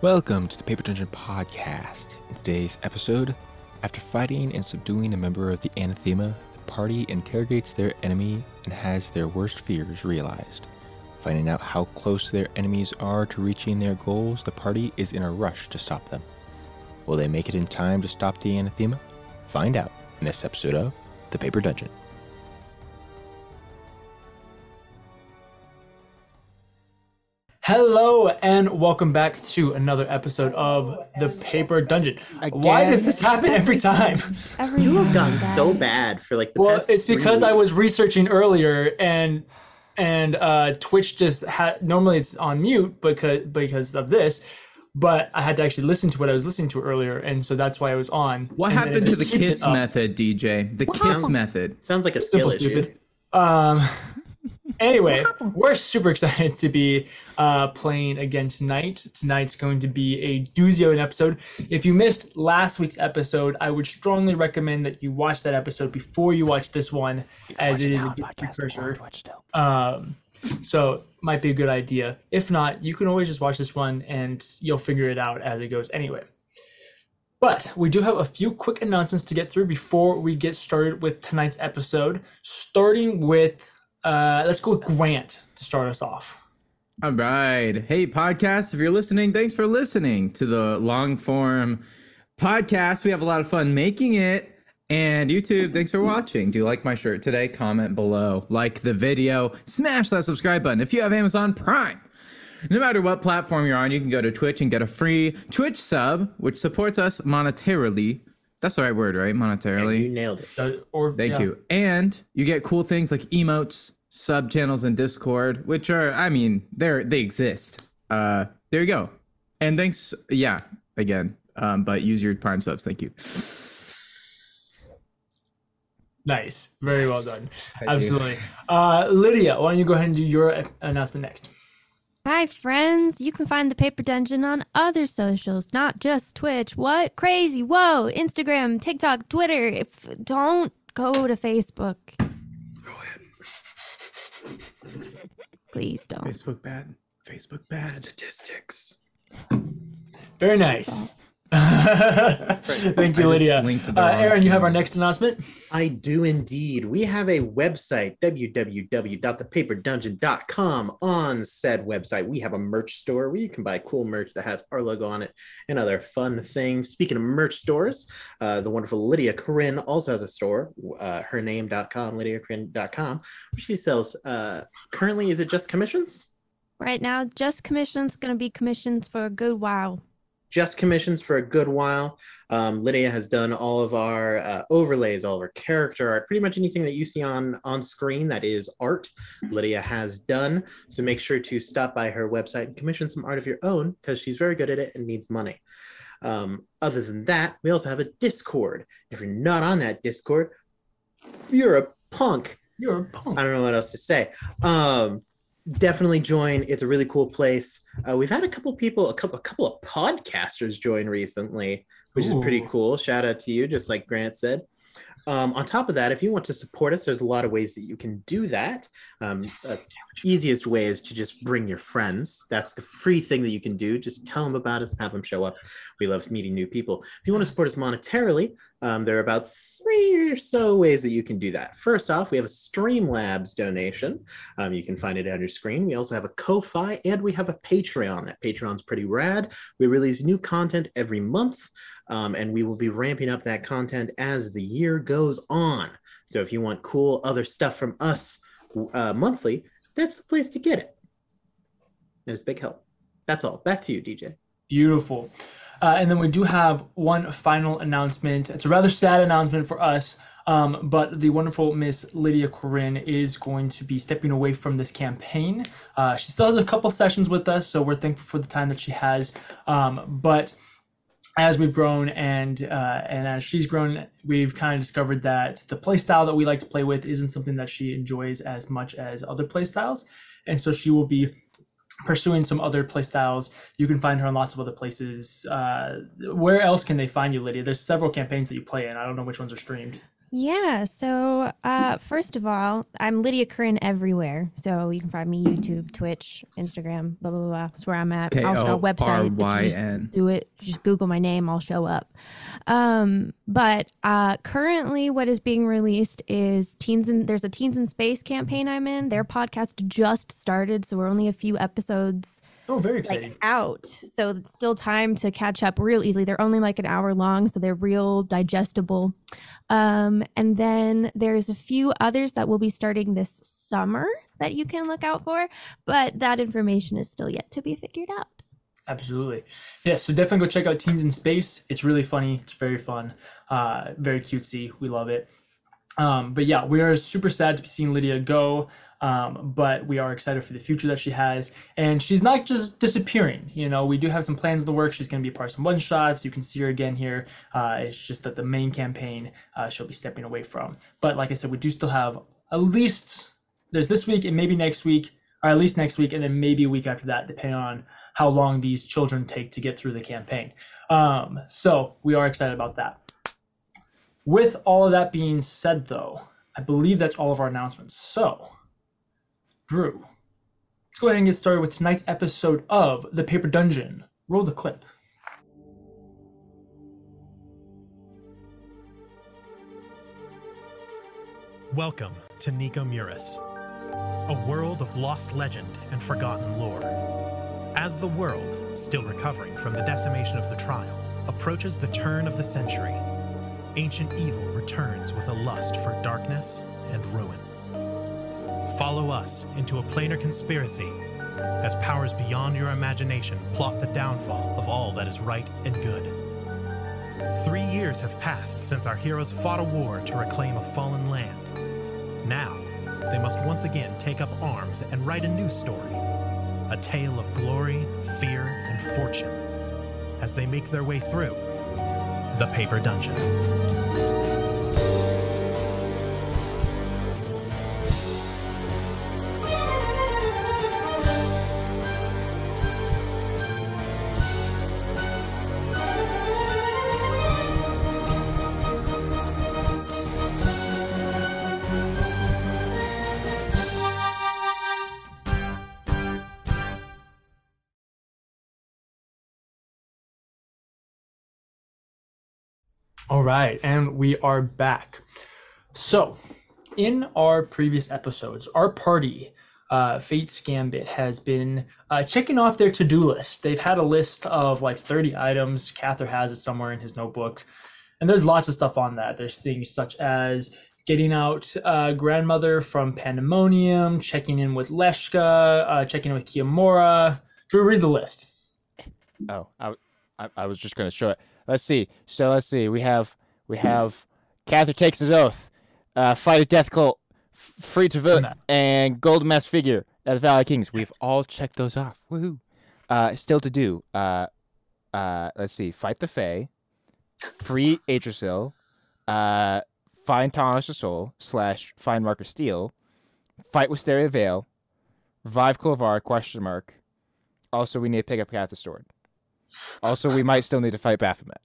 Welcome to the Paper Dungeon Podcast. In today's episode, after fighting and subduing a member of the Anathema, the party interrogates their enemy and has their worst fears realized. Finding out how close their enemies are to reaching their goals, the party is in a rush to stop them. Will they make it in time to stop the Anathema? Find out in this episode of The Paper Dungeon. Hello and welcome back to another episode of The Paper Dungeon. Why Again? does this happen every time? Every You have time, gone guys. so bad for like the Well, past it's three because I weeks. was researching earlier and and uh, Twitch just had normally it's on mute because because of this, but I had to actually listen to what I was listening to earlier, and so that's why I was on. What And then happened it to the keeps it kiss up. method, DJ? The kiss method. sounds like a skill Simple issue. stupid. Um. Anyway, we're super excited to be uh, playing again tonight. Tonight's going to be a doozy of an episode. If you missed last week's episode, I would strongly recommend that you watch that episode before you watch this one, as it is a good precursor. Um, so might be a good idea. If not, you can always just watch this one and you'll figure it out as it goes anyway. But we do have a few quick announcements to get through before we get started with tonight's episode. Starting with, uh, let's go with Grant to start us off. All right. Hey, podcast, if you're listening, thanks for listening to the long form podcast. We have a lot of fun making it. And YouTube, thanks for watching. Do you like my shirt today? Comment below. Like the video. Smash that subscribe button. If you have Amazon Prime, No matter what platform you're on, you can go to Twitch and get a free Twitch sub, which supports us monetarily. That's the right word, right? Monetarily. You nailed it. Uh, or Thank yeah. you. And you get cool things like emotes, sub channels, and Discord, which are, I mean, they're they exist. Uh, there you go. And thanks, yeah, again. Um, but use your Prime subs. Thank you. Nice, very well done. Thank you. Absolutely, uh, Lydia. Why don't you go ahead and do your uh, announcement next? Hi, friends. You can find the Paper Dungeon on other socials, not just Twitch. What? Crazy. Whoa. Instagram, TikTok, Twitter. If, don't go to Facebook. Please don't. Facebook bad. Facebook bad. Very nice. Thank you, I just Lydia. linked to the Uh, wrong Aaron, you have our channel. next announcement. I do indeed. We have a website, www.thepaperdungeon.com. On said website, we have a merch store where you can buy cool merch that has our logo on it and other fun things. Speaking of merch stores, uh, the wonderful Lydia Corinne also has a store, uh, hername.com, lydiacorinne.com, where she sells, uh, currently, is it just commissions? Right now, just commissions going to be commissions for a good while. just commissions for a good while. Um, Lydia has done all of our uh, overlays, all of our character art, pretty much anything that you see on on screen that is art. Lydia has done. So make sure to stop by her website and commission some art of your own because she's very good at it and needs money. Um, other than that, we also have a Discord. If you're not on that Discord, you're a punk. You're a punk. I don't know what else to say. Um, definitely join. It's a really cool place. Uh, we've had a couple people, a couple, a couple of podcasters join recently, which is pretty Ooh. cool. Shout out to you, just like Grant said. Um, on top of that, if you want to support us, there's a lot of ways that you can do that. Um, uh, easiest way is to just bring your friends. That's the free thing that you can do. Just tell them about us and have them show up. We love meeting new people. If you want to support us monetarily, um, there are about three or so ways that you can do that. First off, we have a Streamlabs donation. Um, you can find it on your screen. We also have a Ko-fi and we have a Patreon. That Patreon's pretty rad. We release new content every month, um, and we will be ramping up that content as the year goes on. So if you want cool other stuff from us uh, monthly, that's the place to get it. And it's big help. That's all. Back to you, DJ. Beautiful. Uh, and then we do have one final announcement. It's a rather sad announcement for us, um, but the wonderful Miss Lydia Corinne is going to be stepping away from this campaign. Uh, she still has a couple sessions with us, so we're thankful for the time that she has. Um, but as we've grown and uh, and as she's grown, we've kind of discovered that the play style that we like to play with isn't something that she enjoys as much as other play styles, and so she will be pursuing some other playstyles. You can find her in lots of other places. Uh, where else can they find you, Lydia? There's several campaigns that you play in. I don't know which ones are streamed. Yeah. So, uh, first of all, I'm Lydia Curran everywhere. So you can find me YouTube, Twitch, Instagram, blah blah blah. That's where I'm at. I also got a website. but you just K-O-R-Y-N. do it. Just Google my name. I'll show up. Um, but uh, currently, what is being released is teens in. There's a teens in space campaign I'm in. Their podcast just started, so we're only a few episodes Oh, very exciting. like out. So it's still time to catch up real easily. They're only like an hour long, so they're real digestible. Um, and then there's a few others that will be starting this summer that you can look out for, but that information is still yet to be figured out. Absolutely. Yes, so definitely go check out Teens in Space. It's really funny. It's very fun. Uh, very cutesy. We love it. Um, but yeah, we are super sad to be seeing Lydia go. Um, but we are excited for the future that she has. And she's not just disappearing. You know, we do have some plans in the works. She's going to be a part of some one shots. You can see her again here. Uh, it's just that the main campaign uh, she'll be stepping away from. But like I said, we do still have at least there's this week and maybe next week, or at least next week, and then maybe a week after that, depending on how long these children take to get through the campaign. Um, so we are excited about that. With all of that being said, though, I believe that's all of our announcements. So, Drew, let's go ahead and get started with tonight's episode of The Paper Dungeon. Roll the clip. Welcome to Nico Muris, a world of lost legend and forgotten lore. As the world, still recovering from the decimation of the trial, approaches the turn of the century, ancient evil returns with a lust for darkness and ruin. Follow us into a planar conspiracy as powers beyond your imagination plot the downfall of all that is right and good. Three years have passed since our heroes fought a war to reclaim a fallen land. Now, they must once again take up arms and write a new story a tale of glory, fear, and fortune as they make their way through the Paper Dungeon. All right, and we are back. So, in our previous episodes, our party, uh, Fate's Gambit, has been uh, checking off their to do list. They've had a list of like 30 items. Cather has it somewhere in his notebook. And there's lots of stuff on that. There's things such as getting out uh, grandmother from Pandemonium, checking in with Leshka, uh, checking in with Kiyomura. Drew, read the list. Oh, I, w- I- I was just gonna show it. Let's see. So let's see. We have we have Cather takes his oath, uh, fight a death cult, f- free to vote, Nah. and gold mass figure at the Valley Kings. We've all checked those off. Woohoo! Uh, still to do. Uh, uh, let's see. Fight the Fae, free Atrasil, uh, find Thomas the Soul slash find Marcus Steele, fight Wisteria Vale, revive Clovar question mark. Also, we need to pick up Cather's sword. Also, we might still need to fight Baphomet.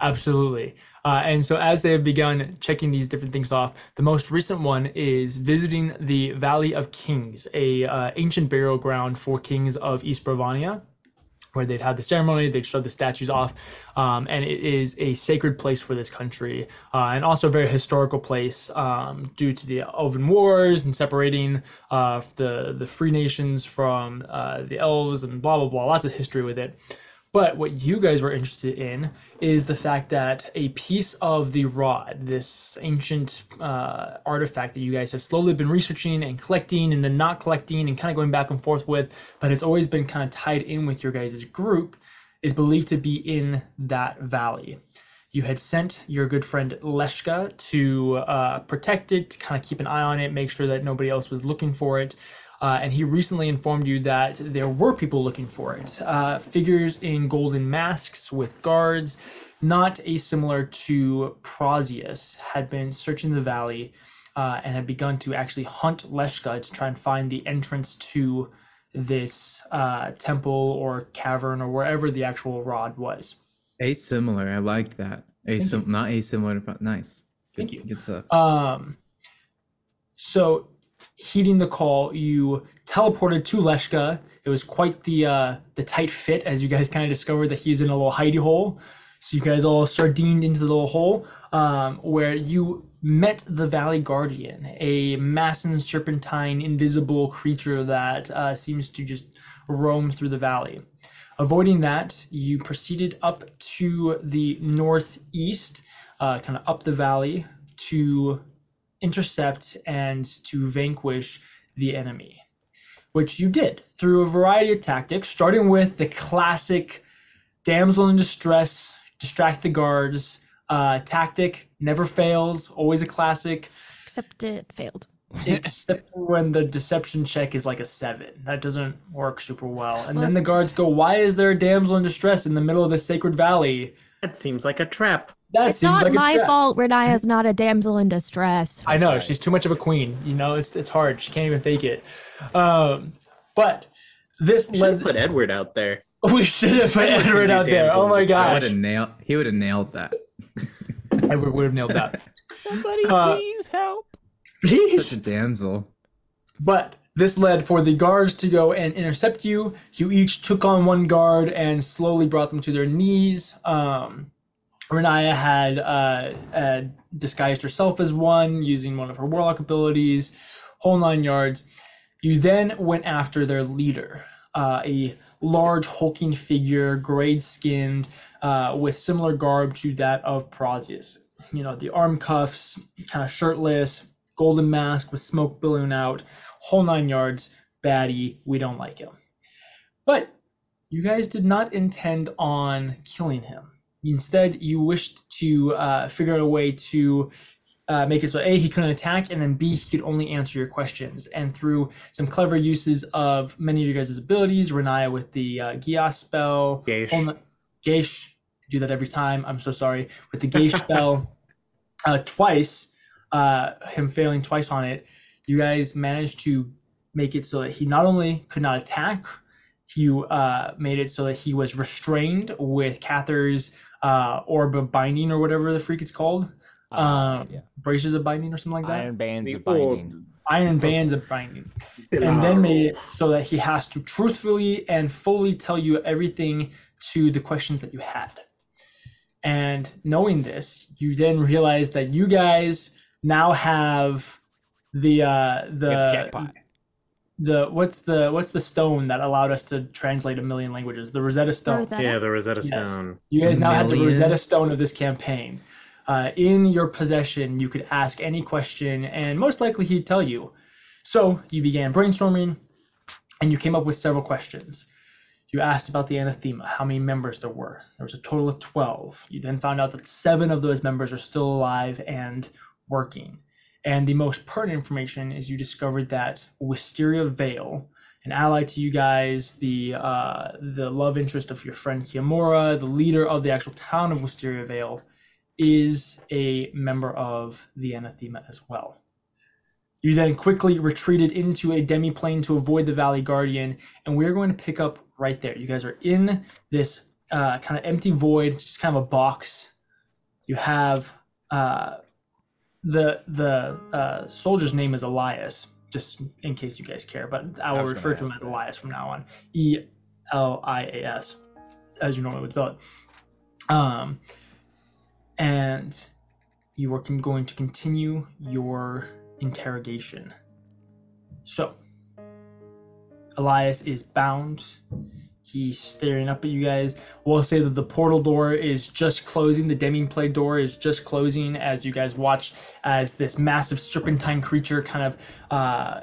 Absolutely. Uh, and so, as they have begun checking these different things off, the most recent one is visiting the Valley of Kings, a uh, ancient burial ground for kings of East Bravania, where they'd had the ceremony, they'd showed the statues off, um, and it is a sacred place for this country, uh, and also a very historical place um, due to the Elven Wars and separating uh, the the Free Nations from uh, the Elves and blah blah blah. Lots of history with it. But what you guys were interested in is the fact that a piece of the rod, this ancient uh, artifact that you guys have slowly been researching and collecting and then not collecting and kind of going back and forth with, but has always been kind of tied in with your guys' group, is believed to be in that valley. You had sent your good friend Leshka to uh, protect it, to kind of keep an eye on it, make sure that nobody else was looking for it. Uh, and he recently informed you that there were people looking for it. Uh, figures in golden masks with guards, not assimilar to Prozius, had been searching the valley uh, and had begun to actually hunt Leshka to try and find the entrance to this uh, temple or cavern or wherever the actual rod was. Asimilar. I liked that. Asim- not asimilar, but nice. Thank you. Good stuff. Um, so, heeding the call, you teleported to Leshka. It was quite the uh, the tight fit, as you guys kind of discovered that he's in a little hidey hole. So you guys all sardined into the little hole um, where you met the Valley Guardian, a massin serpentine invisible creature that uh, seems to just roam through the valley. Avoiding that, you proceeded up to the northeast, uh, kind of up the valley, to intercept and to vanquish the enemy, which you did through a variety of tactics, starting with the classic damsel in distress, distract the guards uh, tactic, never fails, always a classic, Except it failed. except when the deception check is like a seven. That doesn't work super well. And then the guards go, Why is there a damsel in distress in the middle of the sacred valley? That seems like a trap. That it's seems not like a my trap." fault Renaya's not a damsel in distress. I know she's too much of a queen. You know, it's it's hard. She can't even fake it. Um, but this You should led. put Edward out there. we should have put Edward Edward do out there. damsel Oh in my I gosh, would have nailed. He would have nailed that. Edward would have nailed that. Somebody Uh, please help. Such Please. a damsel. But this led for the guards to go and intercept you. You each took on one guard and slowly brought them to their knees. Um, Renaya had uh, uh, disguised herself as one using one of her warlock abilities, whole nine yards. You then went after their leader, uh, a large hulking figure, grayed skinned, uh, with similar garb to that of Prozius. You know, the arm cuffs, kind of shirtless, golden mask with smoke billowing out, whole nine yards, baddie. We don't like him. But you guys did not intend on killing him. Instead, you wished to uh, figure out a way to uh, make it so A, he couldn't attack, and then B, he could only answer your questions. And through some clever uses of many of your guys' abilities, Renaya with the uh, Gias spell, Geish. Hold on- Geish, I do that every time. I'm so sorry. With the Geish spell uh, twice, uh, him failing twice on it, you guys managed to make it so that he not only could not attack, you uh, made it so that he was restrained with Cather's uh, orb of binding or whatever the freak it's called, Uh, um, yeah. braces of binding or something like that, Iron bands The of binding. iron bands of binding, old and then made it Bilaro. so that he has to truthfully and fully tell you everything to the questions that you had. And knowing this, you then realize that you guys now have the uh, We have the jackpot. the what's the what's the stone that allowed us to translate a million languages? The Rosetta Stone. Rosetta? Yeah, the Rosetta Yes. Stone. You guys now have the Million. Rosetta Stone of this campaign. Uh, in your possession, you could ask any question, and most likely he'd tell you. So you began brainstorming, and you came up with several questions. You asked about the anathema, how many members there were. There was a total of 12. You then found out that seven of those members are still alive and working. And the most pertinent information is you discovered that Wisteria Vale, an ally to you guys, the uh, the love interest of your friend Kiamura, the leader of the actual town of Wisteria Vale, is a member of the Anathema as well. You then quickly retreated into a demi-plane to avoid the Valley Guardian, and we're going to pick up right there. You guys are in this uh, kind of empty void. It's just kind of a box. You have uh, the the uh, soldier's name is Elias, just in case you guys care. But I I will was gonna refer to him ask as that. Elias from now on. E L I A S, as you normally would spell it. Um, and you are con- going to continue your interrogation. So, Elias is bound. He's staring up at you guys. We'll say that the portal door is just closing. The Deming Play door is just closing as you guys watch as this massive serpentine creature kind of uh,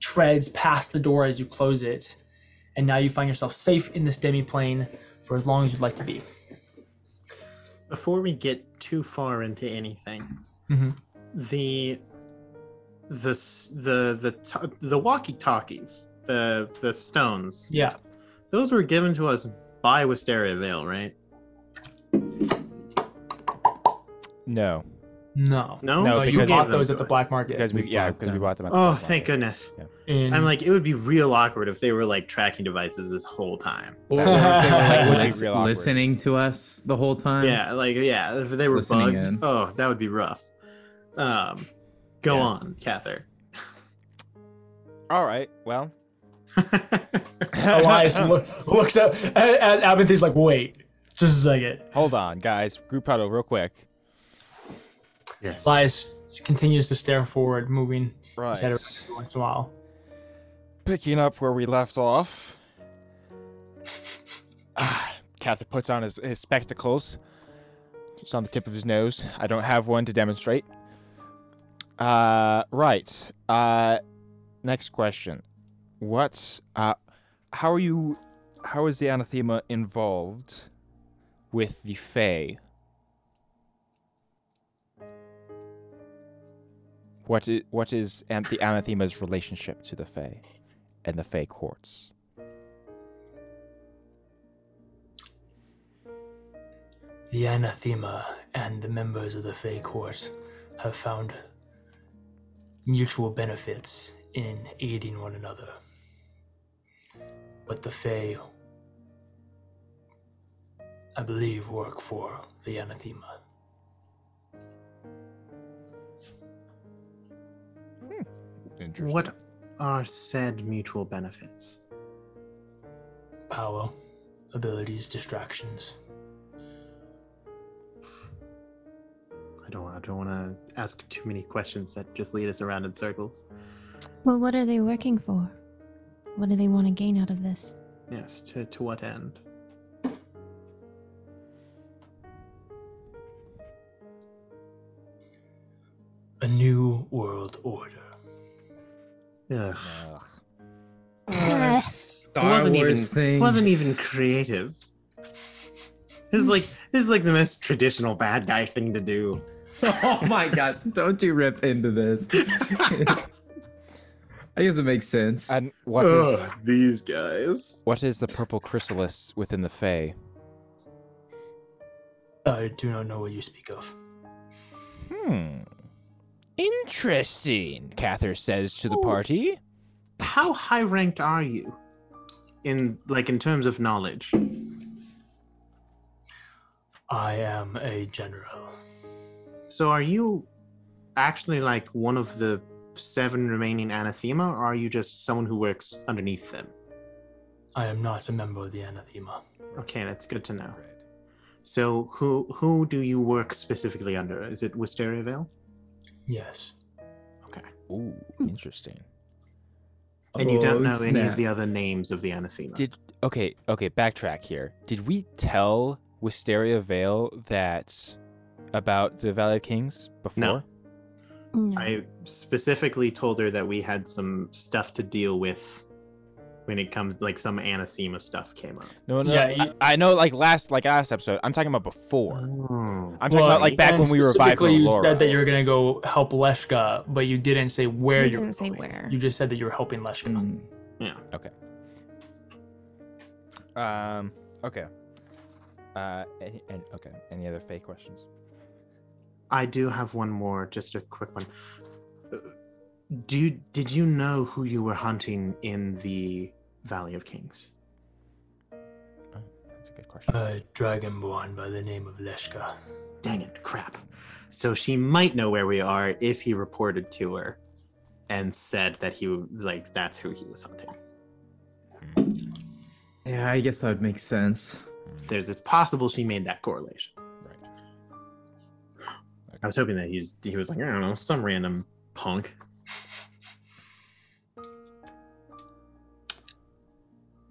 treads past the door as you close it. And now you find yourself safe in this demi plane for as long as you'd like to be. Before we get too far into anything, Mhm. the the s- the the to- the walkie-talkies, the the stones, Yeah. those were given to us by Wisteria Vale, right? No, No. No, No, you because- bought gave them those to at the us. black market. because we, we yeah bought because we them. bought them. At the Oh, black thank market. goodness! In- I'm like, it would be real awkward if they were like tracking devices this whole time. That would be Lis- real awkward. listening to us the whole time. yeah, like yeah, if they were Listening bugged, in. oh, that would be rough. Um, go Yeah. on, Cather. All right. Well, Elias lo- looks up at, at Abinthy's like, wait, just a second. hold on, guys. Group huddle, real quick. yes. Elias continues to stare forward, moving his Right. head around every once in a while. Picking up where we left off. Ah, Cather puts on his, his spectacles. It's on the tip of his nose. I don't have one to demonstrate. Uh, right. Uh, next question. What? Uh, how are you? How is the anathema involved with the Fae? What is what is an- the anathema's relationship to the Fae and the Fae courts? The anathema and the members of the Fey Court have found mutual benefits in aiding one another. But the Fey, I believe, work for the anathema. Interesting. What are said mutual benefits? Power, abilities, distractions. I don't. I don't want to ask too many questions that just lead us around in circles. Well, what are they working for? What do they want to gain out of this? Yes. To to what end? A new world order. Ugh. Ugh. Uh, Star wasn't Wars even- thing. Wasn't even creative. This is like this is like the most traditional bad guy thing to do. oh my gosh! Don't you rip into this? I guess it makes sense. And what is Ugh, these guys? what is the purple chrysalis within the Fae? I do not know what you speak of. Hmm. Interesting, Cather says to the party. How high ranked are you? In like in terms of knowledge. I am a general. So are you actually like one of the seven remaining anathema, or are you just someone who works underneath them? I am not a member of the anathema. Okay, that's good to know. So who who do you work specifically under? Is it Wisteria Vale? Yes. Okay. Ooh, interesting. And you Oh, don't know any snap. of the other names of the anathema. Did okay, okay, backtrack here. Did we tell Wisteria Vale that about the Valley of Kings before? No. no. I specifically told her that we had some stuff to deal with when it comes like some anathema stuff came up. No, no. Yeah, I- you- I, know like last like last episode. I'm talking about before. Oh. I'm talking about like back and when we revived specifically You Laura. said that you were gonna go help Leshka, but you didn't say where You you were didn't say going. where. You just said that you were helping Leshka. Hmm. Mm. Um. Okay. Uh. And, and okay. Any other fake questions? I do have one more, just a quick one. Uh, Do you, did you know who you were hunting in the Valley of Kings? Oh, that's a good question. A dragonborn by the name of Leshka. Dang it, crap. So she might know where we are if he reported to her and said that he like that's who he was hunting. Yeah, I guess that would make sense. There's it's possible she made that correlation. right. I was hoping that he was he was like, I don't know, some random punk.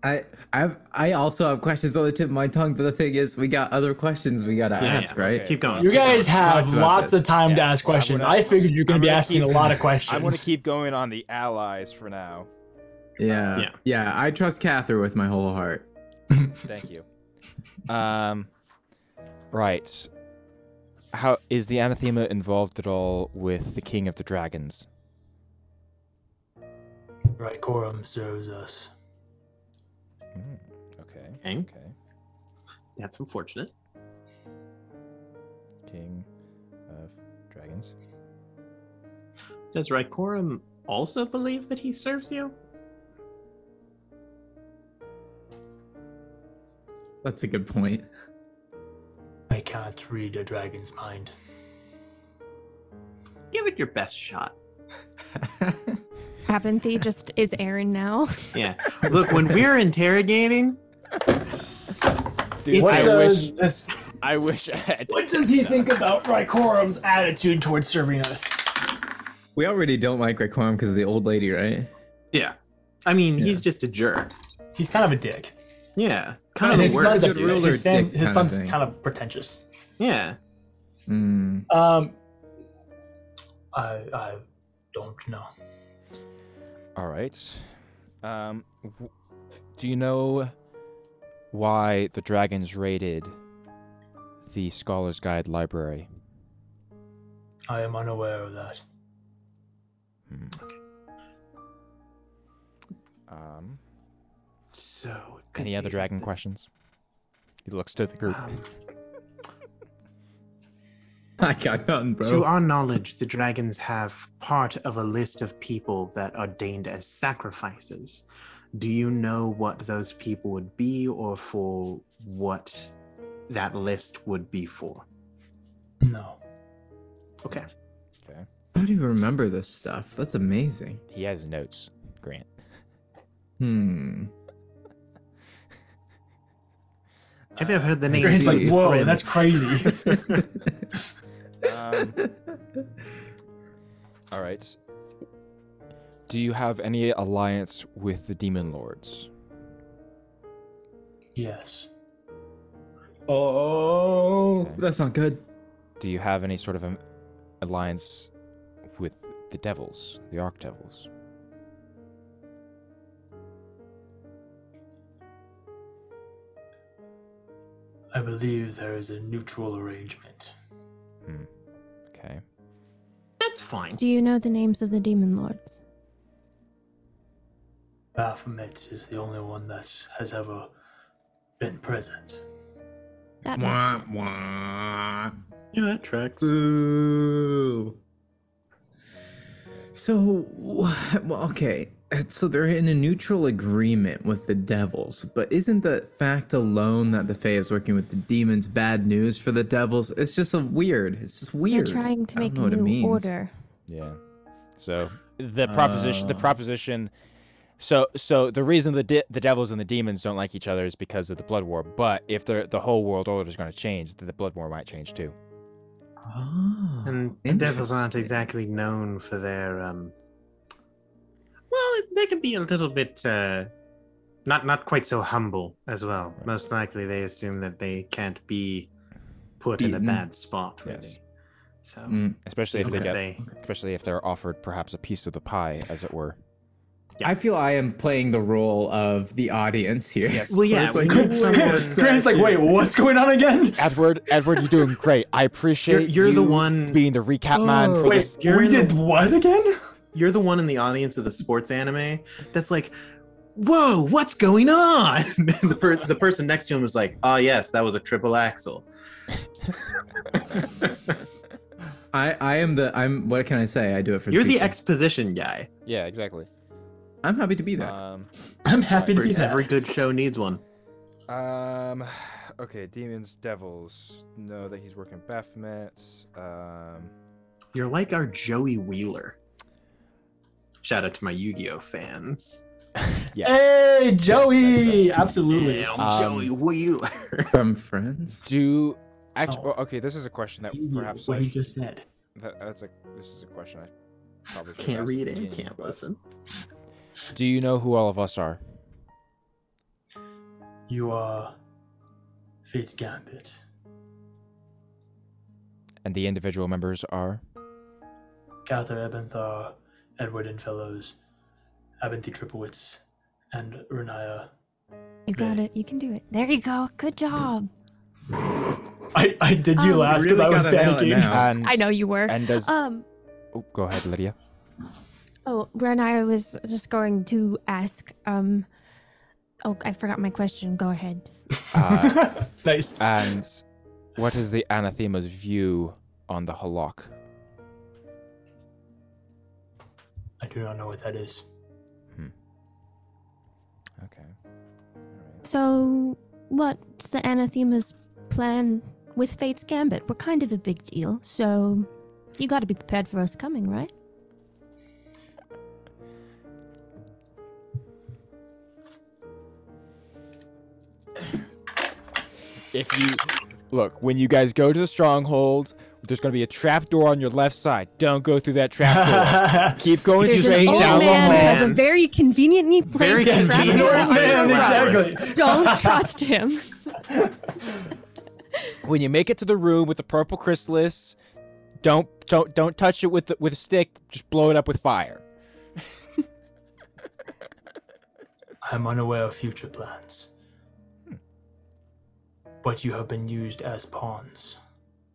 I I've I also have questions on the tip of my tongue, but the thing is, we got other questions we gotta Yeah, ask, yeah, right? okay. Keep going. You keep guys going. talked have about lots this. of time to Yeah, ask yeah, I questions. wanna- I figured you're gonna I'm be gonna asking a keep- lot of I questions. want to keep going on the allies for now. Yeah. Yeah. yeah. I trust Cather with my whole heart. Thank you. Um. Right. How is the anathema involved at all with the King of the Dragons? Rykorum serves us. Hmm, okay. King? Okay. That's unfortunate. King of Dragons. Does Rykorum also believe that he serves you? That's a good point. I can't read a dragon's mind. Give it your best shot. Apathy just is Aaron now. Yeah. Look, when we're interrogating, Dude, It's- What I does wish. this? I wish. I had What does he think about Rykorum's attitude towards serving us? We already don't like Requiem because of the old lady, right? yeah. I mean, Yeah. he's just a jerk. He's kind of a dick. Yeah. Oh, Kind And of he's his the not a son's worst. a good dick. dude. ruler His, son- dick his kinda son's thing. kind of pretentious. Yeah. Mm. Um, I I don't know. All right. Um, w- do you know why the dragons raided the Scholar's Guide library? I am unaware of that. Um, So, it could any other be dragon that- questions? He looks to the group. um, I got nothing, bro. To our knowledge, the dragons have part of a list of people that are deigned as sacrifices. Do you know what those people would be or for what that list would be for? No. Okay. Okay. How do you remember this stuff? That's amazing. He has notes, Grant. Hmm. Have you ever heard the name? He's like, Jeez. whoa, Thrim?" that's crazy. Um, all right. Do you have any alliance with the demon lords? yes. oh, that's not good. Do you have any sort of an alliance with the devils, the arc devils? I believe there is a neutral arrangement. Okay. That's fine. Do you know the names of the demon lords? Baphomet is the only one that has ever been present. That Wah, makes sense. wah. Yeah, that tracks. Boo. So, wh- well, okay. So they're in a neutral agreement with the devils, but isn't the fact alone that the Fae is working with the demons bad news for the devils? It's just a weird. It's just They're weird. trying to I don't make know a what it new means. order. Yeah. So the proposition, the Uh. proposition. So so the reason the de- the devils and the demons don't like each other is because of the blood war. But if the the whole world order is going to change, then the blood war might change too. Oh, And the devils aren't interesting. exactly known for their um Well, they can be a little bit uh not not quite so humble as well. Right. Most likely they assume that they can't be put in Beaten. a bad spot really. Yes. So Mm. Especially if even they if get, they especially if they're offered perhaps a piece of the pie, as it were. Yeah. I feel I am playing the role of the audience here. Yes. Well yeah, It's like- we need someone- Grant's like, wait, what's going on again? Edward, Edward, you're doing great. I you're, appreciate you're the you one being the recap man for Oh. Wait, this. you're we in the- did what again? you're the one in the audience of the sports anime that's like whoa what's going on And the, per- the person next to him was like oh yes that was a triple axel I, I am the I'm what can I say? I do it for you're the people. exposition guy Yeah, exactly. I'm happy to be that. Um, I'm happy to Every- be there. every good show needs one um, okay, demons, devils. Know that he's working Baphomet. Um, you're like our joey wheeler shout out to my yu-gi-oh fans yes. Hey, Joey! Absolutely. Yeah, I'm Um, joey wheeler From friends. Do actually? Oh. Well, okay, this is a question that perhaps what I he just said. That, that's a this is a question I probably should've can't asked read at the it beginning, can't but- listen Do you know who all of us are? You are Fate's Gambit. And the individual members are? Cather Ebenthar, Edward and Fellows, Abinthy Tripowitz, and Renaya. You got it. You can do it. There you go. Good job. I, I did you Um, last You because really I was gotta nail it panicking. Uh, now. And I know you were. And does Um. oh, go ahead, Lydia. Oh, Renaya was just going to ask. Um. Oh, I forgot my question. Go ahead. Uh, nice. and what is the anathema's view on the halak? I do not know what that is. Okay. So, what's the anathema's plan with Fate's Gambit? We're kind of a big deal, so You got to be prepared for us coming, right? If you look, when you guys go to the stronghold, there's gonna be a trap door on your left side. Don't go through that trap door. Keep going There's straight an old down man the who hall. has a very conveniently placed Yes, trap He's an convenient. door old on man, his right. exactly. Don't trust him. when you make it to the room with the purple chrysalis, don't don't don't touch it with the, with a stick. Just blow it up with fire. I'm unaware of future plans. But you have been used as pawns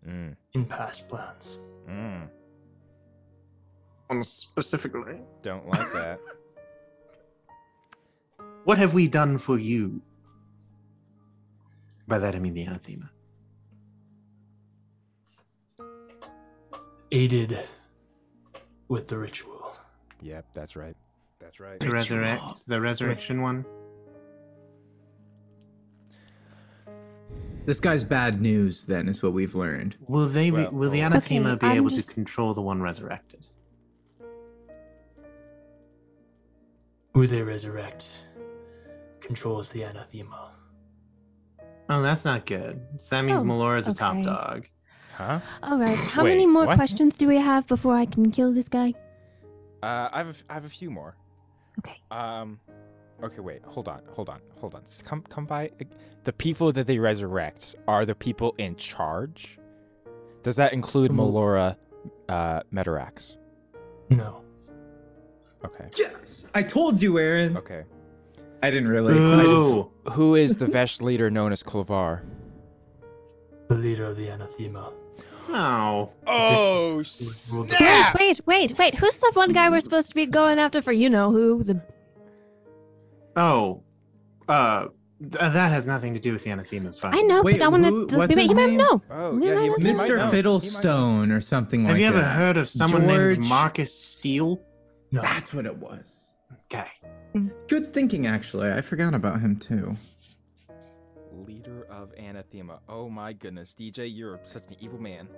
Mm, in past plans. mm, Um, specifically, don't like that. what have we done for you? By that I mean the anathema. Aided with the ritual. yep, that's right. That's right. The resurrect, the resurrection one. This guy's bad news. Then is what we've learned. Will they? Well, be, will the oh. anathema Okay, be I'm able just- to control the one resurrected? Who they resurrect controls the anathema. Oh, that's not good. So that means Oh, Melora is a top okay. dog. Huh? All right. How Wait, many more what? questions do we have before I can kill this guy? Uh, I have a f- I have a few more. Okay. Um, okay, wait, hold on, hold on, hold on. S- Come, come by. The people that they resurrect are the people in charge. Does that include Mm. Melora, uh, Metarax? No. Okay, Yes, I told you, Aaron. okay. I didn't really. I just- Ooh, Who is the Vesh leader known as Clovar? The leader of the anathema. oh, Oh, Wait, wait, wait, wait. Who's the one guy we're supposed to be going after for you know who? The oh, uh, th- that has nothing to do with the anathema. It's fine. I know, Wait, but I want who- to. what's his You might name? know. Oh, No, yeah, no, he, no, he no. might Mr. know. He might know. Fiddlestone or something Have like you ever that. heard of someone George- named Marcus Steele? No. That's what it was. Okay. Good thinking, actually. I forgot about him too. Leader of Anathema. Oh my goodness, DJ, you're such an evil man.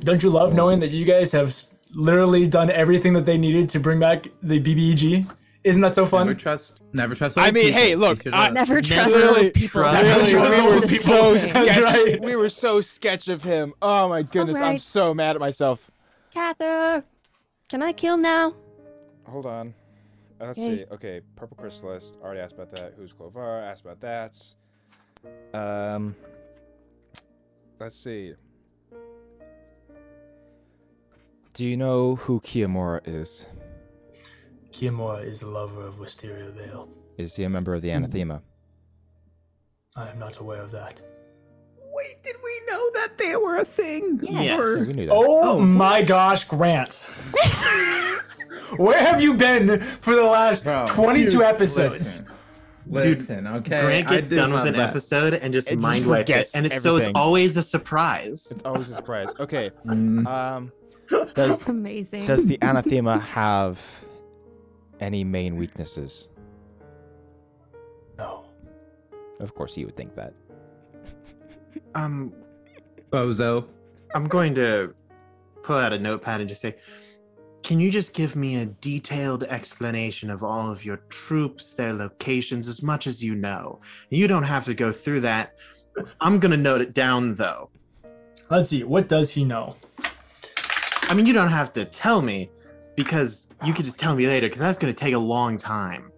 Don't you love knowing that you guys have s- literally done everything that they needed to bring back the BBEG? Isn't that so Never fun? trust. Never trust. I old mean, people. hey, look, You should I- not. Never trust Literally those people. trust- That's Never Really, the trust we were those most people. so thing. That's sketch- right. We were so sketch of him. Oh my goodness, I'm right. so mad at myself. Cather, can I kill now? Hold on. Uh, Let's Yay. see. Okay, purple chrysalis. Already asked about that. Who's Clovar? Asked about that. Um. Let's see. Do you know who Kiyomura is? Kiyomura is the lover of Wisteria Vale. Is he a member of the Anathema? I am not aware of that. Wait, did we know that they were a thing? Yes. Or- We knew that. Oh, my gosh, Grant. Where have you been for the last Bro, 22 episodes? Listen, listen, okay. Grant I gets did done love with an that. episode and just It just mind wipes it, forgets and it's so everything. it's always a surprise. It's always a surprise. Okay. Mm. Um. Does Amazing. does the Anathema have any main weaknesses? No. Of course, you would think that. Um, Bozo. I'm going to pull out a notepad and just say, "Can you just give me a detailed explanation of all of your troops, their locations, as much as you know? You don't have to go through that. I'm gonna note it down though. Let's see. What does he know? I mean, you don't have to tell me because you could just tell me later because that's gonna take a long time."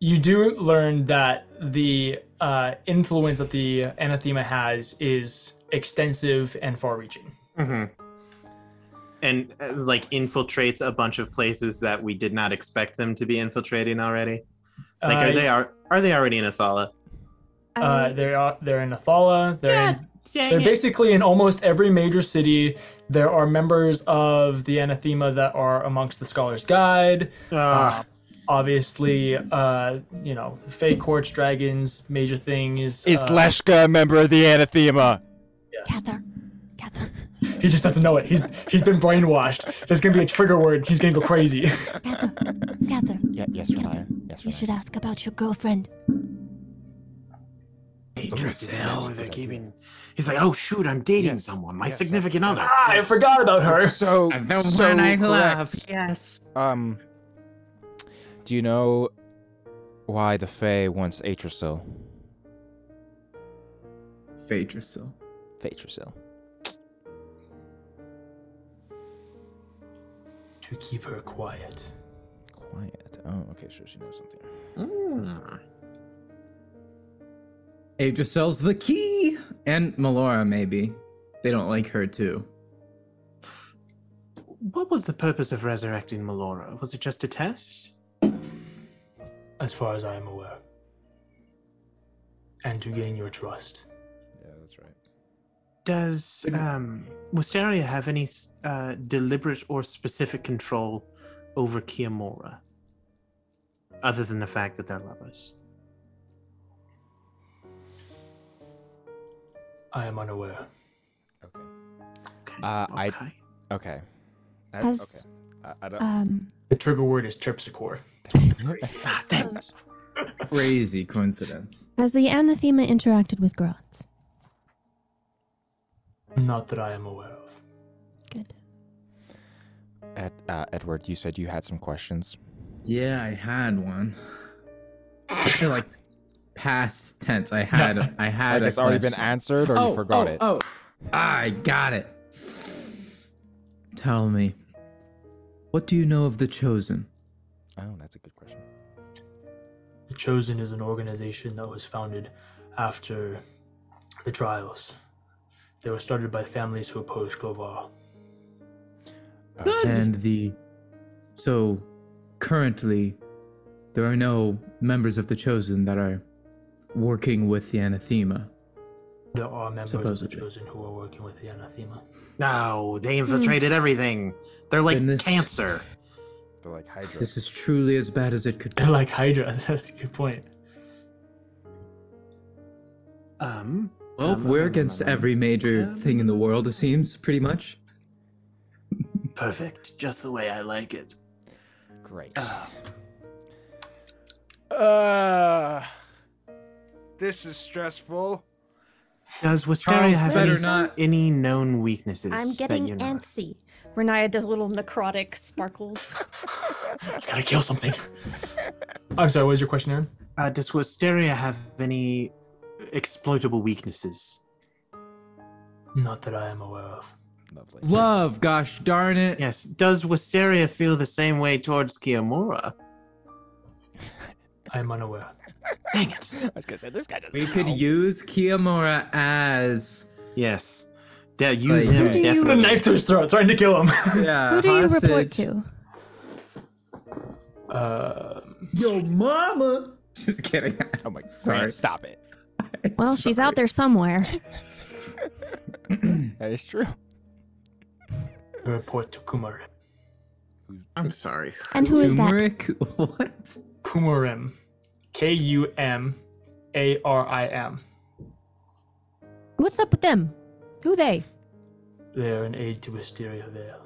You do learn that the uh, influence that the anathema has is extensive and far reaching. hmm And uh, like infiltrates a bunch of places that we did not expect them to be infiltrating already. Like, are they are are they already in Athala? Uh, I, they are uh, they're in Athala. They're in, they're basically in almost every major city. There are members of the anathema that are amongst the Scholars Guide. Ah. Um, Uh, Obviously, uh, you know, Fey Courts, dragons, major things. Is uh, Leshka a member of the Anathema? Cather, Cather, He just doesn't know it. He's he's been brainwashed. There's gonna be a trigger word. He's gonna go crazy. Cather, Cather. Yeah, yes, Renaya. Yes, You Renaya. should ask about your girlfriend. Idrisil. They're keeping. He's like, oh shoot, I'm dating Yes. someone, my Yes, significant that's- other. Ah, I forgot about her. So, I found so one I correct. love. Yes. Um, Do you know why the Fae wants Atrasil? Phaedrusil. Atrasil. To keep her quiet. Quiet. Oh, okay, sure, she knows something. Mm. Adrisel's the key, and Melora maybe. They don't like her too. What was the purpose of resurrecting Melora? Was it just a test? As far as I am aware. And to gain your trust. Yeah, that's right. Does um, Wisteria have any s- uh, deliberate or specific control over Kiamora? Other than the fact that they're lovers. I am unaware. Okay. Okay. Uh, I- okay. Okay. That- As- okay. I, I don't. Um, The trigger word is terpsichore. Ah, damn it. Crazy coincidence. Has the anathema interacted with Grant? Not that I am aware of. Good. Ed, uh, Edward, you said you had some questions. Yeah, I had one. They're like past tense. I had. I had. Like a it's already been question. answered, or you forgot oh, it. Oh, I got it. Tell me, what do you know of the Chosen? Oh, that's a good question. The Chosen is an organization that was founded after the trials. They were started by families who opposed Glovar. Okay. And the. So, currently, there are no members of the Chosen that are working with the Anathema. There are members Supposedly. of the Chosen who are working with the anathema. No, they Hmm. infiltrated everything. They're like Then this- cancer. They're like Hydra. This is truly as bad as it could They're be. like Hydra. That's a good point. Um. Well, um, we're um, against um, every major thing in the world, it seems, pretty much. Perfect. Just the way I like it. Great. Ah. Uh, this is stressful. Does Wisteria Charles, have better any, not- any known weaknesses? I'm that getting you know of? antsy. Renaya does little necrotic sparkles. Gotta kill something. I'm sorry, what was your question, Aaron? Uh, does Wisteria have any exploitable weaknesses? Not that I am aware of. Lovely. Love, gosh darn it. Yes. Does Wisteria feel the same way towards Kiamura? I am unaware. Dang it. I was gonna say this guy doesn't. We could use Kiyomura as Yes. De- use Like, him Who do you- definitely. Put a knife to his throat, trying to kill him. yeah, Who do you report hostage. to? uh, Yo, mama. Just kidding. Oh my god! Sorry. Stop it. Well, she's out there somewhere. That is true. I report to Kumarim. I'm sorry. And who is that? Turmeric? What? Kumarim. K U M A R I M. What's up with them? Who they? They are an aid to Wisteria Vale.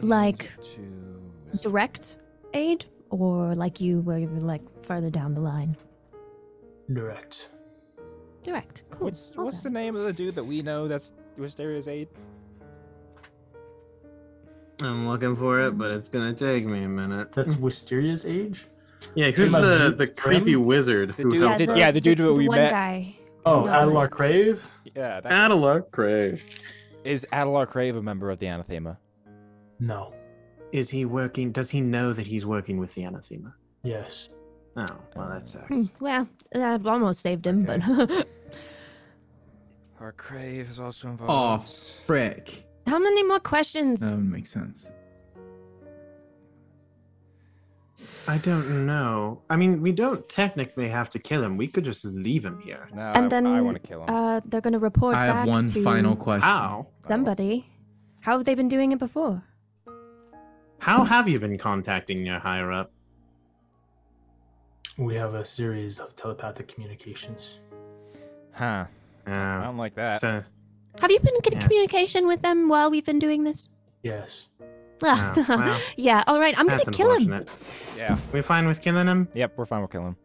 Like- Direct aid? Or like you were like further down the line? Direct. Direct. Cool. What's Well what's the done. name of the dude that we know that's Wisteria's aide? I'm looking for it, but it's gonna take me a minute. That's Wisteria's age? Yeah, who's Am I the, mute, the creepy Brim? wizard The who dude- helped did- yeah, the dude that we one met. guy. Oh, No. Adelar Crave? Yeah, that Adelar Crave? is Adelar Crave a member of the Anathema? No. Is he working? Does he know that he's working with the anathema? Yes. Oh, well, that sucks. Hmm, Well, that almost saved him, but Our Crave is also involved. Oh, frick. how many more questions? That would make sense. I don't know. I mean, we don't technically have to kill him. We could just leave him here. No, and I, then I want to kill him. Uh, they're going to report I back have one to final question. How? somebody. How have they been doing it before? How have you been contacting your higher up? We have a series of telepathic communications. huh? I Uh, don't like that. so, Have you been in Yes. communication with them while we've been doing this? Yes. Ah, Oh, wow. yeah, all right, I'm going that's to kill him. unfortunate. yeah. We fine with killing him? Yep. We're fine. We'll kill him.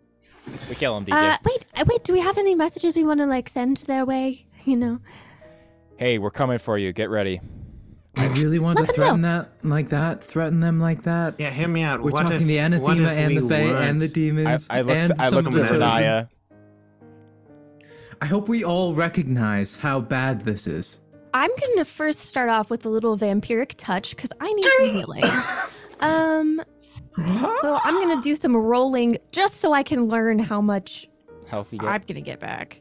We kill him, DJ. Uh, wait, uh, wait. Do we have any messages we want to like send their way? You know, hey, we're coming for you. Get ready. I really want to Let them threaten that like that. Threaten them like that. Yeah, hear me out. We're what if, talking the what if anathema and the we fae and the weren't? I, demons. I looked. and I looked to someone someone else. Renaya. I hope we all recognize how bad this is. I'm gonna first start off with a little vampiric touch because I need some healing. Um, so I'm gonna do some rolling just so I can learn how much Healthy. I'm gonna get back.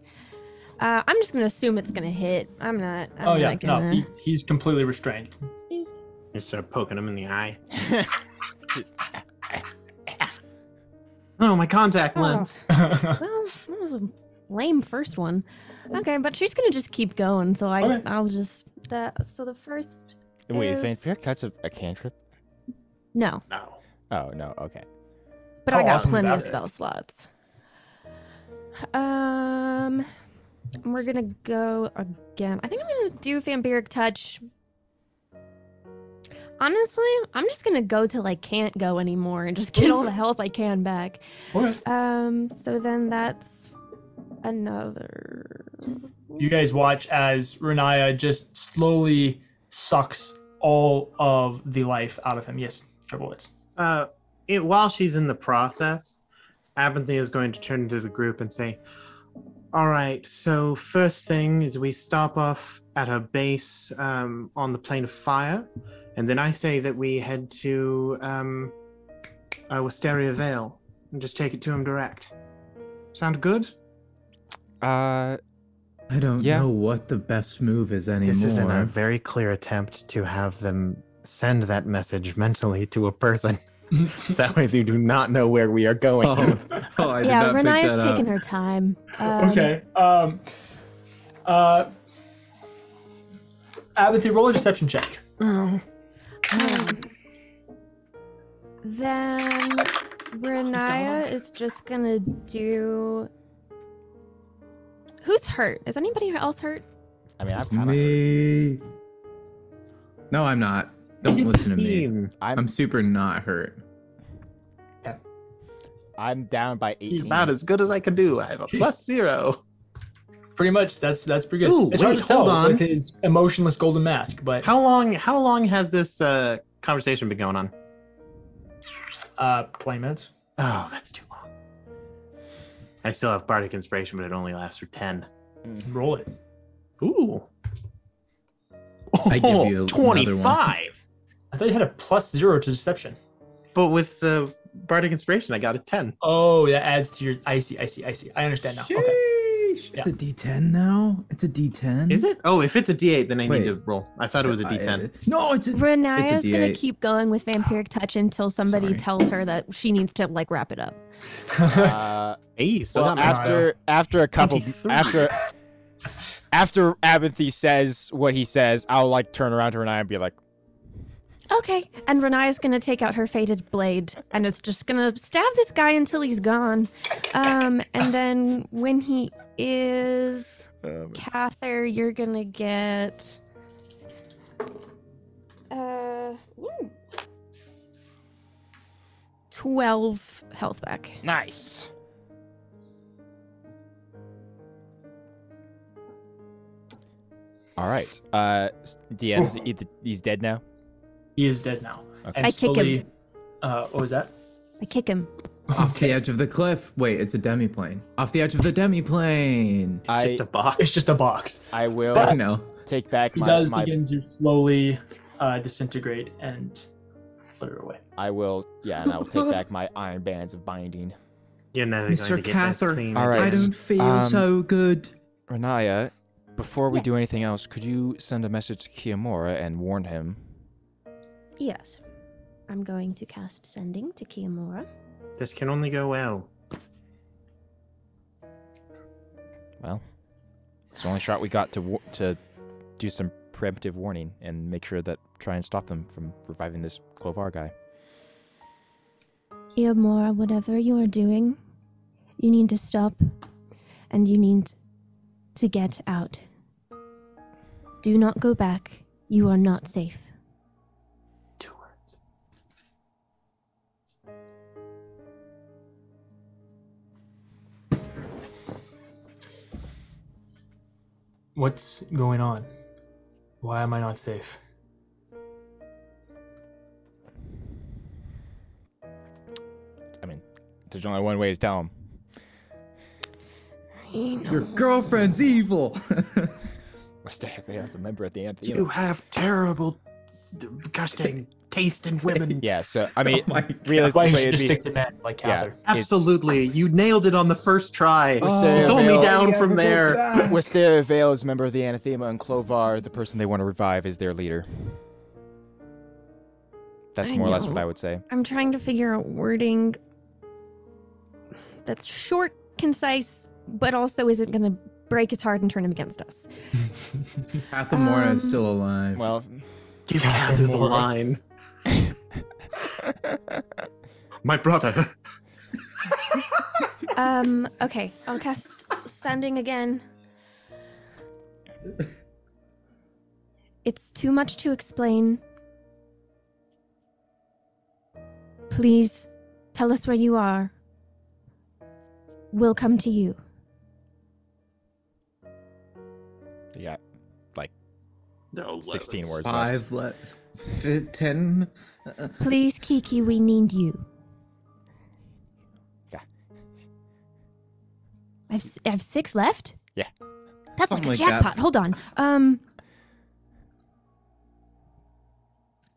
Uh, I'm just gonna assume it's gonna hit. I'm not. I'm oh yeah, not gonna... no, he, he's completely restrained. You start poking him in the eye. No, Oh, my Oh. contact lens. yeah, Well, that was a lame first one. Okay, but she's gonna just keep going. So I, Okay. I'll just that. So the first, Wait, is- is Vampiric Touch a, a cantrip? no, No. Oh no. Okay. but How I got awesome plenty is of that? spell slots. Um, we're gonna go again. I think I'm gonna do vampiric touch. Honestly, I'm just gonna go till I can't go anymore and just get all the health I can back. Okay. Um, so then that's another. You guys watch as Renaya just slowly sucks all of the life out of him. Yes, Trevor Woods. Uh, it, while she's in the process, Abernathy is going to turn to the group and say, "All right. So first thing is we stop off at our base um, on the plane of fire, and then I say that we head to um, uh, Wisteria Vale and just take it to him direct. Sound good? Uh, I don't Yeah. know what the best move is anymore. This isn't a very clear attempt to have them." Send that message mentally to a person. So that way they do not know where we are going. Oh, oh, I did yeah, not pick Renaya's that taking up. her time. Um, Okay. Um. Uh. Abithy, roll a deception check. um, Mm. then Renaya is just gonna do. Who's hurt? Is anybody else hurt? I mean, I'm kind of. Me. No, I'm not. Don't listen to me. I'm, I'm I'm super not hurt. down by 18. It's about as good as I can do. I have a plus zero. Pretty much. That's that's pretty good. Ooh, it's hard wait, to tell hold on. with his emotionless golden mask, but How long? How long has this uh, conversation been going on? uh, twenty minutes. Oh, that's too long. I still have bardic inspiration, but it only lasts for ten. Roll it. Ooh. Oh, I give you another one. 25. I thought you had a plus zero to deception. But with the bardic inspiration, I got a ten. Oh, that adds to your. I see. I see. I see. I understand now. Okay. Sheesh. It's a D10 now. It's a D10. Is it? Oh, if it's a D8, then I Wait. Uh, need to roll. I thought it was a D10. no, it's a. Renaya's gonna D8. keep going with vampiric touch until somebody Sorry. tells her that she needs to like wrap it up. Uh, Hey, so well, after after a couple 23. after after Abinthy says what he says, I'll like turn around to Renai and be like, Okay, and Renaya's gonna take out her faded blade and is just gonna stab this guy until he's gone. Um, and then when he is, Cather, you're gonna get. Uh, ooh, 12 health back. "Nice." All right. Uh, s- DM, he- th- he's dead now. He is dead now. Okay. And I kick him. slowly, Uh, what was that? I kick him. Off the edge of the cliff. Wait, it's a demiplane. Off the edge of the demiplane. it's just I- a box. It's just a box. I will I know. take back He my, does my begin to slowly uh, disintegrate and flutter away. I will yeah, and I will take back my iron bands of binding. You're never going Mr. to get that Cather, clean. All right. I again. don't feel Um, so good. Renaya, before we do Yes. anything else, could you send a message to Kiyomura and warn him? Yes. I'm going to cast Sending to Kiyomura. This can only go well. Well, It's the only shot we got to wa- to do some preemptive warning and make sure that try and stop them from reviving this Clovar guy. Kiyomura, whatever you are doing, you need to stop and you need to get out. Do not go back. You are not safe. Two words. What's going on? Why am I not safe? I mean, there's only one way to tell him. Your girlfriend's evil. Must have as a member at the end. You have terrible, d- gosh dang, taste in women. Yeah, so I mean, my God. Why realistically, you should it'd just be- stick to men like yeah. Cather? it's- Absolutely. You nailed it on the first try. Oh, Sarah it's only Vale. down from there. Wisteria Vale is a member of the Anathema, and Clovar, the person they want to revive, is their leader. That's I more or less what know. I would say. I'm trying to figure out wording that's short, concise, but also isn't going to break his heart and turn him against us. Athamora Um, is still alive. Well, Give Cather the line. My brother. Um, okay, I'll cast sending again. It's too much to explain. Please tell us where you are. We'll come to you. you got No, 16 words left. Five, le- f- ten. Please, Kiki, we need you. Yeah. I've s- I've six left. Yeah. That's Something like a like that. jackpot. Hold on. Um.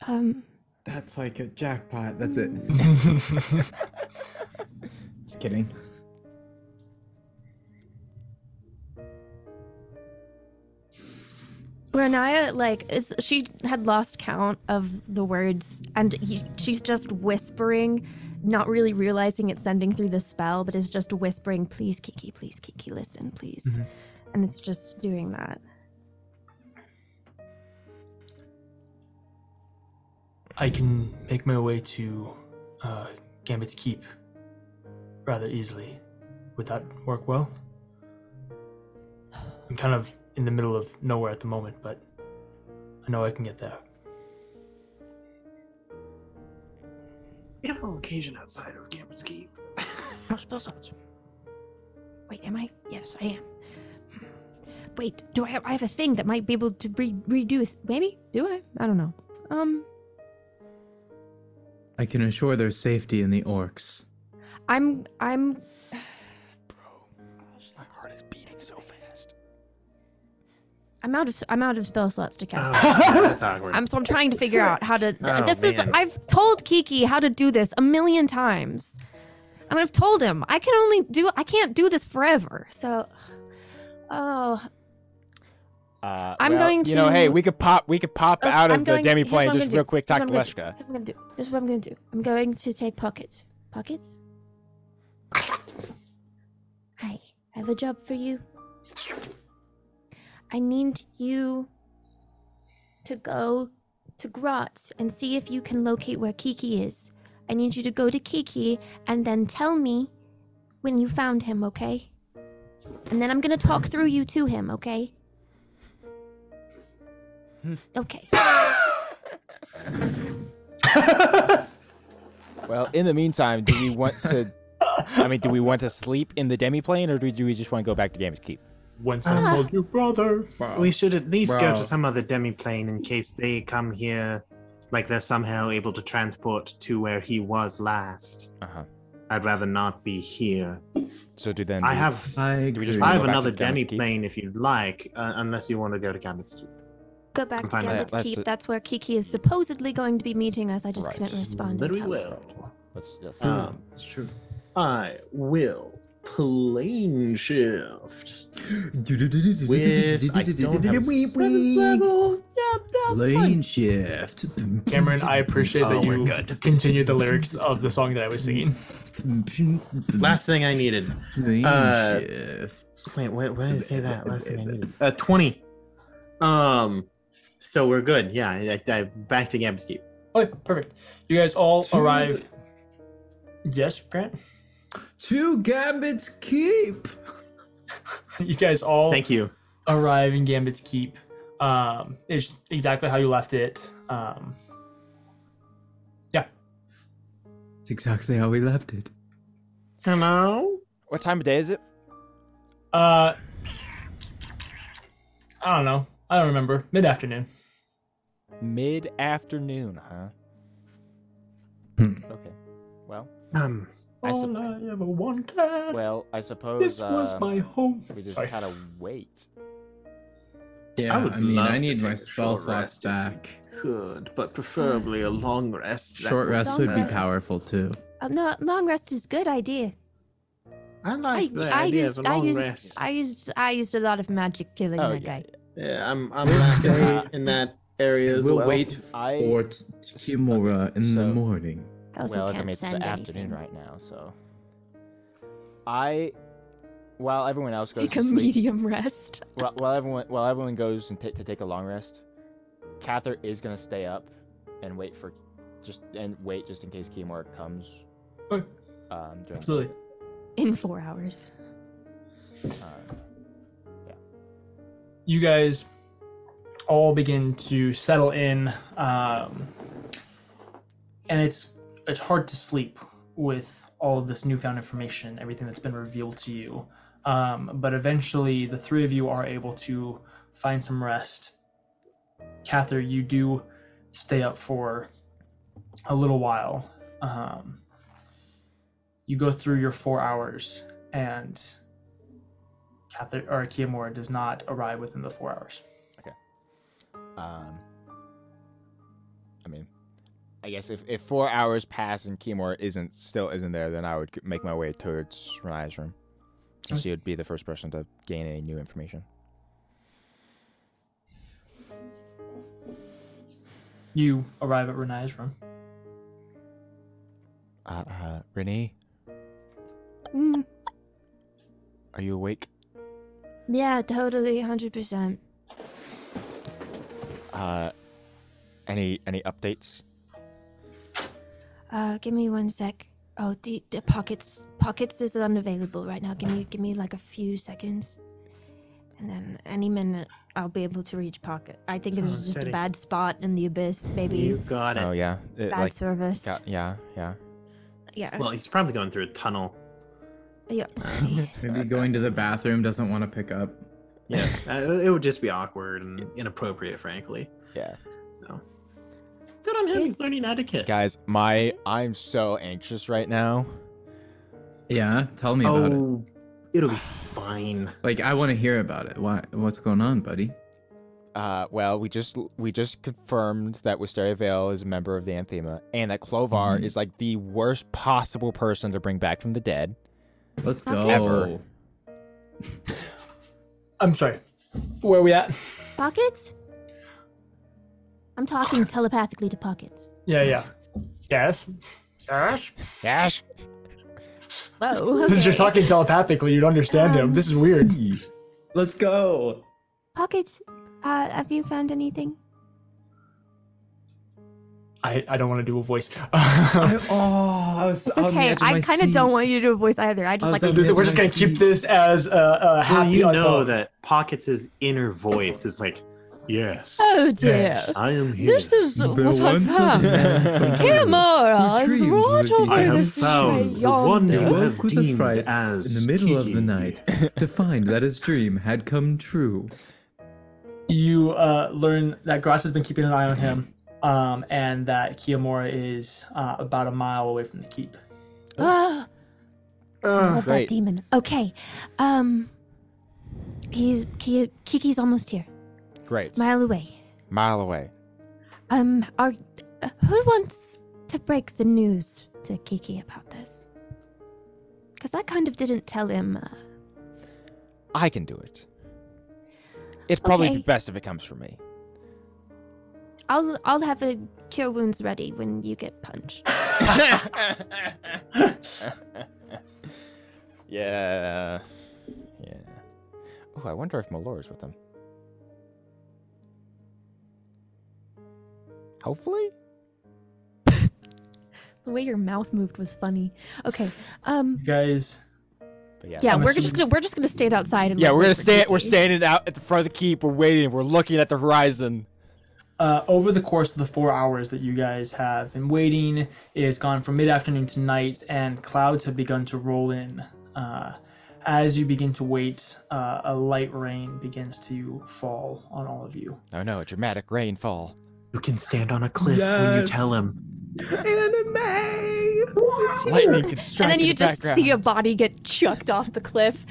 Um. That's like a jackpot. That's it. Just kidding. Renaya, like, is she had lost count of the words, and y she's just whispering, not really realizing it's sending through the spell, but is just whispering, "Please, Kiki, please, Kiki, listen, please," Mm-hmm. and it's just doing that. I can make my way to uh, Gambit's Keep rather easily. Would that work well? I'm kind of in the middle of nowhere at the moment, but I know I can get there. We have a location outside of Gambit's Keep. Oh, spell slots. Wait, am I? Yes, I am. Wait, do I have? I have a thing that might be able to re- redo. Th- maybe do I? I don't know. Um, I can assure their safety in the orcs. I'm, I'm. My heart is beating so fast. I'm out of I'm out of spell slots to cast. Oh, that's awkward. I'm so I'm trying to figure out how to. th- Oh, this is man. I've told Kiki how to do this a million times, and I've told him I can only do I can't do this forever. So, oh, Uh, I'm well, going You know, hey, to- we could pop, we could pop Okay, out of I'm the going to- demi here's what plane I'm just gonna real do. quick. Here's Talk to what I'm Leshka. What I'm gonna do. This is what I'm gonna do. I'm going to take pockets. Pockets. Hi, I have a job for you. I need you to go to Grot and see if you can locate where Kiki is. I need you to go to Kiki and then tell me when you found him, okay? And then I'm gonna talk through you to him, okay? Okay. Well, in the meantime, do we want to? I mean, do we want to sleep in the demi plane, or do we, do we just want to go back to Game's Keep? Once I called you brother. We should at least go Bro. to some other demiplane in case they come here, like they're somehow able to transport to where he was last. Uh huh. I'd rather not be here. So do then. I do- have I Do we just I go have back to another Gambit's Keep? demiplane if you'd like, uh, unless you want to go to Gambit's Keep. Go back I'm to fine with Gambit's that. Let's Keep. do- That's where Kiki is supposedly going to be meeting us. I just Right. couldn't respond. Very until- well. Let's, let's, Um, It's true. I will plane shift with I don't have a seventh level. Yeah, that's Lane fine. shift. Cameron, I appreciate Oh, that we're you good. continued the lyrics of the song that I was singing. Last thing I needed. Lane uh, shift. Wait, wait, why did I say that? Last thing I needed. Uh, twenty. Um, so we're good. Yeah, I, I, I back to Gambit's Keep. Oh, perfect. You guys all To arrive. Yes, Grant. Two gambits keep. You guys all Thank you. arrive in Gambit's Keep. Um, is exactly how you left it. Um, It's exactly how we left it. Hello. what time of day is it? uh, I don't know. I don't remember. Mid afternoon. Mid afternoon, huh? Okay. Well, Um, I All sup- I ever wanted. well, I suppose this was um, my home. we just Sorry. gotta wait. Yeah, I, would mean, love I to need my take a spell short rest slots if you back. could, but preferably a long rest. that Short would rest would be rest. powerful too. Uh, no, long rest is good idea. I like I, the I idea used, of a I long used, rest. I used, I used a lot of magic killing Oh, that yeah, guy. yeah, I'm I'm laughing in that area as We'll well. wait I- for t- Kimura in the So- morning. That was well, okay. I mean, it's the afternoon right now, so I, while everyone else goes Take to a sleep, medium rest. while, while everyone while everyone goes and ta to take a long rest, Cather is gonna stay up and wait for just and wait just in case Kimura comes. Okay. Um, during the Absolutely. In four hours. Uh, you guys all begin to settle in um, and it's it's hard to sleep with all of this newfound information everything that's been revealed to you um, but eventually the three of you are able to find some rest cather you do stay up for a little while um, you go through your four hours and Cather or Kiyomura does not arrive within the four hours. Um, I mean, I guess if, if four hours pass and Kimura isn't still isn't there, then I would g- make my way towards Renai's room. And Okay. she would be the first person to gain any new information. You arrive at Renai's room. Uh, uh, Renee, Mm, are you awake? yeah, totally, hundred percent. Uh, any any updates? Uh, give me one sec. Oh, the, the pockets, pockets is unavailable right now. Give me, give me like a few seconds, and then any minute I'll be able to reach pocket. I think it was just a Sounds bad spot in the abyss. You Maybe got it. Oh yeah, it, bad like service. got- yeah yeah. Yeah. Well, he's probably going through a tunnel. yeah. Maybe going to the bathroom doesn't want to pick up. Yeah, uh, it would just be awkward and inappropriate, frankly. Yeah. So good on him. It's- He's learning etiquette. Guys, my I'm so anxious right now. Yeah, tell me about it. oh, it. will be fine. Like, I want to hear about it. Why? What's going on, buddy? Uh, well, we just we just confirmed that Wisteria Vale is a member of the Anthema, and that Clovar Mhm. is like the worst possible person to bring back from the dead. Let's Okay. go. Ever. I'm sorry. Where are we at? Pockets? I'm talking telepathically to Pockets. Yeah, yeah. Yes. Yes. Ash, Whoa. Since you're talking telepathically, you'd understand him. Um, This is weird. Let's go. Pockets, uh, have you found anything? I, I don't want to do a voice. I, oh, I was It's on the okay. edge of I my kind of seat. don't want you to do a voice either. I just I like. was So on th- the edge we're of just my gonna keep seat. this as a, a Well, happy. you on know both. that Pockets' inner voice is like, "Yes, oh dear. I am here. This is There what I once was a found. man from Earth. Camera Who is dreams right with you? over I have this found way the one you yonder." Woke have with a deemed fright as in the middle of the Kiki. night to find that his dream had come true. you uh, learn that Grosh has been keeping an eye on him, um, and that Kiyomura is uh, about a mile away from the keep. Ah, I love great. that demon. Okay, um, he's Ki- Kiki's almost here, great, mile away. mile away. Um, are, uh, who wants to break the news to Kiki about this? Because I kind of didn't tell him. Uh, I can do it. It's probably Okay. best if it comes from me. I'll I'll have a cure wounds ready when you get punched. yeah. Yeah. Oh, I wonder if Malor is with them. Hopefully? The way your mouth moved was funny. Okay. Um. You guys, But yeah. Yeah, I'm we're assuming- just gonna we're just gonna stand outside and Yeah, like, we're wait gonna for stand. We're Kiki. standing out at the front of the keep. We're waiting. We're looking at the horizon. uh, over the course of the four hours that you guys have been waiting, it has gone from mid afternoon to night, and clouds have begun to roll in. Uh, As you begin to wait, uh, a light rain begins to fall on all of you. Oh no, dramatic rainfall. You can stand on a cliff when you Yes. tell him. Anime. Oh, Lightning can strike and then in you the just background. see a body get chucked off the cliff.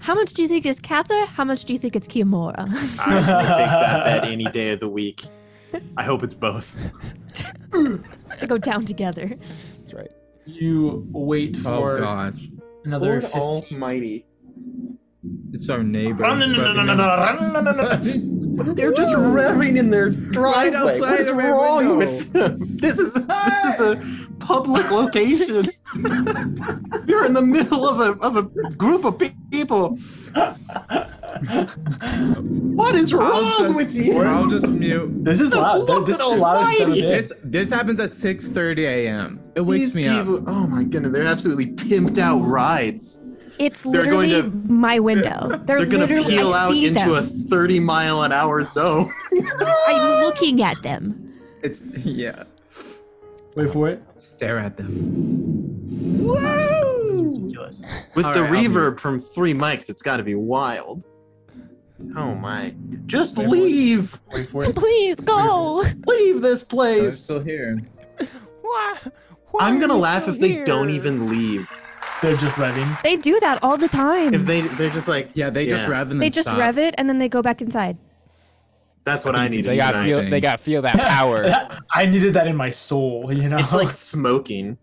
How much do you think is Katha? How much do you think it's Kiyomura? I will take that bet any day of the week. I hope it's both. they go down together. That's right. You wait Oh for gosh, another Lord 15. Almighty. it's our neighbor. They're just revving in their driveway. outside what is the rear wrong window. with them? This is this is a public location. You're in the middle of a of a group of pe- people. What is I'll wrong just- with you? I'll just mute. This is loud. Th- This is the loudest it's ever Almighty. been. It's this happens at 6:30 a.m. It wakes These me people, up. Oh my goodness, they're absolutely pimped out rides. It's They're going literally my window. They're, They're gonna literally peel I out see into a them. 30 mile an hour zone. I'm looking at them. It's yeah. Wait for it. Stare at them. Ridiculous. With All the right, I'll reverb from three mics, it's got to be wild. Oh my! Just leave, Wait for it. Please go. leave this place. here. Why? I'm gonna laugh if they don't even leave. They're just revving. They do that all the time. If they, they're just like, Yeah, they just Yeah. rev and they then just stop. rev it and then they go back inside. that's what I, needed. They got tonight. feel. They got feel that power. That- I needed that in my soul, you know. It's like smoking.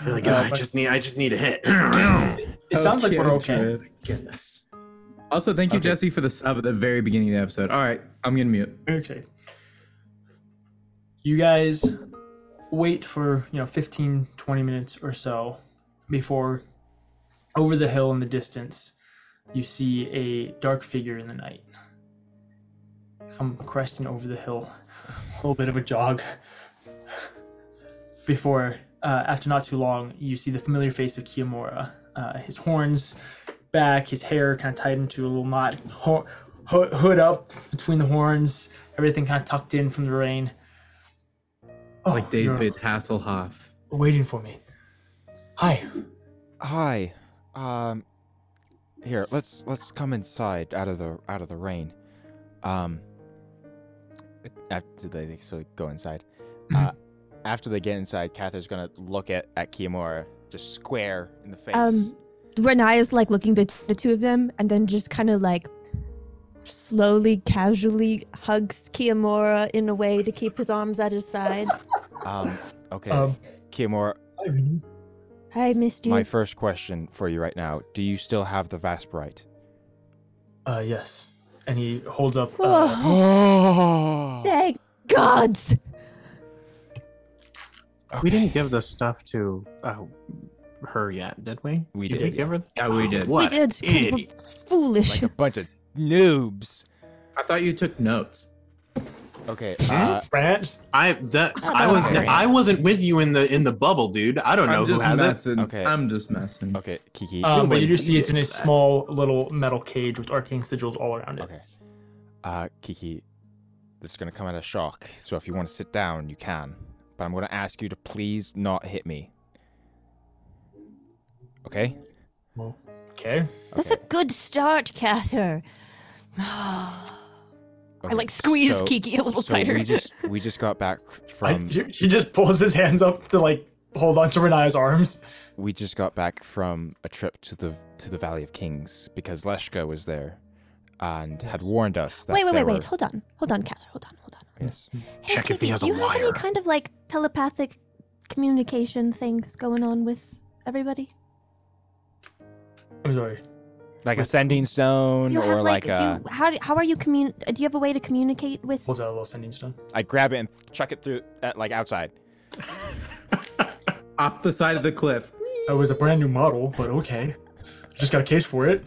They're like, Uh, "Oh, I but- just need, I just need a hit. it sounds like we're okay. Andrew. Goodness. Also, thank you, Okay. Jesse, for the sub at the very beginning of the episode. All right, I'm gonna mute. Okay. You guys wait for, you know, 15, 20 minutes or so before over the hill in the distance you see a dark figure in the night come cresting over the hill. A little bit of a jog. Before, uh, after not too long, you see the familiar face of Kiyomura. Uh, his horns back, his hair kind of tied into a little knot, ho- ho- hood up between the horns, everything kind of tucked in from the rain. Oh, Like you're David Hasselhoff. waiting for me. Hi. Hi. Um. Here, let's let's come inside out of the out of the rain. Um. After they so go inside. Uh, after they get inside, Cather's gonna look at at Kimura just square in the face. Um, Renaya's like looking at the two of them and then just kind of like slowly, casually hugs Kiyomura in a way to keep his arms at his side. Um, okay, Um, Kimura. hi, Vinny. I missed you. My first question for you right now: Do you still have the Vasprite? Uh, yes. And he holds up. Uh, oh, Oh. thank gods. We didn't give the stuff to uh, her yet, did we? We did. did, we give her? The- Yeah, we did. We What? did 'cause we're idiot. foolish. like a bunch of noobs. I thought you took notes. Okay. Hmm? Uh, Branch. I that I was Very I wasn't with you in the in the bubble, dude. I don't know I'm who just has it. messing. Okay. I'm just messing. okay, Kiki. Um, but wait, you just see it's in a yeah. small little metal cage with arcane sigils all around it. Okay. Uh, Kiki, this is going to come out of shock, so if you want to sit down, you can. But I'm going to ask you to please not hit me. Okay? Well, okay. That's a good start, Cather. okay. I like squeezed so- Kiki a little so tighter. We just, we just got back I- from. he- he just pulls his hands up to like hold on to Renaya's arms. we just got back from a trip to the to the Valley of Kings because Leshka was there and had warned us that Wait, wait, there wait, wait. were- Hold on. Hold on, Cather. Hold on, hold on. Yes. Hey, Check if Kiki, he has do a you have any wire. kind of like telepathic communication things going on with everybody? I'm sorry. Like a sending stone You or have like, like, uh, a. do you, how do- how are you commun? Do you have a way to communicate with? Pulls out a little sending stone. I grab it and chuck it through, uh, like outside. Off the side of the cliff. That was a brand new model, but okay. Just got a case for it.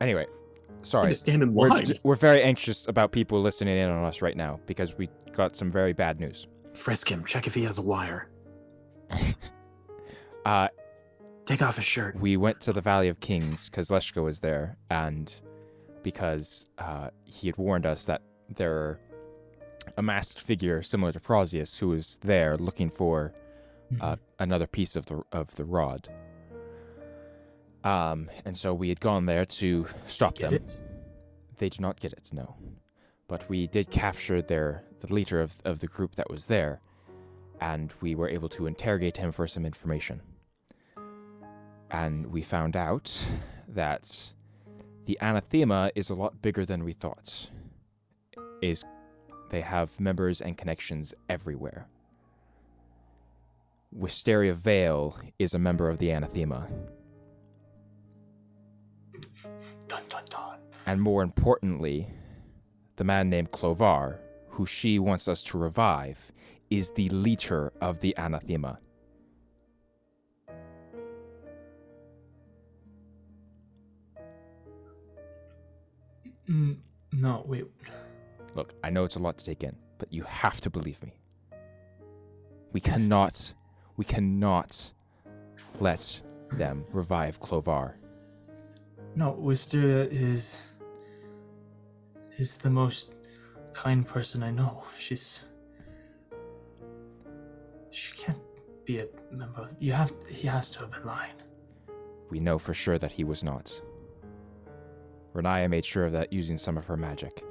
Anyway, I sorry. just stand in We're, line. j- we're very anxious about people listening in on us right now because we got some very bad news. Frisk him. Check if he has a wire. Uh, Take off his shirt. we went to the Valley of Kings because Leshka was there, and because uh, he had warned us that there are a masked figure similar to Prosius who was there looking for uh, another piece of the of the rod. Um, and so we had gone there to stop them. it? They did not get it, no. But we did capture their the leader of, of the group that was there, and we were able to interrogate him for some information. And we found out that the anathema is a lot bigger than we thought. Is they have members and connections everywhere. Wisteria Vale is a member of the anathema. Dun dun dun. and more importantly, the man named Clovar, who she wants us to revive, is the leader of the anathema. Mm, no, wait. Look, I know it's a lot to take in, but you have to believe me. We cannot, we cannot let them revive Clovar. No, Wisteria is is the most kind person I know. She's she can't be a member. Of, you have he has to have been lying. We know for sure that he was not. Renaya made sure of that using some of her magic.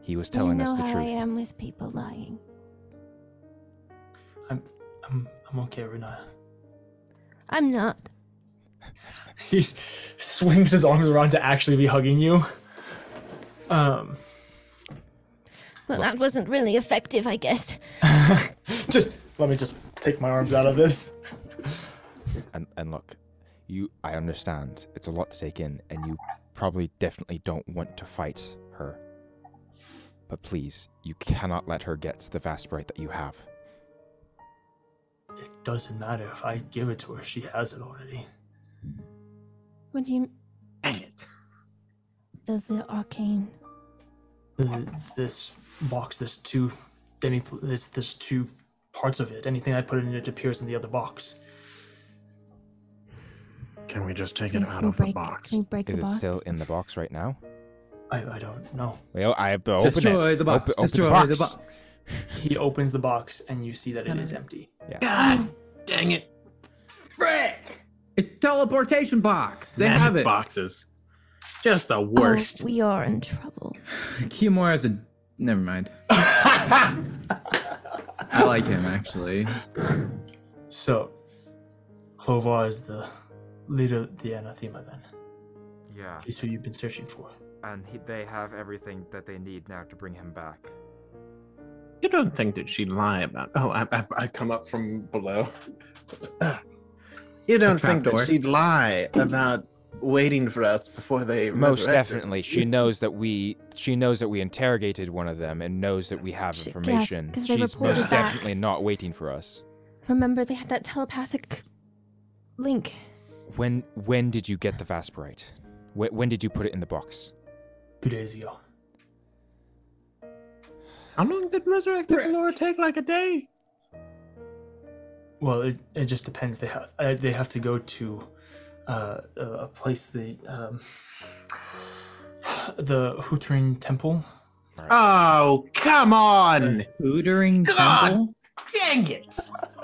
He was telling you know us the how truth. I am with people lying. I'm I'm I'm okay, Renata. I'm not. He swings his arms around to actually be hugging you. Um, Well, that wasn't really effective, I guess. just let me just take my arms out of this. and and look, you I understand it's a lot to take in, and you probably definitely don't want to fight her. But please, you cannot let her get the Vasperite that you have. It doesn't matter if I give it to her. She has it already. What do you. Dang it. The, the arcane. Uh, this box, this two demi, this this two parts of it. Anything I put in it appears in the other box. Can we just take Can it we out of the break- box? Can you break Is the it box? still in the box right now? I, I don't know. Well, I have to open Destroy it. the box. Open- open Destroy the box. He opens the box and you see that it is empty. God dang it. Frick! A teleportation box. They Magic have it. Boxes. Just the Oh, worst. we are in trouble. Kiyomura is a. Never mind. I like him actually. So, Clovar is the leader of the anathema. Then Yeah, he's who you've been searching for. and he, they have everything that they need now to bring him back. You don't think that she'd lie about? Oh, I, I, I come up from below. You don't think trapdoor. that she'd lie about waiting for us before they Most resurrect her? definitely, she knows that we she knows that we interrogated one of them and knows that we have She- yes, information. 'cause they She's reported most back. definitely not waiting for us. Remember, they had that telepathic link. When when did you get the Vasperite? When, when did you put it in the box? Two days ago. How long did resurrected Laura take? Like a day? Well, it, it just depends. They have uh, they have to go to uh, a a place the um, the Huturin Temple. Oh, come on! Hootering God temple. Dang it!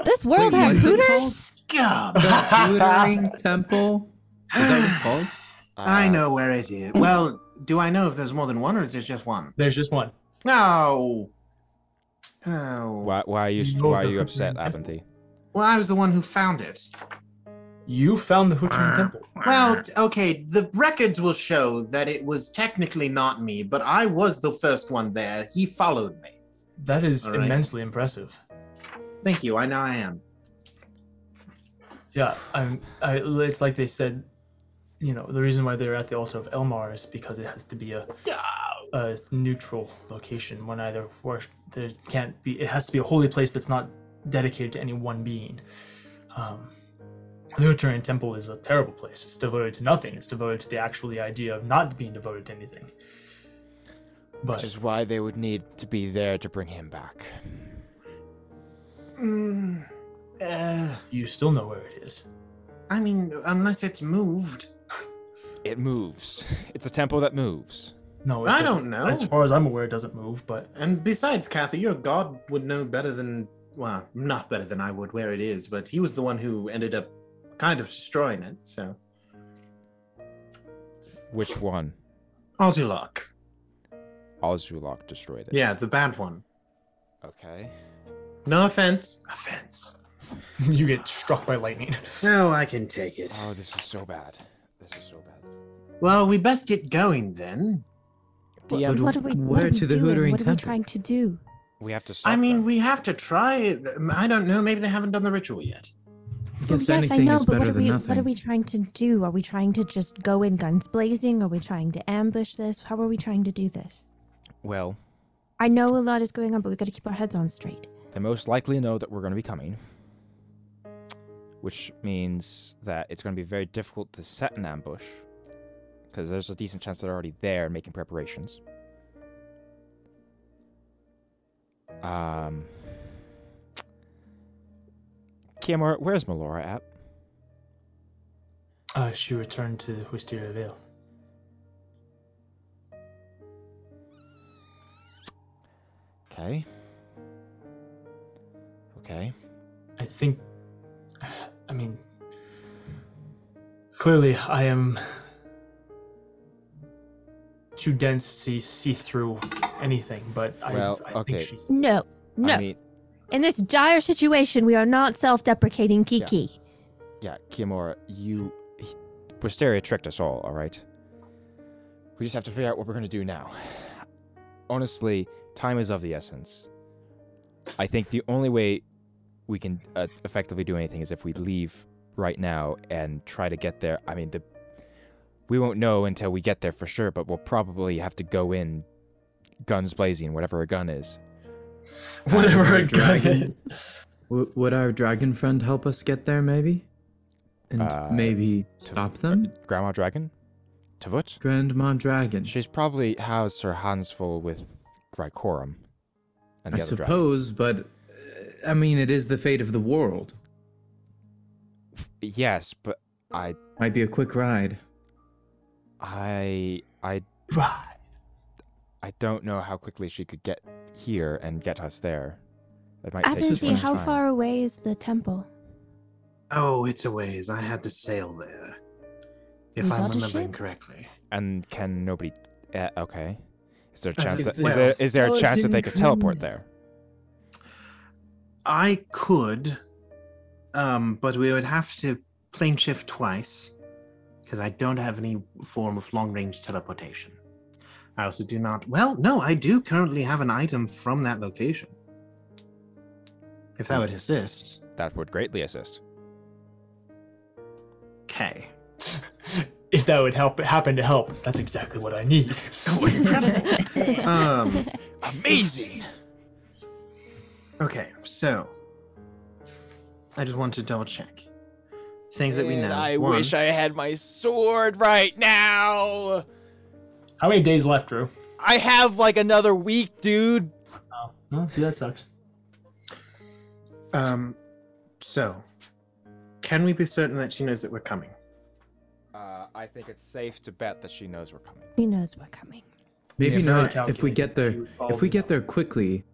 This world Wait, has what is it hooters? called? Scum! The hootering temple. Is that what it's called? Uh, Uh, I know where it is. Well, do I know if there's more than one or is there just one? There's just one. No. Oh. Why, why are you You why also are you heard upset, me. Abinthy? Well, I was the one who found it. You found the Ah. Huturin Temple. Well, t- okay, the records will show that it was technically not me, but I was the first one there. He followed me. That is All right. immensely impressive. Thank you. I know I am. Yeah, I'm. I, it's like they said, you know, the reason why they're at the altar of Elmar is because it has to be a, a neutral location. When either worship, there can't be. It has to be a holy place that's not dedicated to any one being. Um, the Lutheran temple is a terrible place. It's devoted to nothing. It's devoted to the actual the idea of not being devoted to anything. But Which is why they would need to be there to bring him back. Mm, uh, you still know where it is. I mean, unless it's moved. It moves. It's a temple that moves. No, it I doesn't- don't know. As far as I'm aware, it doesn't move. But And besides, Kathy, your god would know better than, well, not better than I would where it is, but he was the one who ended up kind of destroying it. So Which one? Ozulok. Ozulok destroyed it. Yeah, the bad one. Okay. No offense. Offense. you get struck by lightning. No, I can take it. Oh, this is so bad. This is so bad. Well, we best get going then. What, what are we, what where are we to the doing? Hootering What are we Temple? trying to do? We have to stop. I mean, them. we have to try. it. I don't know. Maybe they haven't done the ritual yet. Well, yes, I know, but what are we what are we trying to do? Are we trying to just go in guns blazing? Are we trying to ambush this? How are we trying to do this? Well, I know a lot is going on, but we got to keep our heads on straight. they most likely know that we're going to be coming, which means that it's going to be very difficult to set an ambush because there's a decent chance they're already there making preparations. Um, Kiamora, where's Melora at? Uh, she returned to Wisteria Vale. Okay. Okay. I think. I mean. Clearly, I am too dense to see through anything, but Well, I, I okay. think she. No, no. I mean, in this dire situation, we are not self-deprecating, Kiki. yeah, Kiamora, you. he- Wisteria tricked us all, alright? We just have to figure out what we're gonna do now. Honestly, time is of the essence. I think the only way we can uh, effectively do anything is if we leave right now and try to get there. I mean, the. We won't know until we get there for sure, but we'll probably have to go in guns blazing, whatever a gun is. Whatever it dragon. is. W- would our dragon friend help us get there, maybe? And Uh, maybe to- stop them? Grandma Dragon? Tavut? Grandma Dragon. She's probably has her hands full with Gricorum. And the I other suppose, but uh, I mean, it is the fate of the world. dragons. Yes, but I, Might be a quick ride. I, I, Right. I don't know how quickly she could get here and get us there. That might take Absentee, some how time. far away is the temple? Oh, it's a ways. I had to sail there, if You I'm got a remembering ship? correctly. And can nobody? Uh, okay. Is there a I chance? think That, well, is, there, is there a chance that they skeleton could teleport crew. there? I could, um, but we would have to plane shift twice because I don't have any form of long range teleportation. I also do not. Well, no, I do currently have an item from that location. If that would assist. That would greatly assist. Okay. If that would help, happen to help, that's exactly what I need. Um, Amazing. okay, so I just want to double check things that we know. One, I had my sword right now. How many days left, Drew? I have like another week, dude. Oh, see, that sucks. Um, so can we be certain that she knows that we're coming? Uh, I think it's safe to bet that she knows we're coming. He knows we're coming. Maybe Yeah, very not. If we calculated. get She there, would follow if we me get up. there quickly,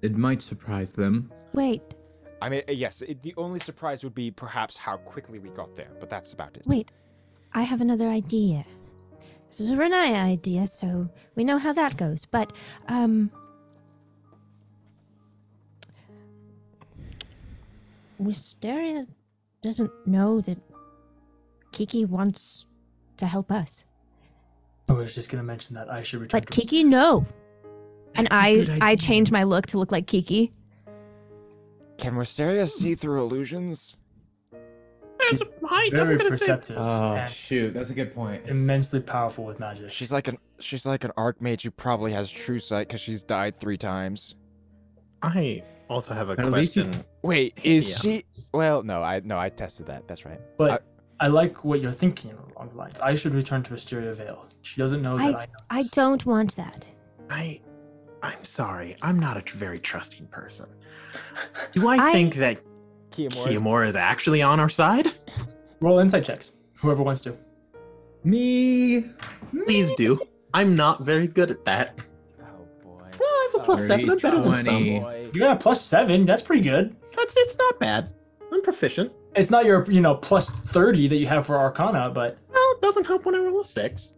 it might surprise them. Wait, I mean, uh, yes, it, the only surprise would be perhaps how quickly we got there, but that's about it. wait. I have another idea. This is a Renaya idea, so we know how that goes. But um, Wisteria doesn't know that Kiki wants to help us, I was just gonna mention that I should return. but to- Kiki no. And I, That's a good I idea. changed my look to look like Kiki. Can Wisteria see through illusions? very perceptive, Oh, and shoot, that's a good point. immensely powerful with magic. She's like an she's like an archmage who probably has true sight because she's died three times. I also have a At least you- question. Wait, is Yeah. she? Well, no, I no, I tested that. That's right. But I, like what you're thinking along the lines. I should return to Wisteria Vale. She doesn't know that I, know. I this. don't want that. I, I'm sorry. I'm not a tr- very trusting person. Do I, I- think that Kiyomura is actually on our side? Roll insight checks. Whoever wants to. Me. Please do. I'm not very good at that. Oh boy. Well, I have a plus seven. I'm better than some. Twenty. You got a plus seven. That's pretty good. That's it's not bad. I'm proficient. It's not your you know plus thirty that you have for Arcana, but Well, it doesn't help when I roll a six.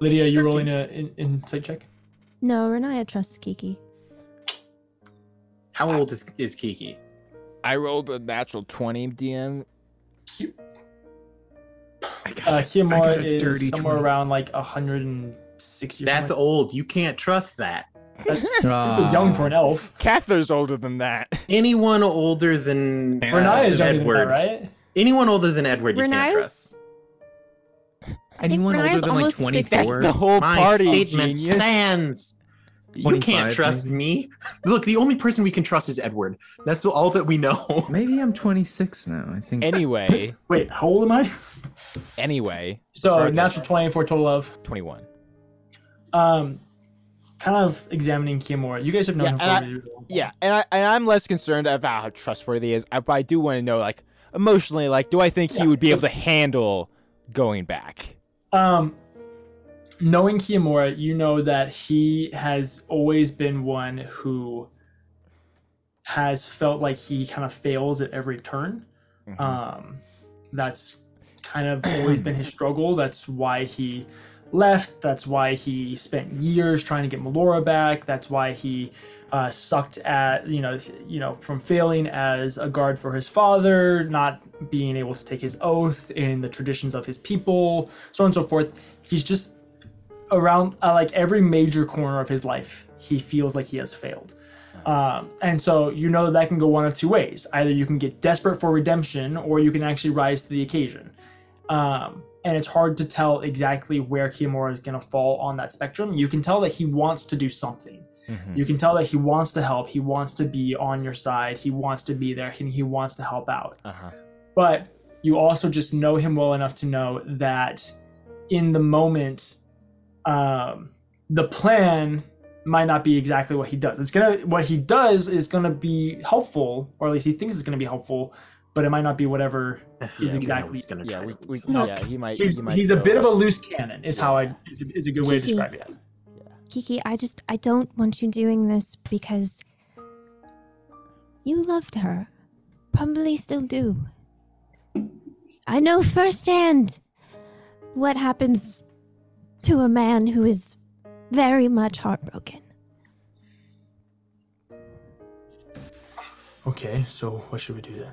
Lydia, you rolling a in, insight check? No, Renaya trusts Kiki. How old is, is Kiki? I rolled a natural 20 DM. Q- I got, Uh, I got Kiamar a is dirty somewhere 20. around like hundred and sixty. That's old. You can't trust that. That's Ah. pretty young for an elf. Cather's older than that. Anyone older than Uh, Yeah. Renaya is younger than Edward. that, right? Anyone older than Edward, you can't trust. Renaya's Anyone Renaya's older than like almost six- That's 24? the whole My party, statement genius. stands. You 25, can't trust maybe. me. Look, the only person we can trust is Edward. That's all that we know. Maybe I'm 26 now. I think. Anyway, Wait, how old am I? anyway, So Right. natural twenty for a total of 21. um, kind of examining Kiamor. You guys have known Yeah, and I- him for a Yeah, and I and I'm less concerned about how trustworthy he is, I, but I do want to know, like, emotionally, like, do I think he would be able to handle going back? Um, knowing Kiyomura, you know that he has always been one who has felt like he kind of fails at every turn. Mm-hmm. Um, that's kind of always been his struggle. That's why he left. That's why he spent years trying to get Melora back. That's why he uh, sucked at you know th- you know from failing as a guard for his father, not being able to take his oath in the traditions of his people, so on and so forth. He's just around uh, like every major corner of his life, he feels like he has failed. Um, and so you know that, that can go one of two ways. Either you can get desperate for redemption, or you can actually rise to the occasion. Um, and it's hard to tell exactly where Kiyomura is going to fall on that spectrum. You can tell that he wants to do something. You can tell that he wants to help. He wants to be on your side. He wants to be there, and he wants to help out Uh-huh. but you also just know him well enough to know that in the moment um, the plan might not be exactly what he does it's gonna what he does is gonna be helpful or at least he thinks it's gonna be helpful but it might not be whatever is exactly He's gonna Yeah, try. we, to we, lead Look, yeah, he might. he's, he might he's a go bit of a up. loose cannon is how i is, is a good way to Kiki. describe it Kiki, I just I don't want you doing this because you loved her. Probably still do. I know firsthand what happens to a man who is very much heartbroken. okay so what should we do then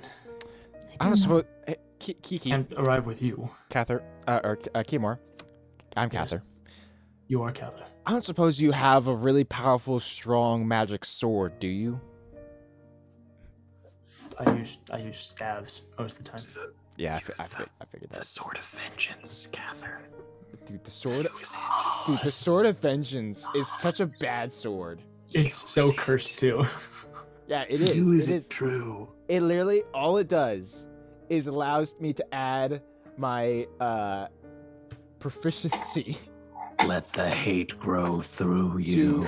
I don't suppose. eh, Ki- Kiki, and arrive with you Cather, uh, or uh, Kimor. I'm Yes. Cather. you are Cather. I don't suppose you have a really powerful, strong magic sword, do you? i use i use stabs most of the time Yeah, I, fi- Use I, the- fi- I figured The that. sword of vengeance, Cather. Dude, the sword, Use it. dude, the sword of vengeance is such a bad sword. it's so cursed too Yeah, it is. Use it it is. true. It literally all it does is allows me to add my uh proficiency. Let the hate grow through you.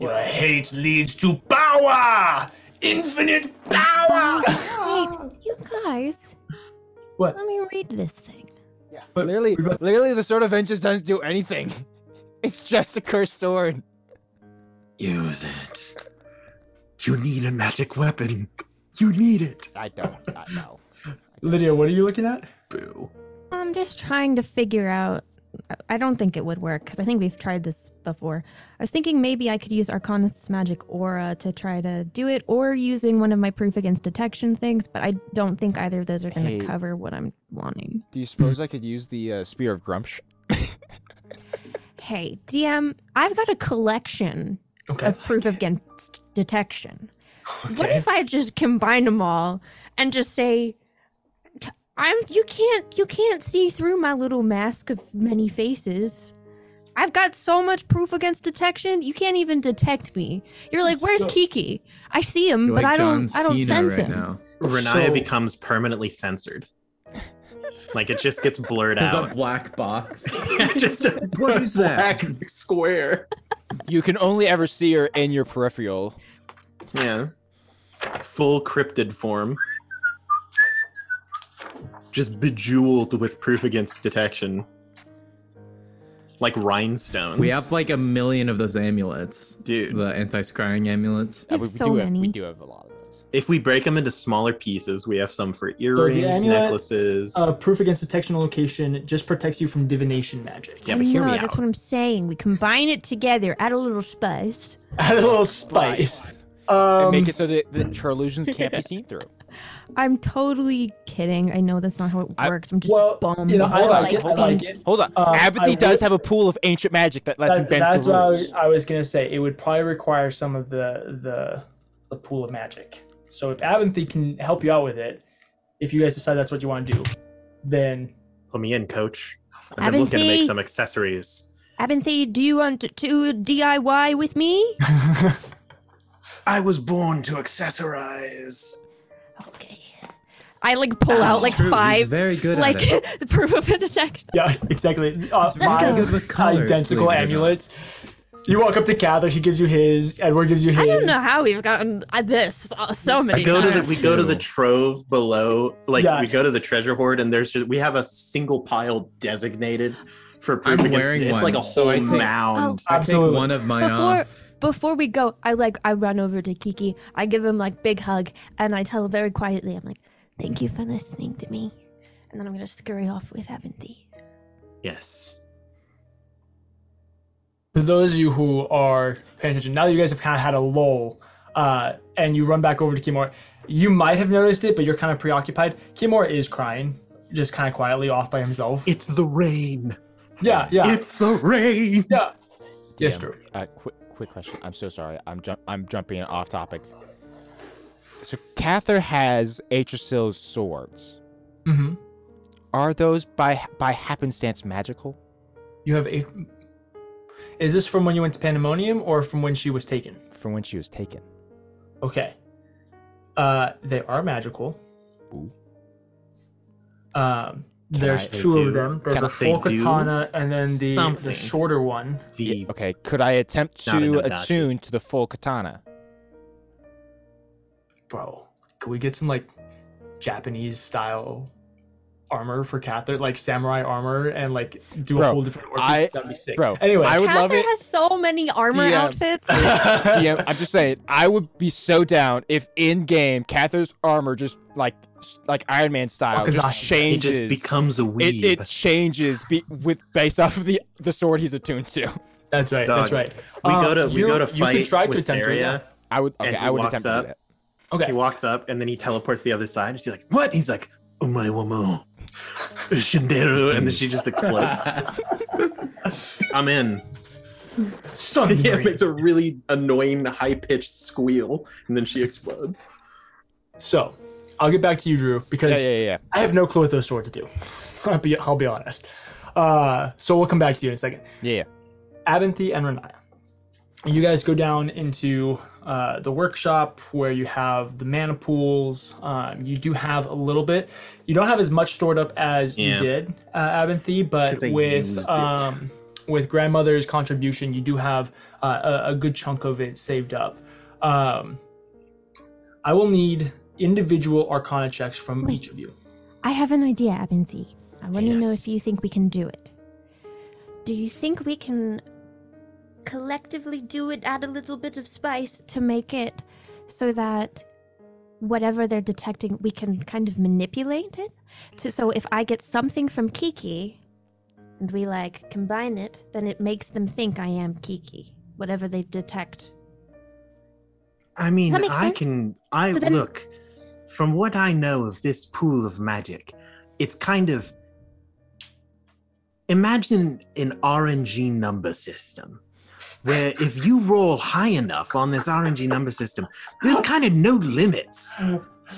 Your hate leads to power! Infinite power! Wait, you guys, What? let me read this thing. Yeah, But literally, we both- literally, the sword of vengeance doesn't do anything. It's just a cursed sword. Use it. You need a magic weapon. You need it. I don't. I know. Lydia, what are you looking at? Boo. I'm just trying to figure out. I- I don't think it would work because I think we've tried this before. I was thinking maybe I could use Arcanist's magic aura to try to do it, or using one of my proof against detection things. But I don't think either of those are going to Hey. cover what I'm wanting. Do you suppose I could use the uh, spear of Grumsh? Hey, DM, I've got a collection Okay. of proof against detection. What if I just combine them all and just say, "T- "I'm you can't you can't see through my little mask of many faces." I've got so much proof against detection. You can't even detect me. You're like, "Where's So- Kiki?" I see him, You're but like I John don't. I don't Cena sense right him. now. Renaya So- becomes permanently censored. Like it just gets blurred There's a out. black box. just a What is that? black square. You can only ever see her in your peripheral. Yeah. Full cryptid form. Just bejeweled with proof against detection. Like rhinestones. We have like a million of those amulets. Dude. The anti-scrying amulets. I have we, we so do Have, many. we do have a lot of those. pieces. If we break them into smaller pieces, we have some for the earrings, amulet, necklaces. Uh, proof against detection and location just protects you from divination magic. yeah, but hear no, me that's out. what I'm saying. We combine it together, add a little spice. Add a little spice. Um, and make it so that the Charlusions can't be seen through. I'm totally kidding. I know that's not how it I- works. I, am just well, bummed. you know, I But, like it. I like being- it. Hold on. Um, Apathy I does would- have a pool of ancient magic that lets That- him bend that's the what I rules. was, I was gonna say. It would probably require some of the the the pool of magic. So if Aventhy can help you out with it, if you guys decide that's what you want to do, then Put Oh, me in, coach. I'm looking to Abernathy. make some accessories. Abinthy, do you want to, to DIY with me? I was born to accessorize. okay. I like pull out like True, he's five, very good like at it. the proof of detection. yeah, exactly. Uh, He's really go. five good with colors, identical believe it or not. amulets. You walk up to Cather. He gives you his. Edward gives you his. I don't know how we've gotten uh, this uh, so I many go to the times. we go to the trove below, like Yeah. we go to the treasure hoard, and there's just we have a single pile designated for proof I'm against- wearing It's one, like a so whole I take- mound. I take Absolutely. one of mine Before- off. Before we go, I like I run over to Kiki. I give him like big hug and I tell him very quietly, I'm like, "Thank you for listening to me," and then I'm gonna scurry off with Abinthy. Yes. For those of you who are paying attention, now that you guys have kind of had a lull, uh, and you run back over to Kimura, you might have noticed it, but you're kind of preoccupied. Kimura is crying, just kind of quietly off by himself. It's the rain. Yeah, Ah. yeah, It's the rain. yeah. Yes, DM, true. Uh, quick, quick question. I'm so sorry. I'm jump. I'm jumping off topic. So Cather has Atrasil's swords. hmm Are those by by happenstance magical? You have eight. Is this from when you went to Pandemonium or from when she was taken? From when she was taken. Okay. Uh, they are magical. Ooh. Um, Can there's I- they two do- of them. There's can a I- they full do katana and then the, the something. shorter one. The Yeah, okay. Could I attempt Not a to Nodachi. attune to the full katana? bro, can we get some like Japanese style armor for Cather, like samurai armor, and like do a Bro, whole different orc? I- That'd be sick. bro, anyway, I would love Cather it. has so many armor DM. outfits. DM, I'm just saying, I would be so down if in game Cather's armor just like like Iron Man style Wakazaki. just it changes. just becomes a weeb. it, it changes be, with based off of the the sword he's attuned to. that's right. That's Dog. right. we Uh, go to we you- go to you could fight try to attempt to, Wisteria. I would okay. And he I would walks attempt up. to do that. He Okay. walks up and then he teleports the other side. She's like, What? He's like, Umariwamu. Shinderu, and then she just explodes. I'm in. Son Yeah, it's a really annoying high pitched squeal, and then she explodes. So, I'll get back to you, Drew, because Yeah, yeah, yeah. I have no clue what those swords do. I'll be I'll be honest. Uh, so we'll come back to you in a second. Yeah, yeah. Abinthy and Renaya. You guys go down into uh, the workshop where you have the mana pools. Um, you do have a little bit. You don't have as much stored up as Yeah. you did, uh, Abinthy, but 'Cause I used with it. um, with grandmother's contribution, you do have uh, a, a good chunk of it saved up. Um, I will need individual Arcana checks from Wait. each of you. I have an idea, Abinthy. I want to know Yes. if you think we can do it. Do you think we can collectively do it, add a little bit of spice to make it so that whatever they're detecting, we can kind of manipulate it? To, so if I get something from Kiki and we like combine it, then it makes them think I am Kiki, whatever they detect. I mean, Does that make I sense? can. I So then- look from what I know of this pool of magic. It's kind of imagine an RNG number system where if you roll high enough on this RNG number system, there's kind of no limits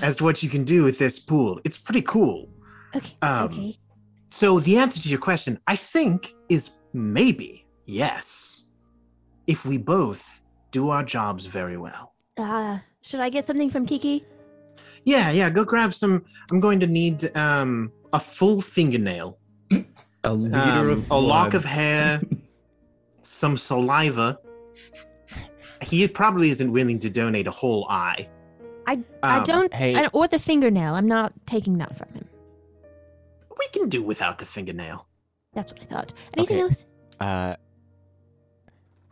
as to what you can do with this pool. It's pretty cool. Okay. Um, okay. So the answer to your question, I think, is maybe yes, if we both do our jobs very well. Uh, should I get something from Kiki? Yeah, yeah, go grab some. I'm going to need um a full fingernail, A liter um, of a lock blood. of hair, some saliva. He probably isn't willing to donate a whole eye. I Um, don't. Hey, I don't, or the fingernail. I'm not taking that from him. We can do without the fingernail. That's what I thought. Anything Okay. else? uh.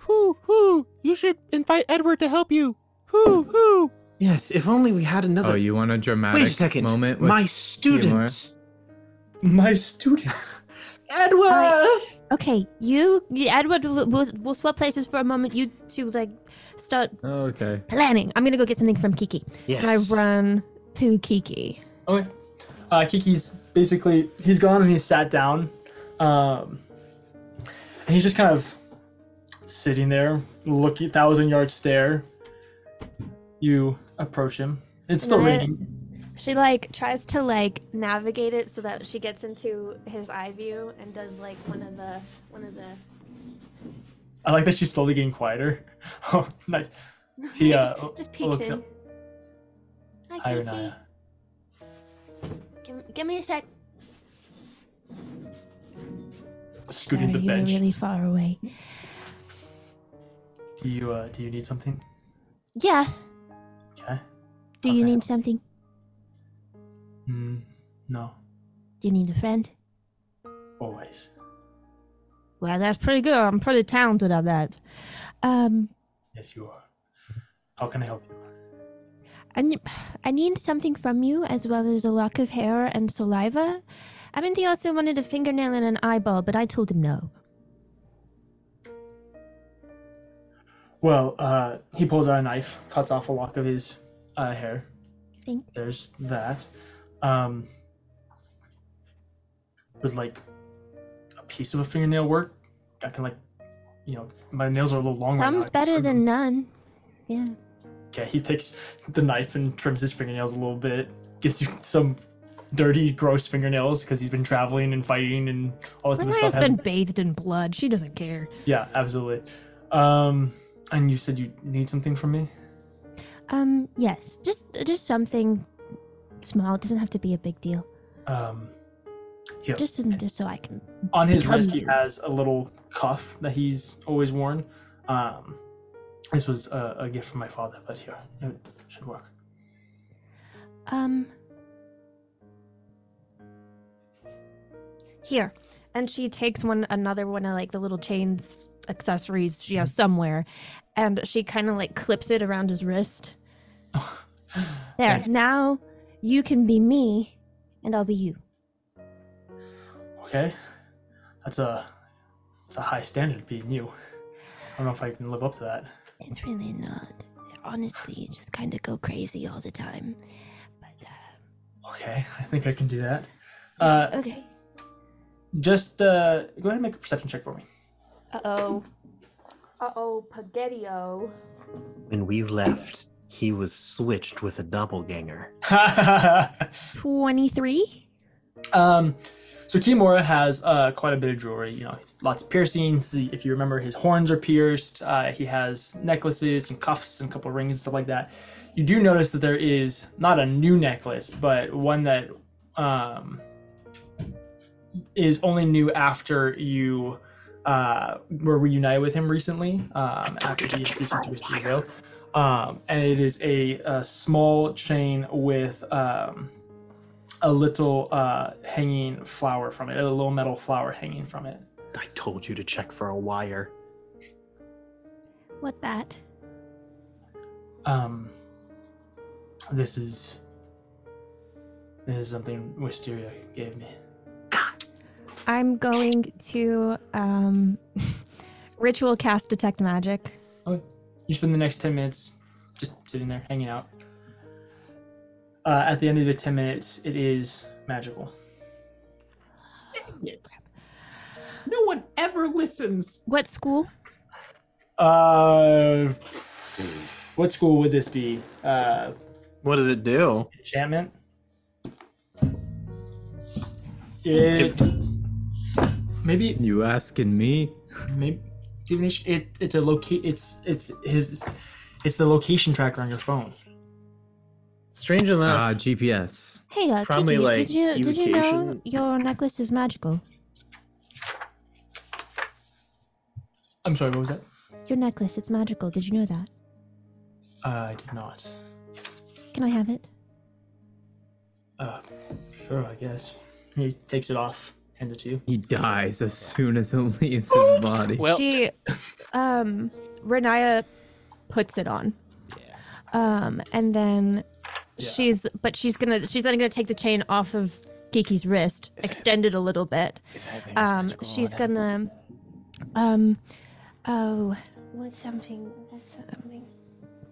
Whoo, whoo! You should invite Edward to help you. Whoo, whoo! Yes, if only we had another. Oh, you want a dramatic Wait a second. moment? with- My student, My student. Edward. Okay, you, you- Edward, we'll, we'll- we'll swap places for a moment. You two, like, start Oh, okay. planning. I'm gonna go get something from Kiki. yes. And I run to Kiki. Okay. Uh, Kiki's basically he's gone and he's sat down, um, and he's just kind of sitting there, looking thousand yard stare. You approach him. It's still What? raining. She like tries to like navigate it so that she gets into his eye view and does like one of the one of the. I like that she's slowly getting quieter. Oh, nice. He uh, just, just l- peeks looks in. up. Hi, Hi, Kiki. Renaya. Give, give me a sec. Scooting the Sorry, you were bench. really far away. Do you uh, do you need something? Yeah. Okay. Do you Okay. need something? Hmm. no. Do you need a friend? Always. Well, that's pretty good. I'm pretty talented at that. Um, Yes, you are. How can I help you? I, ne- I need something from you as well as a lock of hair and saliva. I mean, he also wanted a fingernail and an eyeball, but I told him no. Well, uh, he pulls out a knife, cuts off a lock of his uh, hair. Thanks. There's that. Um, would like a piece of a fingernail work? I can like, you know, my nails are a little long. right now. Some's I can better trim them. than none. Yeah. Okay, he takes the knife and trims his fingernails a little bit. Gives you some dirty, gross fingernails because he's been traveling and fighting and all that My type of has stuff. been hasn't- bathed in blood. She doesn't care. Yeah, absolutely. Um, and you said you need something from me. Um, yes, just just something small. It doesn't have to be a big deal. Um, here. Just in, just so I can. on his Become wrist he you. has a little cuff that he's always worn um this was a, a gift from my father but here it should work Um. Here, and she takes one another one of like the little chains accessories she has somewhere, and she kind of like clips it around his wrist. There, Thank now you can be me, and I'll be you. okay that's a that's a high standard being you i don't know if i can live up to that It's really not. Honestly, you just kind of go crazy all the time. But uh, okay i think i can do that uh okay. just uh go ahead and make a perception check for me Uh oh. Uh oh, Pagettio. When we left, he was switched with a doppelganger. Twenty-three. Um, so Kimura has uh, quite a bit of jewelry. You know, lots of piercings. The, if you remember, his horns are pierced. Uh, he has necklaces and cuffs and a couple of rings and stuff like that. You do notice that there is not a new necklace, but one that um, is only new after you uh, were reunited with him recently. Um, after he introduced you to his studio. Um, and it is a, a small chain with um, a little uh, hanging flower from it, a little metal flower hanging from it. I told you to check for a wire. What that? Um, this is this is something Wisteria gave me. I'm going to um, ritual cast detect magic. You spend the next ten minutes just sitting there, hanging out. Uh, at the end of the ten minutes, it is magical. No one ever listens. What school? Uh, what school would this be? Uh, What does it do? enchantment. It, maybe You asking me? Maybe divination. It it's a locate. It's it's his. It's, it's the location tracker on your phone. Strange Ah, enough. GPS. Hey, uh, Probably, Kiki, like, did you did you know evocation. your necklace is magical? I'm sorry. What was that? Your necklace, it's magical. Did you know that? Uh, I did not. Can I have it? Uh, sure. I guess he takes it off. Hand it to you. He dies as soon as it leaves his body. Well, she, um, Renaya puts it on. Um, and then Yeah. she's, but she's gonna, she's then gonna take the chain off of Kiki's wrist, extend it a little bit. Um, she's gonna, um, oh, what's something, what's something,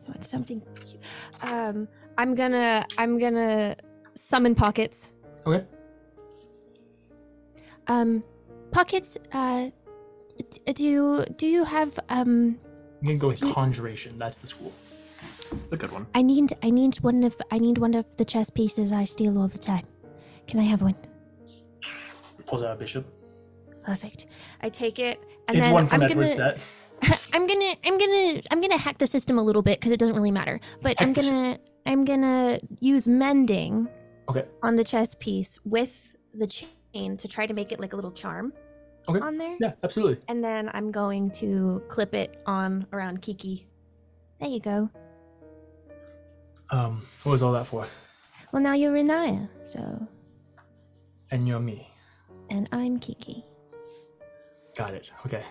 what's something, cute? um, I'm gonna, I'm gonna summon pockets. Okay. Um, pockets, uh, d- do you, do you have, um, I'm gonna go with conjuration. That's the school. It's a good one. I need I need one of I need one of the chess pieces I steal all the time. Can I have one? Pulls out a bishop. Perfect. I take it and it's then one from I'm Edward's gonna set. I'm gonna I'm gonna I'm gonna hack the system a little bit because it doesn't really matter. But I'm Hack the gonna I'm gonna use mending Okay. on the chess piece with the chain to try to make it like a little charm Okay. on there. Yeah, absolutely. And then I'm going to clip it on around Kiki. There you go. Um, what was all that for? Well now you're Renaya, so And you're me. and I'm Kiki. Got it. Okay.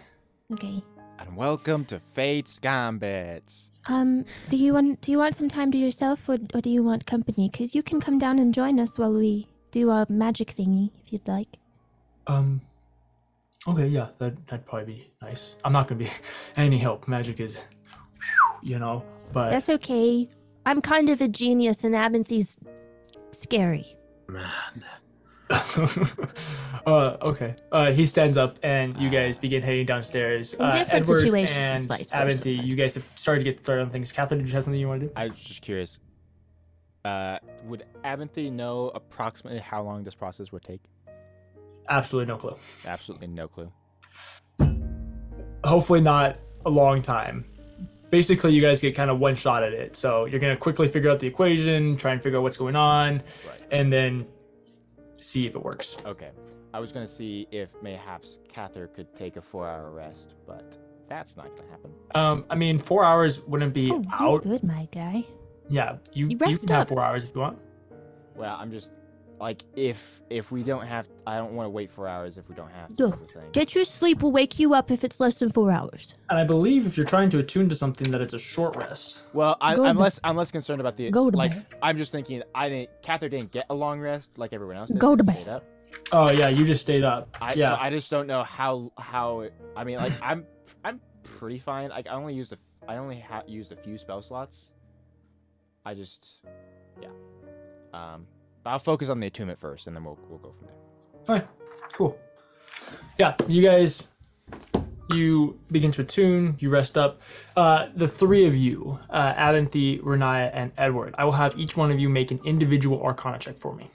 Okay. And welcome to Fate's Gambits. Um, do you want do you want some time to yourself, or, or do you want company? Because you can come down and join us while we do our magic thingy, if you'd like. Um. Okay. Yeah. That that'd probably be nice. I'm not gonna be any help. Magic is, you know. But That's okay. I'm kind of a genius, and Abinthy's scary. Man. uh, okay. Uh, he stands up, and you guys begin heading downstairs. In uh, different Edward situations, it's and vice versa, Abinthy, but- you guys have started to get started on things. Catherine, did you have something you want to do? I was just curious. Uh, would Abinthy know approximately how long this process would take? Absolutely no clue. Absolutely no clue. Hopefully not a long time. Basically, you guys get kind of one shot at it. So you're gonna quickly figure out the equation, try and figure out what's going on, Right. and then see if it works. Okay. I was gonna see if mayhaps Cather could take a four-hour rest, but that's not gonna happen. Um, I mean, four hours wouldn't be Oh, you're out. good, my guy. Yeah, you You you, rest can have up. four hours if you want. Well, I'm just like if if we don't have, I don't want to wait four hours if we don't have. To, Yo, is the thing. Get your sleep will wake you up if it's less than four hours. And I believe if you're trying to attune to something, that it's a short rest. Well, I, Go to I'm bed. less I'm less concerned about the Go to like. bed. I'm just thinking I didn't. Cather didn't get a long rest like everyone else. Did. Go She to stayed bed. Up. Oh yeah, you just stayed up. I, yeah, so I just don't know how how. it- I mean, like I'm I'm pretty fine. Like I only used a I only ha- used a few spell slots. I just yeah. Um, but I'll focus on the attunement first, and then we'll we'll go from there. Okay, cool. Yeah, you guys, you begin to attune, you rest up. Uh, the three of you, uh, Avanthi, Renaya, and Edward, I will have each one of you make an individual arcana check for me.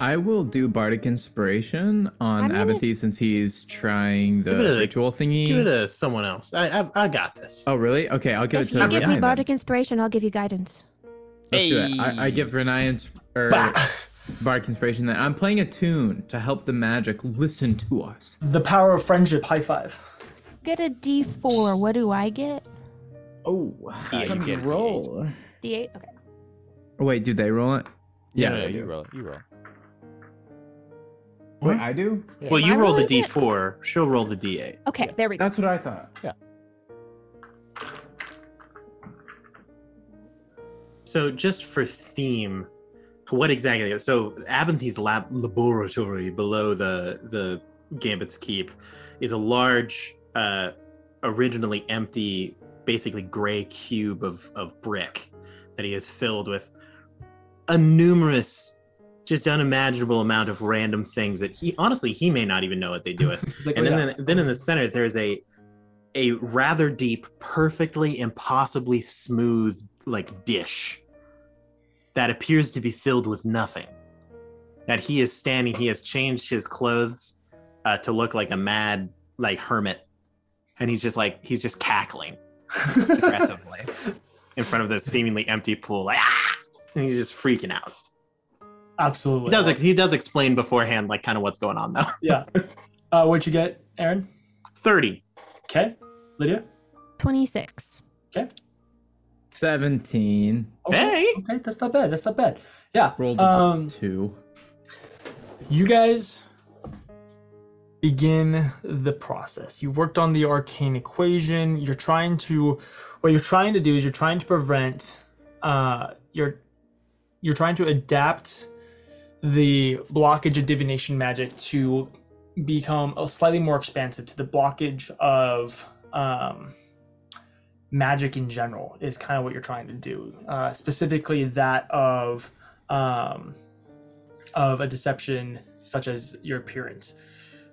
I will do bardic inspiration on I'm gonna- Abathy since he's trying the Give it a- ritual thingy. Give it to someone else. I I, I got this. oh, really? Okay, I'll give if it to you give me Renai bardic inspiration, I'll give you guidance. then. Let's do it. I, I give Renai ins- or bardic inspiration. Then I'm playing a tune to help the magic listen to us. The power of friendship, high five. Get a D4. What do I get? Oh, you get it. roll. D8. Okay. Oh, Wait, do they roll it? Yeah, No, no, they you do. roll. You roll. Wait, I do. Well, Am you I roll the rolling it? d4. She'll roll the d8. Okay. There we go. That's what I thought. So just for theme, what exactly? So Abinthy's lab laboratory below the the Gambit's Keep is a large, uh, originally empty, basically gray cube of of brick that he has filled with a numerous, just unimaginable amount of random things that he honestly he may not even know what they do with. It's like, and oh, yeah. then, then in the center there's a a rather deep perfectly impossibly smooth like dish that appears to be filled with nothing that he is standing he has changed his clothes uh, to look like a mad like hermit and he's just like he's just cackling aggressively in front of the seemingly empty pool like ah! and he's just freaking out Absolutely. he does ex- he does explain beforehand like kind of what's going on though Yeah. Uh, what'd you get, Aaron? 30 Okay. Lydia? 26. Seventeen. Okay. Hey! Okay, that's not bad. That's not bad. Yeah. Um, Rolled um, two. you guys begin the process. You've worked on the arcane equation. You're trying to, what you're trying to do is you're trying to prevent, uh, you're, you're trying to adapt the blockage of divination magic to become a slightly more expansive to the blockage of um, magic in general is kind of what you're trying to do uh, specifically that of um, of a deception such as your appearance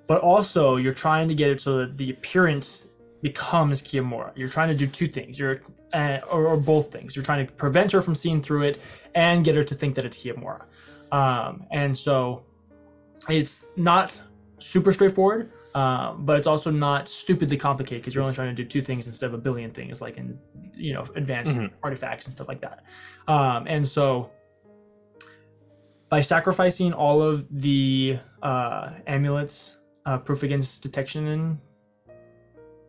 but also you're trying to get it so that the appearance becomes Kiyomura. You're trying to do two things. You're uh, or, or both things. You're trying to prevent her from seeing through it and get her to think that it's Kiyomura. Um, and so it's not super straightforward, um, but it's also not stupidly complicated because you're only trying to do two things instead of a billion things, like in you know advanced artifacts and stuff like that. Um, and so by sacrificing all of the uh, amulets, uh, proof against detection, and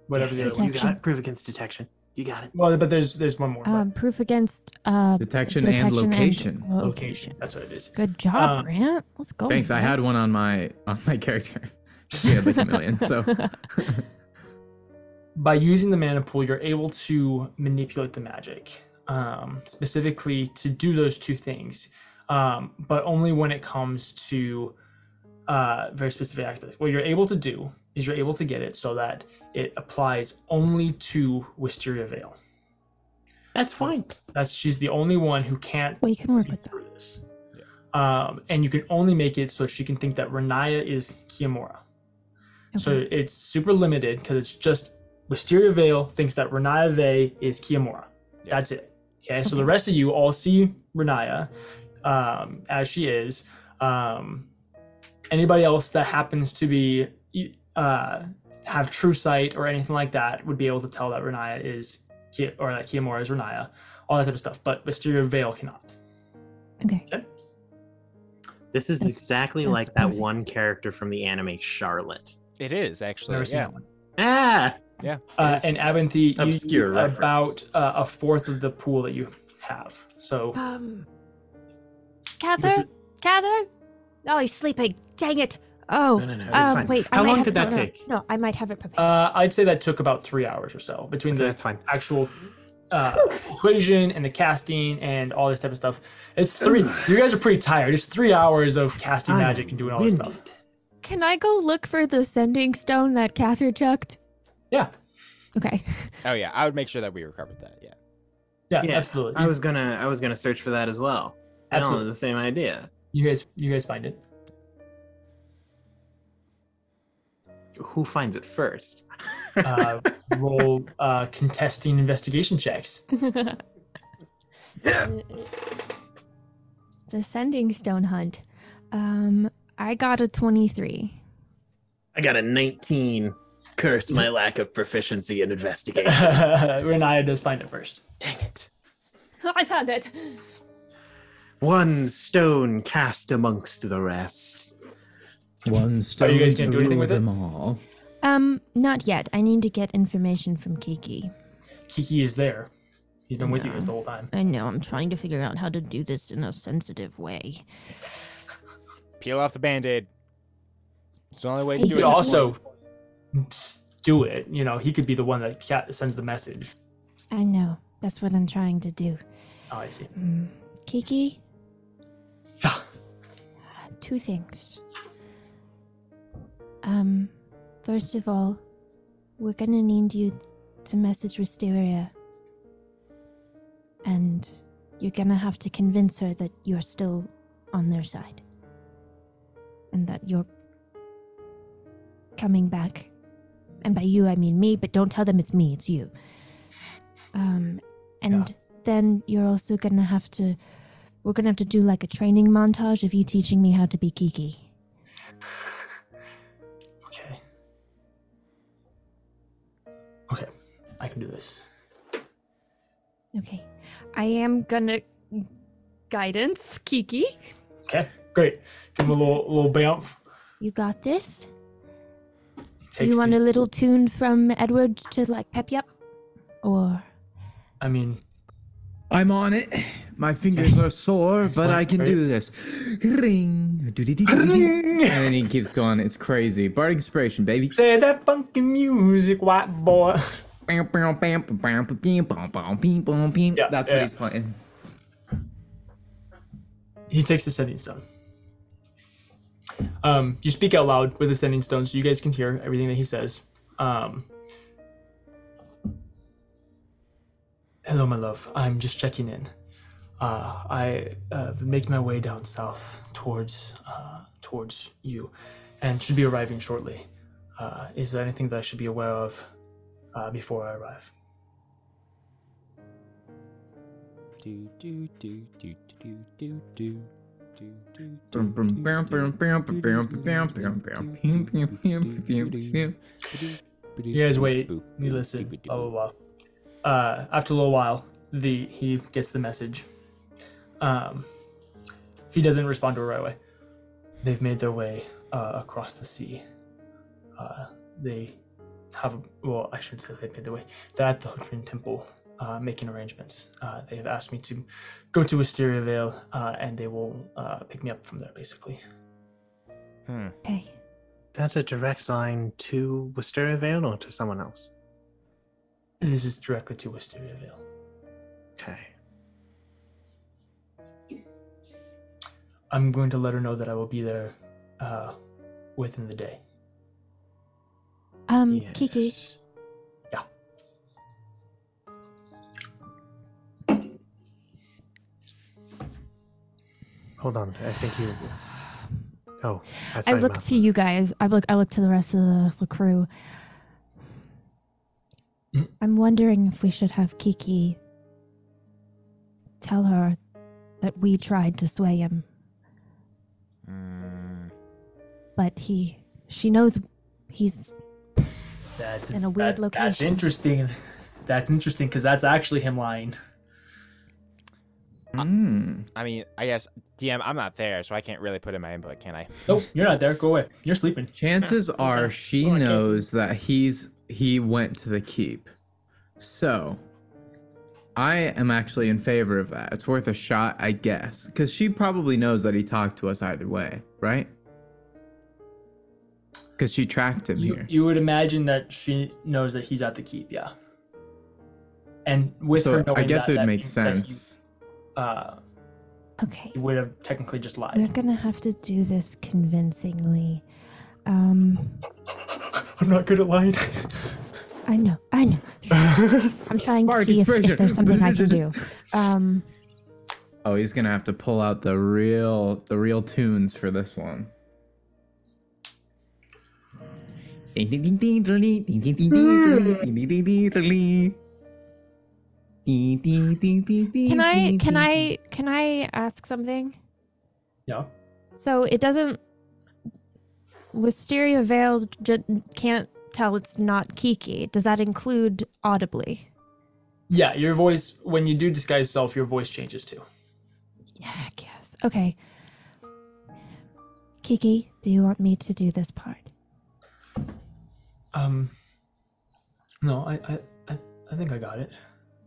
whatever the other one. You got it. Proof against detection. You got it. Well, but there's there's one more. Um, proof against uh, Detection and location. but location. That's what it is. Good job, Um, Grant. Let's go. Thanks. I had one on my on my character. She had the chameleon. So by using the mana pool, you're able to manipulate the magic, um, specifically to do those two things, um, but only when it comes to uh, very specific aspects. What you're able to do is you're able to get it so that it applies only to Wisteria Vale. That's fine. That's she's the only one who can't Well, you can work see with that. through this. Um, and you can only make it so she can think that Renaya is Kiyomura. So it's super limited because it's just Wisteria Vale thinks that Renaya Vey is Kiyomura. That's it. Okay, so the rest of you all see Renaya um, as she is. Um, anybody else that happens to be uh, have true sight or anything like that would be able to tell that Renaya is Ki- or that Kiyomura is Renaya, all that type of stuff. But Wisteria Vale cannot. Okay. This is That's- exactly that's like that perfect. one character from the anime Charlotte. It is Never actually. seen Yeah. that one. Ah, Yeah. Uh, and Abinthy, you used Obscure reference. about uh, a fourth of the pool that you have. So Um, Would Cather, Cather. Oh, he's sleeping. Dang it. Oh. no, no, no. um, It's fine. Uh, wait, I How might long have- could that no, no, take? No, I might have it prepared. uh, I'd say that took about three hours or so between Okay, the that's fine. actual uh, equation and the casting and all this type of stuff. It's three. you guys are pretty tired. It's three hours of casting I magic and doing all this stuff. winded. Can I go look for the sending stone that Cather chucked? Yeah, Okay. Oh yeah. I would make sure that we recovered that. Yeah. yeah, Yeah, absolutely. I was gonna, I was gonna search for that as well. I don't know absolutely. the same idea. You guys, you guys find it. Who finds it first? Uh, roll uh, contesting investigation checks. It's a sending stone hunt. Um, I got a 23. I got a 19. Curse my lack of proficiency in investigation. Renaya does find it first. Dang it. I found it. One stone cast amongst the rest. one stone guys gonna do anything rule with it? them all. Um, not yet. I need to get information from Kiki. Kiki is there. He's been with you guys the whole time. I know I'm trying to figure out how to do this in a sensitive way. Peel off the band-aid. It's the only way Hey, to do He it. could also s- do it. You know, he could be the one that ca- sends the message. I know. That's what I'm trying to do. Oh, I see. Mm. Kiki? Yeah. Two things. Um, first of all, we're gonna need you to message Wisteria. And you're gonna have to convince her that you're still on their side. And that you're coming back. And by you, I mean me, but don't tell them it's me, it's you. Um, and then you're also gonna have to we're gonna have to do like a training montage of you teaching me how to be geeky Okay. Okay, I can do this. okay i am gonna guidance kiki Okay, great. Give him a little little bounce. you got this do Takes you want the- a little tune from edward to like pep you up or I mean, I'm on it. My fingers are sore, but I can do this. Ring. Doo-dee-dee-doo-dee. And then he keeps going. It's crazy. Bardic inspiration, baby. Play that funky music, white boy. Bam, bam, bam, bam, bam, bam, bam, bam, bam, bam, bam. Yeah, That's yeah. what he's playing. He takes the sending stone. Um, you speak out loud with the sending stone, so you guys can hear everything that he says. Um, Hello, my love. I'm just checking in. Uh, I uh, make my way down south towards uh, towards you, and should be arriving shortly. Uh, is there anything that I should be aware of uh, before I arrive? Do, do, do, do, do, do, do, do, do, do, Bam, bam, bam, bam, bam, bam, bam, bam, bam, bam, bam, bam, bam, bam, bam. You guys wait. You listen. Blah blah blah. Uh, after a little while, the he gets the message. Um, he doesn't respond to it right away. They've made their way uh, across the sea. Uh, they have well, I should say they've made their way. They're at the Hodgman Temple, uh, making arrangements. Uh, they have asked me to go to Wisteria Vale, uh, and they will uh, pick me up from there, basically. Okay. That's a direct line to Wisteria Vale or to someone else? This is directly to Wisteria Vale. Okay. I'm going to let her know that I will be there uh, within the day. Um, Kiki, Yes. Hold on. I think you. Oh, that's I right, look Malfoy. to you guys. I look. I look to the rest of the, the crew. I'm wondering if we should have Kiki tell her that we tried to sway him, but he. She knows he's. That's In a weird That's location. interesting. That's interesting because that's actually him lying. Mm. I mean, I guess DM. I'm not there, so I can't really put in my input, can I? Nope, you're not there. Go away. You're sleeping. Chances are she Well, I can't- knows that he's he went to the keep. So I am actually in favor of that. It's worth a shot, I guess. Because she probably knows that he talked to us either way, right? Because she tracked him You, here. you would imagine that she knows that he's at the keep, yeah. And with her so knowing I guess that, it that would make means that he, sense. uh, Okay. he would have technically just lied. We're gonna have to do this convincingly. Um, I'm not good at lying. I know, I know. I'm trying to Bardic see if, if inspiration. there's something I can do. Um, Oh, he's gonna have to pull out the real the real tunes for this one. can Can I? Can I? Can I ask something? yeah. So it doesn't. Wisteria Vale j- can't tell it's not Kiki. Does that include audibly? Yeah, your voice, when you do disguise self, your voice changes too. Yeah, I guess. Okay. Kiki, do you want me to do this part? Um, no, I, I, I, I think I got it.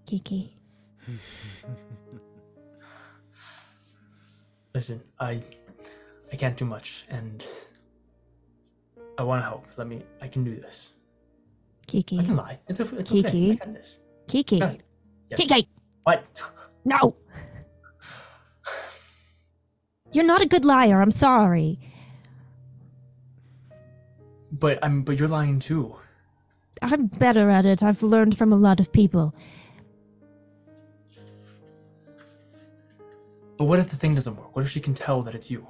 Kiki, Listen, I I can't do much and I want to help. Let me I can do this. Kiki, I can lie. It's, a, it's okay. I Kiki? got this. Kiki, Yeah. Yes. Kiki! What? No! You're not a good liar. I'm sorry. But I'm but you're lying too. I'm better at it. I've learned from a lot of people. But what if the thing doesn't work? What if she can tell that it's you?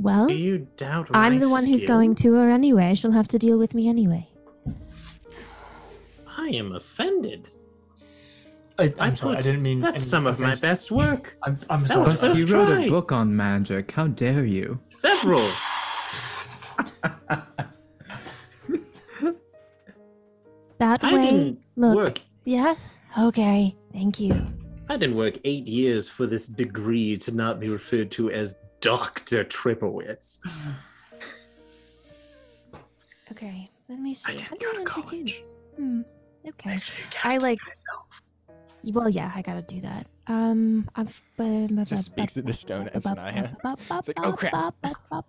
Well, Do you doubt I'm my the one who's skill? going to her anyway. She'll have to deal with me anyway. I am offended. I, I'm I sorry. I put- didn't mean That's any some of my offense. best work. I'm, I'm That sorry. was sorry. Let's You wrote try. a book on magic. How dare you? Several. That I way, didn't look. work. Yes. Okay. Thank you. I didn't work eight years for this degree to not be referred to as Doctor Triplewitz. Okay. Let me see. didn't How do go I to want to do college. this? Hmm. Okay. Actually, I cast like. myself. Well, yeah, I gotta do that. Um, I've Just speaks into stone as when I am. It's like, oh, crap. Hey, Oh.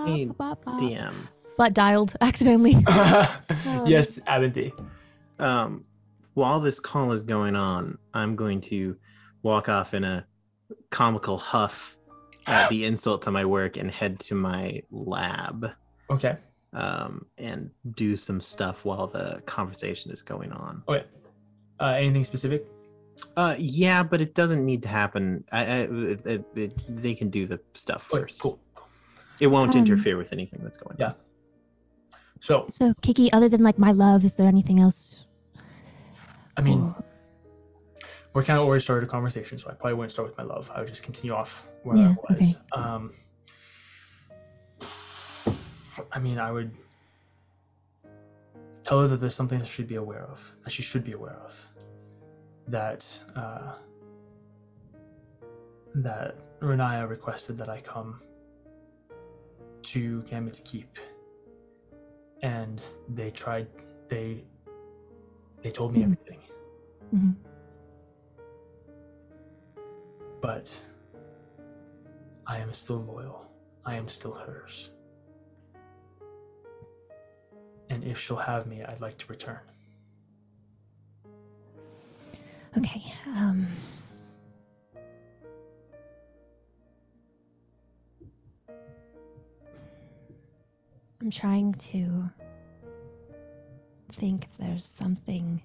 DM. But dialed accidentally. yes, Abinthy. Um, while this call is going on, I'm going to walk off in a comical huff at the insult to my work and head to my lab Okay. um, and do some stuff while the conversation is going on. Okay. Uh, anything specific? Uh, yeah, but it doesn't need to happen. I, I it, it, it- they can do the stuff Okay, first. cool. It won't Um, interfere with anything that's going yeah. on. So, so, Kiki, other than like my love, is there anything else? I mean, we're kind of already started a conversation, so I probably wouldn't start with my love. I would just continue off where Yeah, I was. Um, I mean, I would tell her that there's something that she should be aware of, that she should be aware of, that uh, that Renaya requested that I come to Gambit's Keep, and they tried they they told me Mhm. everything. Mhm. But I am still loyal. I am still hers. And if she'll have me, I'd like to return. Okay. Um. I'm trying to think if there's something.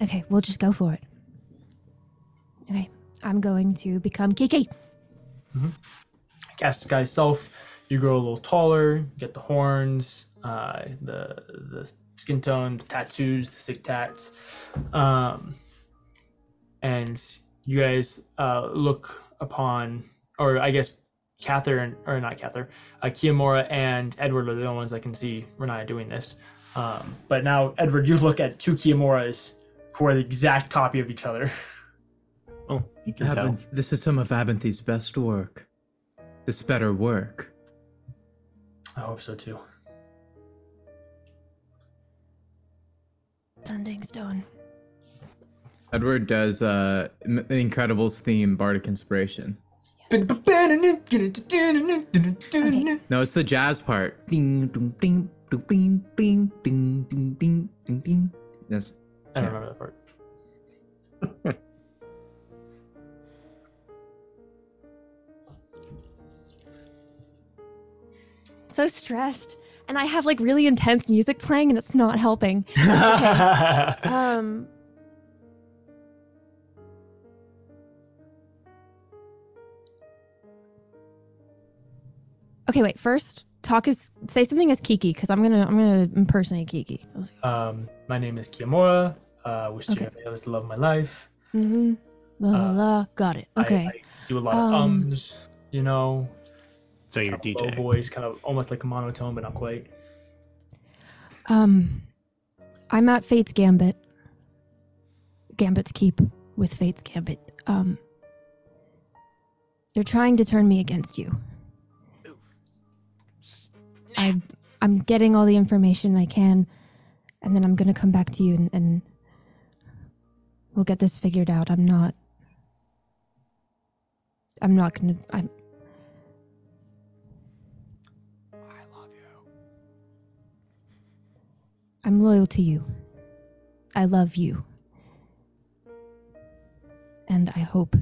Okay, we'll just go for it. Okay, I'm going to become Kiki. Cast Guy's Self, you grow a little taller, you get the horns, uh, the the skin tone, the tattoos, the sick tats. Um, and you guys uh, look upon, or I guess Cather, or not Cather, uh, Kiyomura and Edward are the only ones that can see Renaya doing this. Um, but now, Edward, you look at two Kiyomuras who are the exact copy of each other. Oh, you can tell. Abinth- this is some of Abinthy's best work. This better work. I hope so too. Thundering Stone. Edward does uh, M- Incredibles theme bardic inspiration. Okay. No, it's the jazz part. Yes. I don't remember that part. So stressed. And I have like really intense music playing and it's not helping. Um. Okay, wait. First, talk is say something as Kiki because I'm gonna I'm gonna impersonate Kiki. Um, my name is Kiyomura. Uh, wish to Okay. have was the love of my life. Mm-hmm. Blah, blah, Uh, blah. Got it. I- Okay. I, do a lot of Um, ums, you know, So you're kind of low DJ. voice, kind of almost like a monotone, but not quite. um, I'm at Fate's Gambit. Gambit's keep with Fate's Gambit. Um, they're trying to turn me against you. I, I'm getting all the information I can, and then I'm gonna come back to you and, and we'll get this figured out. I'm not. I'm not gonna. I'm. I'm loyal to you. I love you. And I hope.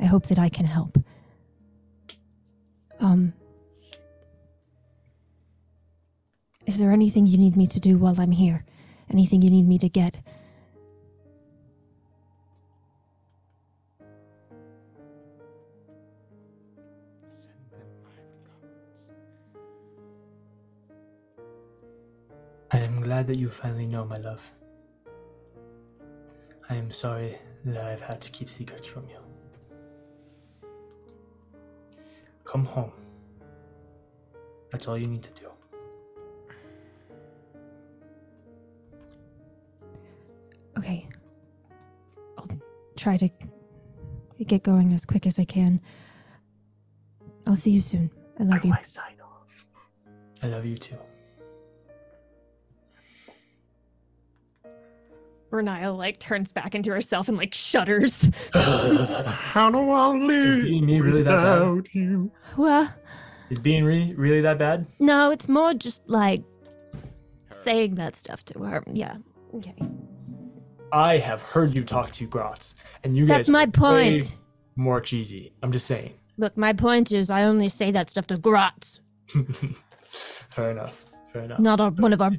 I hope that I can help. Um. Is there anything you need me to do while I'm here? Anything you need me to get? I am glad that you finally know, my love. I am sorry that I've had to keep secrets from you. Come home. That's all you need to do. Okay. I'll try to get going as quick as I can. I'll see you soon. I love you. I love you too. Renaya like turns back into herself and like shudders. How do I live You need really that bad? without you? well, Is being re- really that bad? no, it's more just like saying that stuff to her. Yeah. Okay. I have heard you talk to Grotz, and you That's guys my are point. way more cheesy. I'm just saying. Look, my point is I only say that stuff to Grotz, Fair enough. Fair enough. not our, one of our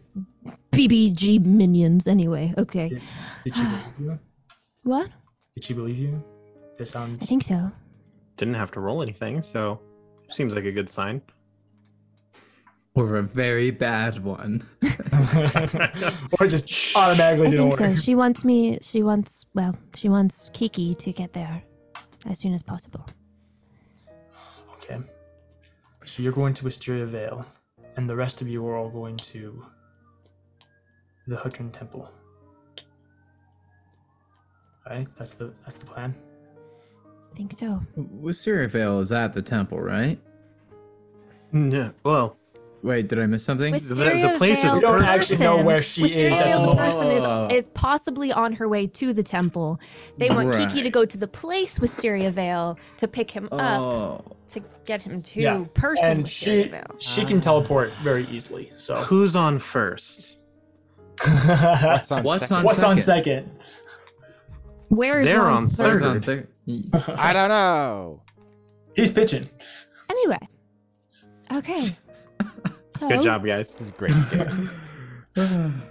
BBG minions anyway. Okay. Did, did she believe you? What? Did she believe you? That I sounds. think so. Didn't have to roll anything, so seems like a good sign. Or a very bad one. or just automatically I didn't think work. so. She wants me, she wants, well, she wants Kiki to get there as soon as possible. Okay. So you're going to Wisteria Vale, and the rest of you are all going to the Hutrin Temple. Alright, that's the that's the plan. I think so. Wisteria Vale is at the temple, right? No, well, Wait, did I miss something? Wisteria place is- Vale We don't actually know person- where she Wisteria is at the Vale moment. person Oh. is, is possibly on her way to the temple. They want Kiki to Right. go to the place Wisteria Vale to pick him up Oh, to get him to Yeah, person and Wisteria she Vale. Ah. she can teleport very easily. So who's on first? What's on What's second? on- what's on second. second? Where is They're on on I was third? on third. I don't know. He's pitching. Anyway. Okay. Good So, job, guys. This is great. Scare.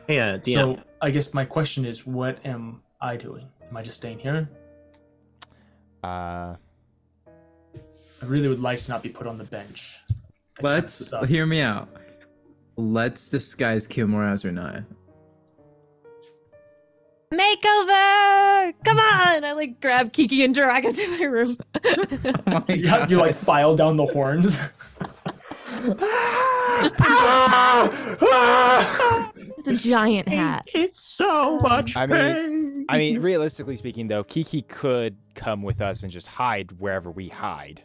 Hey, uh, DM. So I guess my question is, what am I doing? Am I just staying here? Uh, I really would like to not be put on the bench. Let's hear me out. Let's disguise Kimura as Renaya. Makeover! Come on! I like grab Kiki and drag her to my room. Oh my You, you like file down the horns. it's Ah! a giant hat. It's so much I mean- I mean, realistically speaking, though, Kiki could come with us and just hide wherever we hide,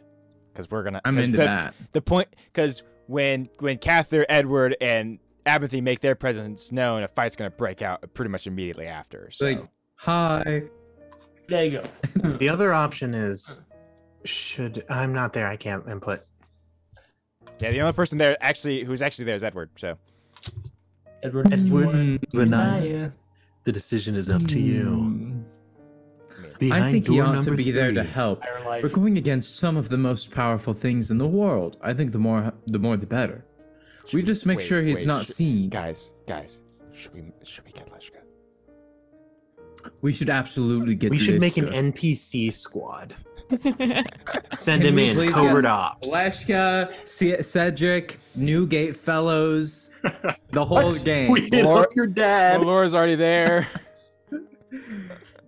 because we're gonna. I'm 'cause into the, that. The point, because when when Cather, Edward, and Abernathy make their presence known, a fight's gonna break out pretty much immediately after. So. Like, hi. there you go. the other option is should I'm not there. I can't input. Yeah, the only person there actually who's actually there is Edward. So Edward. Edward. Renaya, Renaya. the decision is up to you. Hmm. Behind I think he door ought to number be there to three. help. Higher life. We're going against some of the most powerful things in the world. I think the more, the more, the better. We just make Wait, sure he's wait, not sh- seen. Guys, guys, should we should we get Leshka? We should absolutely get. We should this make an guy. NPC squad. Send Can him we in please covert get ops. Leshka, C- Cedric, Newgate Fellows, the whole gang. We love Lord- your dad. Oh, Laura's already there.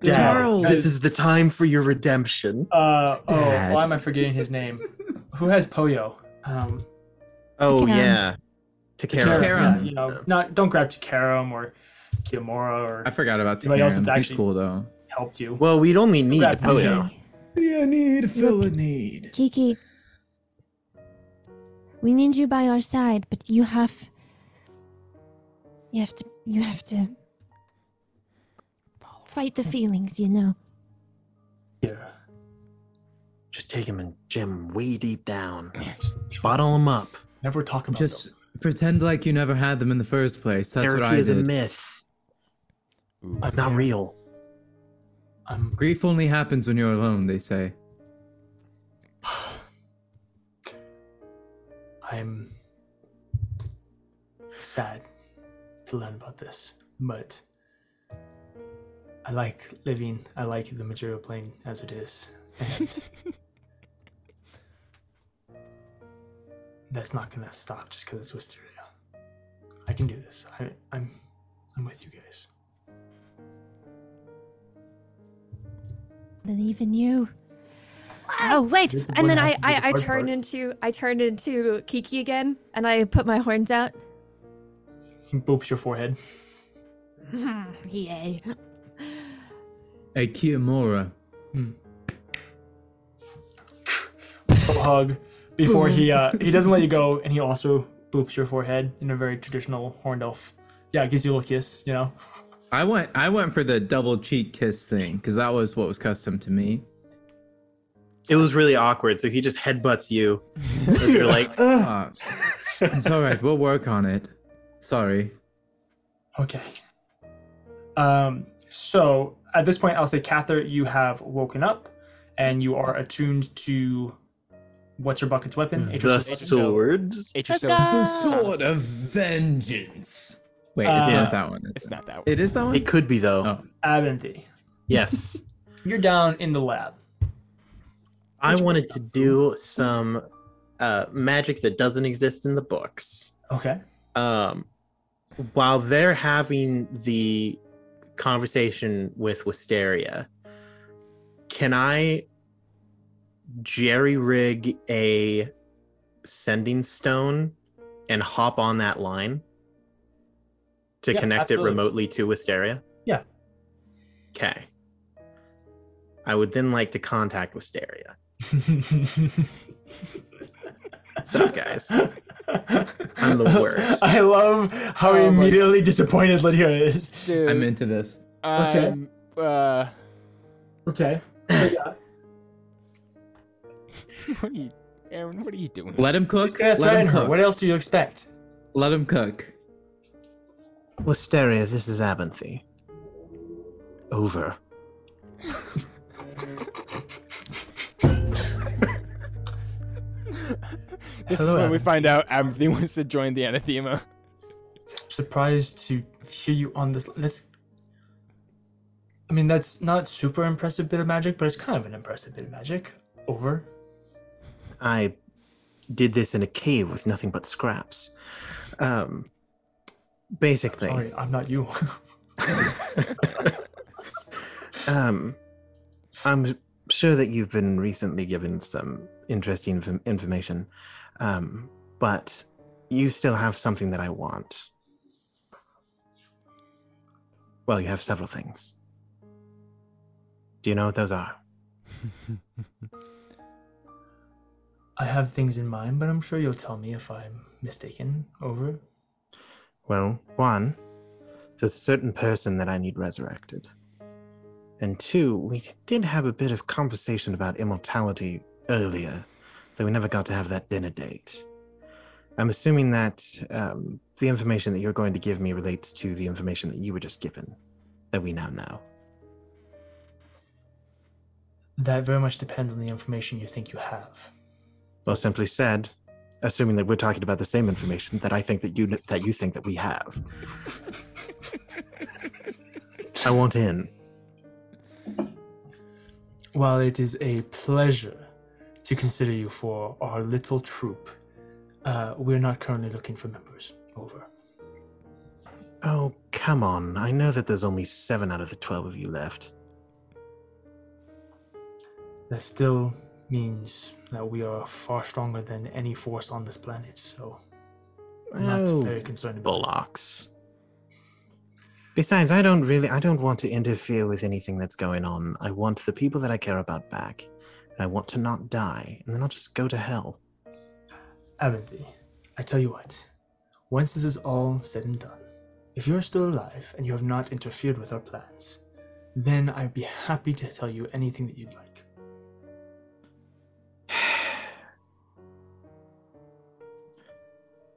Dad, Charles. this is the time for your redemption. Uh, oh, Dad. why am I forgetting his name? Who has Poyo? Um, Oh Takerum. yeah, Karam, Takara. Takerum. yeah, you know, not don't grab Takaram or Kiyomura or I forgot about Anybody else Takaram. that's He's actually- Oh, cool though. helped you. Well, we'd only need Grab Poyo. Okay. Yeah, need fill a need. Kiki, we need you by our side, but you have. You have to. You have to. Fight the feelings, you know. Here. Just take him and jam him way deep down. Bottle him up. Never talk about Just them. pretend like you never had them in the first place. That's Therapy what I is a did. myth. Ooh, It's not real. I'm Grief only happens when you're alone, they say. I'm sad to learn about this, but I like living. I like the material plane as it is, and that's not gonna stop just because it's Wisteria. I can do this. I, I'm, I'm with you guys. Believe in you. Oh wait! This is And when then it has I, to be the I, I hard turn part. into I turn into Kiki again, and I put my horns out. He boops your forehead. Yay! Hey, Kiyomura. a hug before he uh he doesn't let you go and he also boops your forehead in a very traditional horned elf yeah gives you a little kiss you know I went I went for the double cheek kiss thing because that was what was custom to me. It was really awkward. So he just headbutts you. as You're like, "Ugh." Uh, it's all right. We'll work on it. Sorry. Okay. Um, so at this point, I'll say, Cather, you have woken up and you are attuned to what's your bucket's weapon? the Atreus' weapon. sword. Atreus- Let's go. of vengeance. Wait, it's Uh, not that one. is It's it? not that one. It is that one. It could be though. Oh. Abinthy, Yes. you're down in the lab. I wanted to do some uh, magic that doesn't exist in the books. Okay. Um, while they're having the conversation with Wisteria, can I jerry rig a sending stone and hop on that line to Yeah, connect absolutely. it remotely to Wisteria? Yeah. Okay. I would then like to contact Wisteria. So, guys, I'm the worst. I love how Oh my- immediately disappointed Lydia is. Dude, Oh, I'm into this. Okay. I'm, Uh, Okay. what are you, Aaron? What are you doing? Let him He's cook. gonna Let threaten him her. cook. What else do you expect? Let him cook. Wisteria, this is Abinthy. Over. This is Hello, when we Adam. find out Abinthy wants to join the anathema. surprised to hear you on this. That's. I mean, that's not super impressive bit of magic, but it's kind of an impressive bit of magic. Over. I did this in a cave with nothing but scraps. Um, basically, Sorry, I'm not you. um, I'm sure that you've been recently given some interesting inf- information, um, but you still have something that I want. Well, you have several things. Do you know what those are? I have things in mind, but I'm sure you'll tell me if I'm mistaken. Over. Well, one, there's a certain person that I need resurrected. And two, we did have a bit of conversation about immortality earlier, though we never got to have that dinner date. I'm assuming that um, the information that you're going to give me relates to the information that you were just given, that we now know. That very much depends on the information you think you have. Well, simply said, assuming that we're talking about the same information that I think that you that you think that we have. I want in. While it is a pleasure to consider you for our little troop, uh, we're not currently looking for members. Over. Oh, come on. I know that there's only seven out of the 12 of you left. That still means that we are far stronger than any force on this planet, so I'm not Oh, very concerned about it. bullocks. Besides, I don't really, I don't want to interfere with anything that's going on. I want the people that I care about back. And I want to not die, and then I'll just go to hell. Abinthy, I tell you what, once this is all said and done, if you're still alive and you have not interfered with our plans, then I'd be happy to tell you anything that you'd like.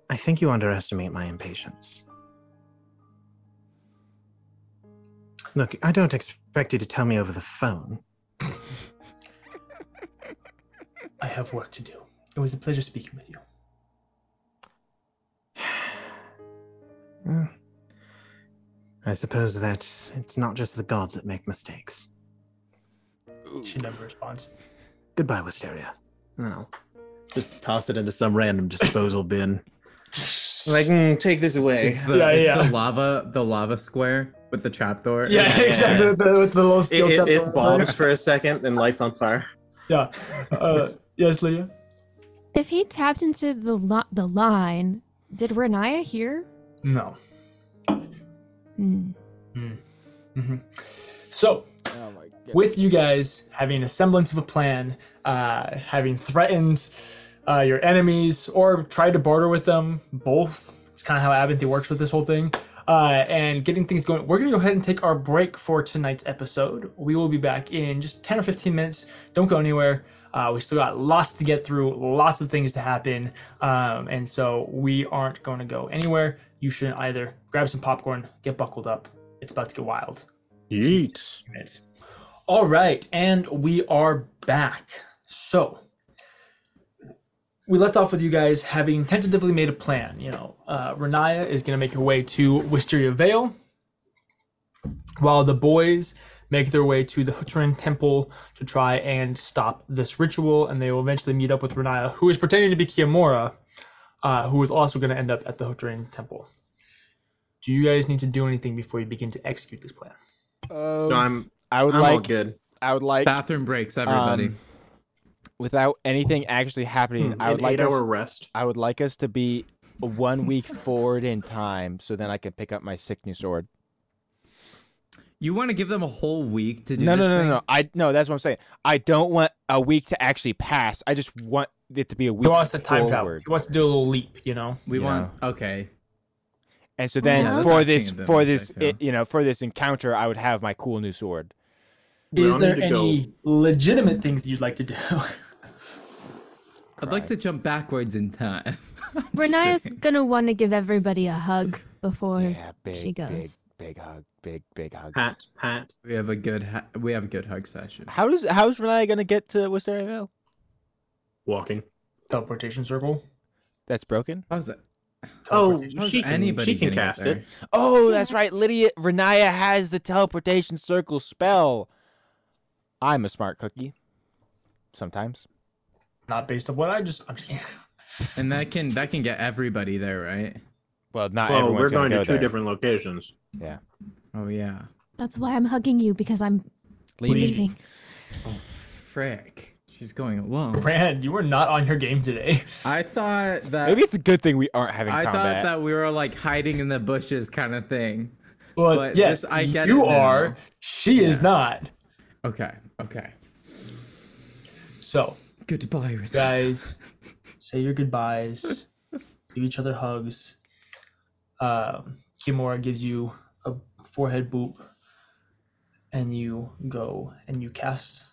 I think you underestimate my impatience. Look, I don't expect you to tell me over the phone. I have work to do. It was a pleasure speaking with you. Well, I suppose that it's not just the gods that make mistakes. She never responds. Goodbye, Wisteria. And then I'll Just toss it into some random disposal bin. like mm, take this away. It's the, Yeah, it's yeah. the lava the lava square with the trapdoor. Yeah, exactly. With the, with the little It, steel it, tap it on- bombs for a second and lights on fire. Yeah. Uh, yes, Lydia? If he tapped into the lo- the line, did Renaya hear? No. Hmm. Mm-hmm. So, Oh my god. with you guys having a semblance of a plan, uh, having threatened uh, your enemies or tried to barter with them, both. It's kind of how Abinthy works with this whole thing. uh, and getting things going. We're going to go ahead and take our break for tonight's episode. We will be back in just 10 or 15 minutes. Don't go anywhere. Uh, we still got lots to get through, lots of things to happen. Um, and so we aren't going to go anywhere. You shouldn't either. Grab some popcorn, get buckled up. It's about to get wild. Yeet. Minutes. All right, and we are back. So we left off with you guys having tentatively made a plan. You know, uh, Renaya is going to make her way to Wisteria Vale, while the boys make their way to the Huturin Temple to try and stop this ritual, and they will eventually meet up with Renaya, who is pretending to be Kiyomura, uh, who is also going to end up at the Huturin Temple. Do you guys need to do anything before you begin to execute this plan? No, I'm I would Uh, I'm all like. good. I would like. Bathroom breaks, everybody. um, without anything actually happening, I would Hmm, An like eight us, hour rest. I would like us to be one week forward in time, so then I can pick up my sick new sword. you want to give them a whole week to do no, this no, no, thing? no, no. I no. That's what I'm saying. I don't want a week to actually pass. I just want it to be a week. He wants to time travel. forward. He wants to do a little leap, you know. We You want okay. And so then Yeah, that's for what I was this thinking of for it, this Jacko. it, you know for this encounter, I would have my cool new sword. We Is all there need to go. any legitimate things that you'd like to do? I'd like to jump backwards in time. Renaya's gonna want to give everybody a hug before. Yeah, big, she goes. big, big hug, big, big hug. Pat, Pat. we have a good ha- we have a good hug session. How does how's Renai gonna get to Wisteria Vale? Walking. Teleportation circle. That's broken. How's that? Oh, How's she can, anybody she can getting up cast there? it. Oh, that's right. Lydia Renaya has the teleportation circle spell. I'm a smart cookie. Sometimes. Not based on what I just. I'm just kidding. And that can that can get everybody there, right? Well, not Well, everyone's we're going gonna to go two there. different locations. Oh yeah. That's why I'm hugging you because I'm Leave. leaving. Oh frick. She's going alone. Brand, you were not on your game today. I thought that Maybe it's a good thing we aren't having I combat. thought that we were like hiding in the bushes kind of thing. Well, But yes, this- I get you it now. are. She is not. Okay. Okay. So, Goodbye, Renee. guys, say your goodbyes, give each other hugs. Um, Kimura gives you a forehead boop, and you go and you cast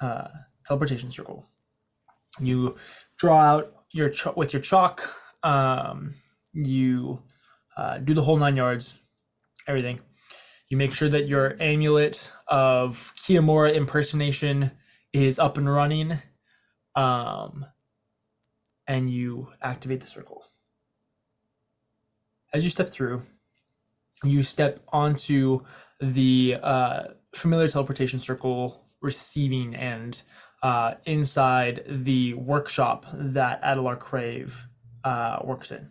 uh, teleportation circle. You draw out your ch- with your chalk. Um, you uh, do the whole nine yards, everything. You make sure that your amulet of Kiyomura impersonation is up and running, um, and you activate the circle. As you step through, you step onto the uh, familiar teleportation circle receiving end uh, inside the workshop that Adelar Crave uh, works in.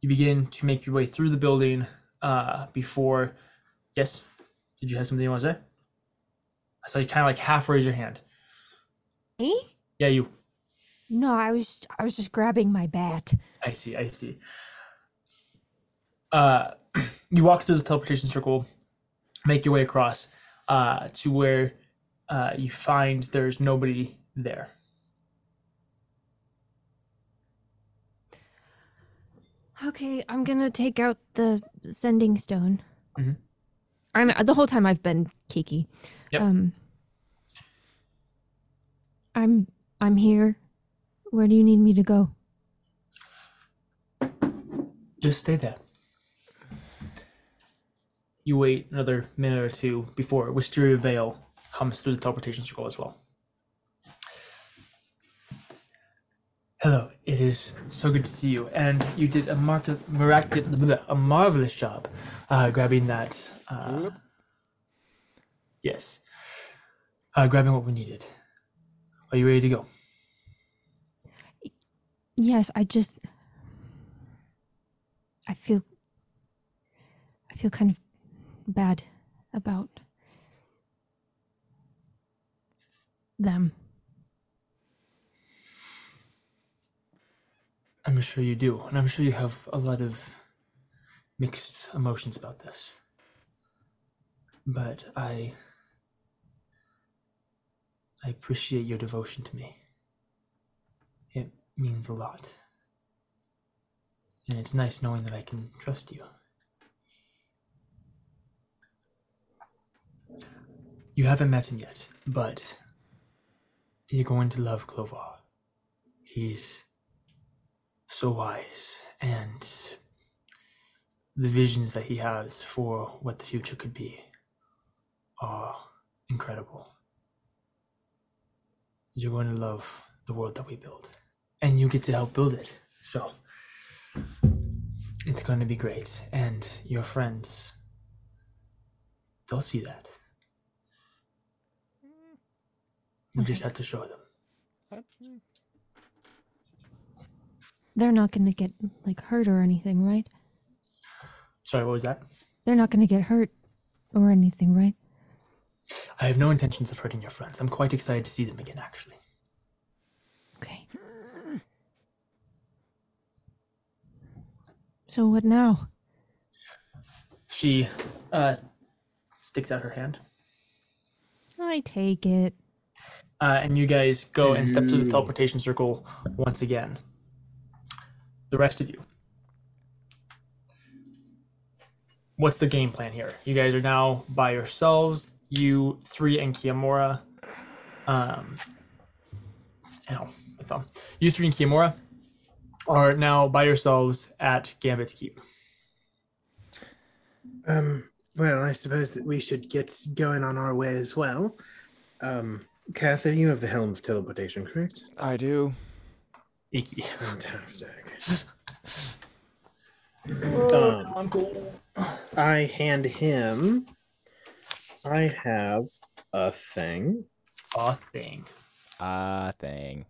You begin to make your way through the building uh, before. Yes? Did you have something you want to say? I saw you kind of like half raise your hand. Eh? Yeah, you. No, I was I was just grabbing my bat. I see. I see. Uh, you walk through the teleportation circle, make your way across uh, to where uh, you find there's nobody there. Okay, I'm gonna. gonna take out the sending stone. Mm-hmm. Mhm. I'm the whole time I've been Kiki. Yep. Um, I'm I'm here. Where do you need me to go? Just stay there. You wait another minute or two before Wisteria Vale comes through the teleportation circle as well. Hello, it is so good to see you, and you did a, mar- mirac- a marvelous job uh, grabbing that. Uh, yes, uh, grabbing what we needed. Are you ready to go? Yes, I just I feel I feel kind of bad about them. I'm sure you do, and I'm sure you have a lot of mixed emotions about this. But I I appreciate your devotion to me. It means a lot. and it's nice knowing that I can trust you. You haven't met him yet, but you're going to love Clovar. He's so wise, and the visions that he has for what the future could be are incredible. You're going to love the world that we build, and you get to help build it. So it's going to be great, and your friends, they'll see that. You just have to show them. They're not going to get like hurt or anything, right? Sorry, what was that? They're not going to get hurt or anything, right? I have no intentions of hurting your friends. I'm quite excited to see them again, actually. Okay. So what now? She uh, sticks out her hand, I take it. uh, and you guys go and step to the teleportation circle once again. The rest of you. What's the game plan here? You guys are now by yourselves, you three and Kiyomura. Um, ow, my thumb. You three and Kiyomura are now by yourselves at Gambit's Keep. Um, well, I suppose that we should get going on our way as well. Um, Cather, you have the helm of teleportation, correct? I do. Icky. Fantastic. Uncle. Um, I hand him. I have a thing. Aw, thing. Ah, thing.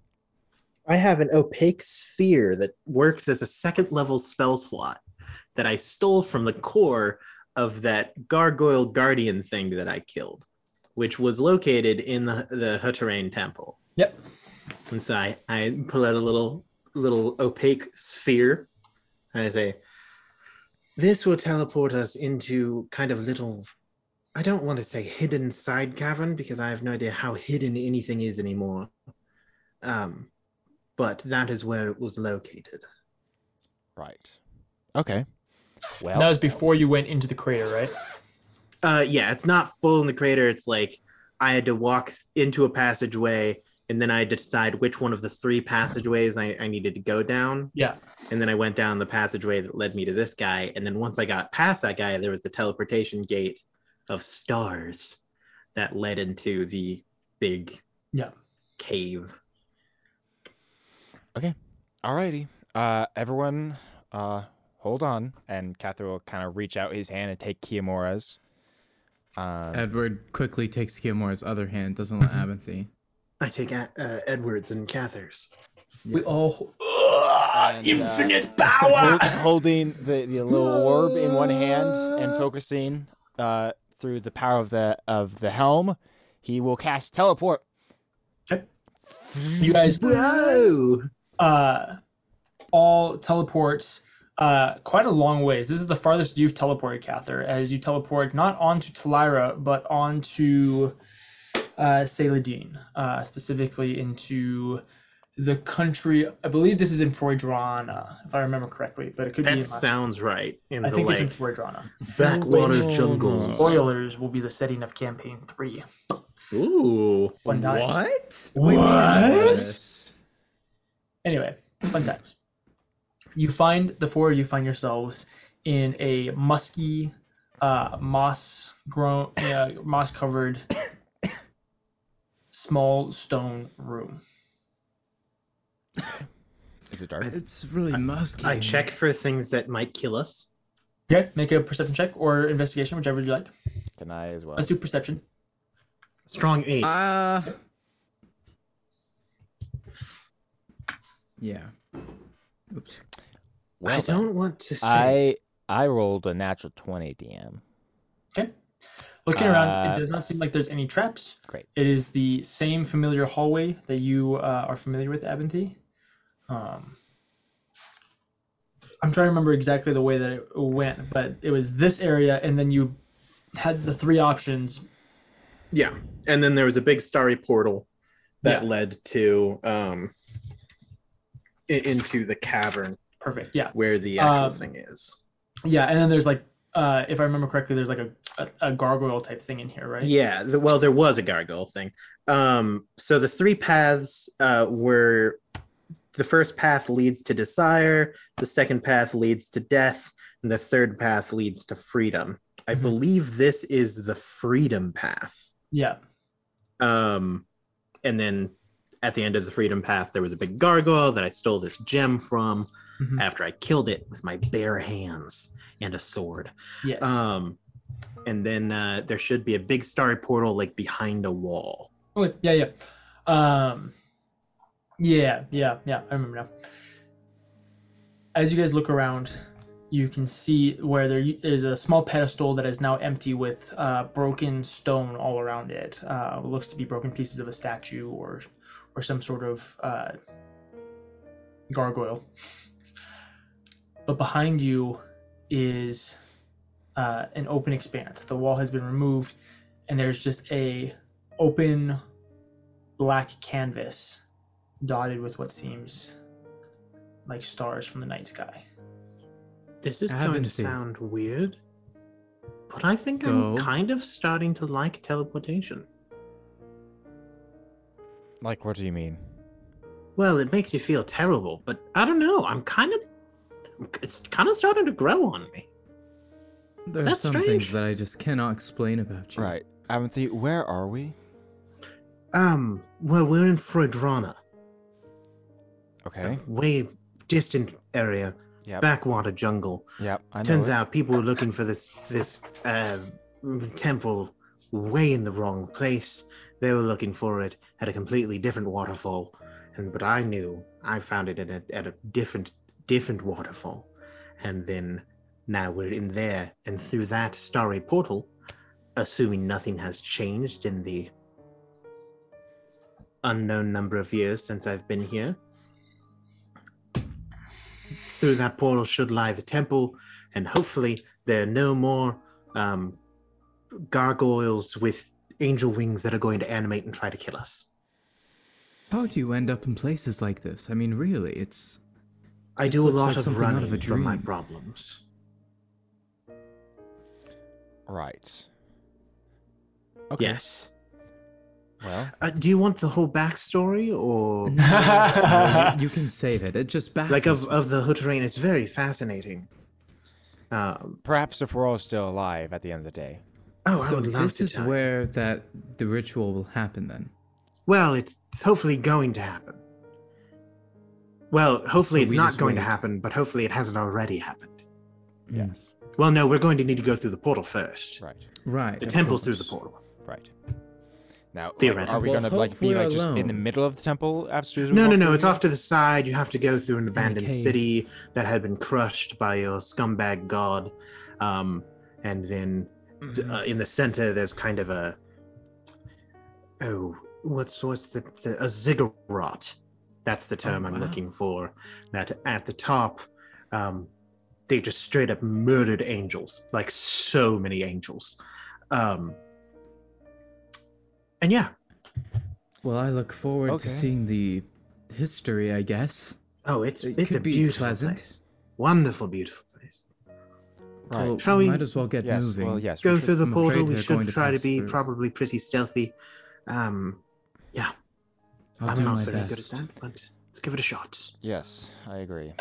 I have an opaque sphere that works as a second level spell slot that I stole from the core of that gargoyle guardian thing that I killed, which was located in the the Huterrain temple. Yep. And so I, I pull out a little little opaque sphere and I say, This will teleport us into kind of little I don't want to say hidden side cavern because I have no idea how hidden anything is anymore. Um but that is where it was located. Right. Okay. Well, And that was before you went into the crater, right? Uh, yeah, it's not full in the crater. It's like I had to walk into a passageway, and then I had to decide which one of the three passageways I, I needed to go down. Yeah. And then I went down the passageway that led me to this guy. And then once I got past that guy, there was the teleportation gate of stars that led into the big Yeah. cave. Alrighty. Uh, everyone, uh, hold on. And Catherine will kind of reach out his hand and take Kiyomura's. Um, Edward quickly takes Gilmore's other hand, doesn't let Abinthy. I take a- uh, Edwards and Cathers. We all and, uh, hol- holding the, the little orb in one hand and focusing uh, through the power of the of the helm, he will cast teleport. you guys Whoa! uh all teleport uh quite a long ways. This is the farthest you've teleported, Cather, as you teleport not onto Talira, but onto uh Saladin, uh specifically into the country I believe this is in Froidrana, if I remember correctly, but it could That be in my, sounds right. In I the think it's in like Froidrana. backwater jungles. Spoilers will be the setting of campaign three. Ooh. Fun times. What? What? Anyway, fun times. You find the four of you find yourselves in a musky, uh, moss grown, uh, moss covered, small stone room. is it dark? It's really musky. I check for things that might kill us. Okay, make a perception check or investigation, whichever you like. Can I as well? Let's do perception. Strong eight. Uh, yeah. Oops. I don't want to say. I I rolled a natural twenty DM. Okay. Looking around, Uh, it does not seem like there's any traps. Great. It is the same familiar hallway that you uh, are familiar with, Abinthy. Um, I'm trying to remember exactly the way that it went, but it was this area, and then you had the three options. yeah. And then there was a big starry portal that Yeah. led to um i- into the cavern. Perfect. Yeah. where the actual Um, thing is. Yeah. And then there's like, uh, if I remember correctly, there's like a, a, a gargoyle type thing in here, right? Yeah, the, well, there was a gargoyle thing. Um, so the three paths uh, were the first path leads to desire, the second path leads to death, and the third path leads to freedom. I Mhm. believe this is the freedom path. Yeah. Um, and then at the end of the freedom path, there was a big gargoyle that I stole this gem from Mhm. after I killed it with my bare hands and a sword. Yes. Um, and then uh, there should be a big starry portal like behind a wall. Okay, Oh, yeah, yeah. Um Yeah, yeah, yeah, I remember now. As you guys look around, you can see where there is a small pedestal that is now empty with uh, broken stone all around it. Uh, looks to be broken pieces of a statue or or some sort of uh, gargoyle. But behind you is uh, an open expanse. The wall has been removed, and there's just a open black canvas dotted with what seems like stars from the night sky. This is I going to haven't seen it. sound weird, but I think I'm Go. kind of starting to like teleportation. Like, what do you mean? Well, it makes you feel terrible, but I don't know. I'm kind of. It's kind of starting to grow on me. There are that some strange? things that I just cannot explain about you. Right. Avanthi, where are we? Um, well, we're in Freudrana, Okay. way distant area, Yep. backwater jungle. Yep. I know. Turns it. out people were looking for this this uh, temple way in the wrong place. They were looking for it at a completely different waterfall, and but I knew I found it at a, at a different different waterfall, and then now we're in there, and through that starry portal, assuming nothing has changed in the unknown number of years since I've been here. Through that portal should lie the temple and hopefully there are no more um, gargoyles with angel wings that are going to animate and try to kill us. How do you end up in places like this? I mean, really, it's I This do a looks lot like of something out running of a from my dream. problems. Right. Okay. Yes. Well, Uh, do you want the whole backstory, or No, you, you can save it. It just baffles like of me. of the Hooterrain? It's very fascinating. Um, perhaps if we're all still alive at the end of the day. oh, I so would love this to is tell you. where that the ritual will happen then. Well, it's hopefully going to happen. Well, hopefully So it's we not just going to wait. happen, but hopefully it hasn't already happened. Mm. Yes. Well, no, we're going to need to go through the portal first. Right. Right. The of temple's through the course. portal. Right. Now, like, are Theoretically. we Well, gonna like be hopefully like just in the alone. middle of the temple after? we No, no, walk no. through It's here? off to the side. You have to go through an abandoned cave. city that had been crushed by your scumbag god. Um, and then uh, in the center, there's kind of a oh, what's what's the, the a ziggurat? That's the term I'm Oh, wow. looking for. That at the top, um, they just straight up murdered angels, like so many angels. Um, and yeah, Well, I look forward Okay. to seeing the history. I guess. Oh, it's It it's a could be beautiful pleasant. place. Wonderful, beautiful place. Right. Well, Shall we we might as well get yes. moving. Well, yes. we Go should- through the I'm portal. afraid We they're should going to try to pass be through. probably pretty stealthy. Um, I'll I'm do not my very best. good at that, but let's give it a shot. Yes, I agree.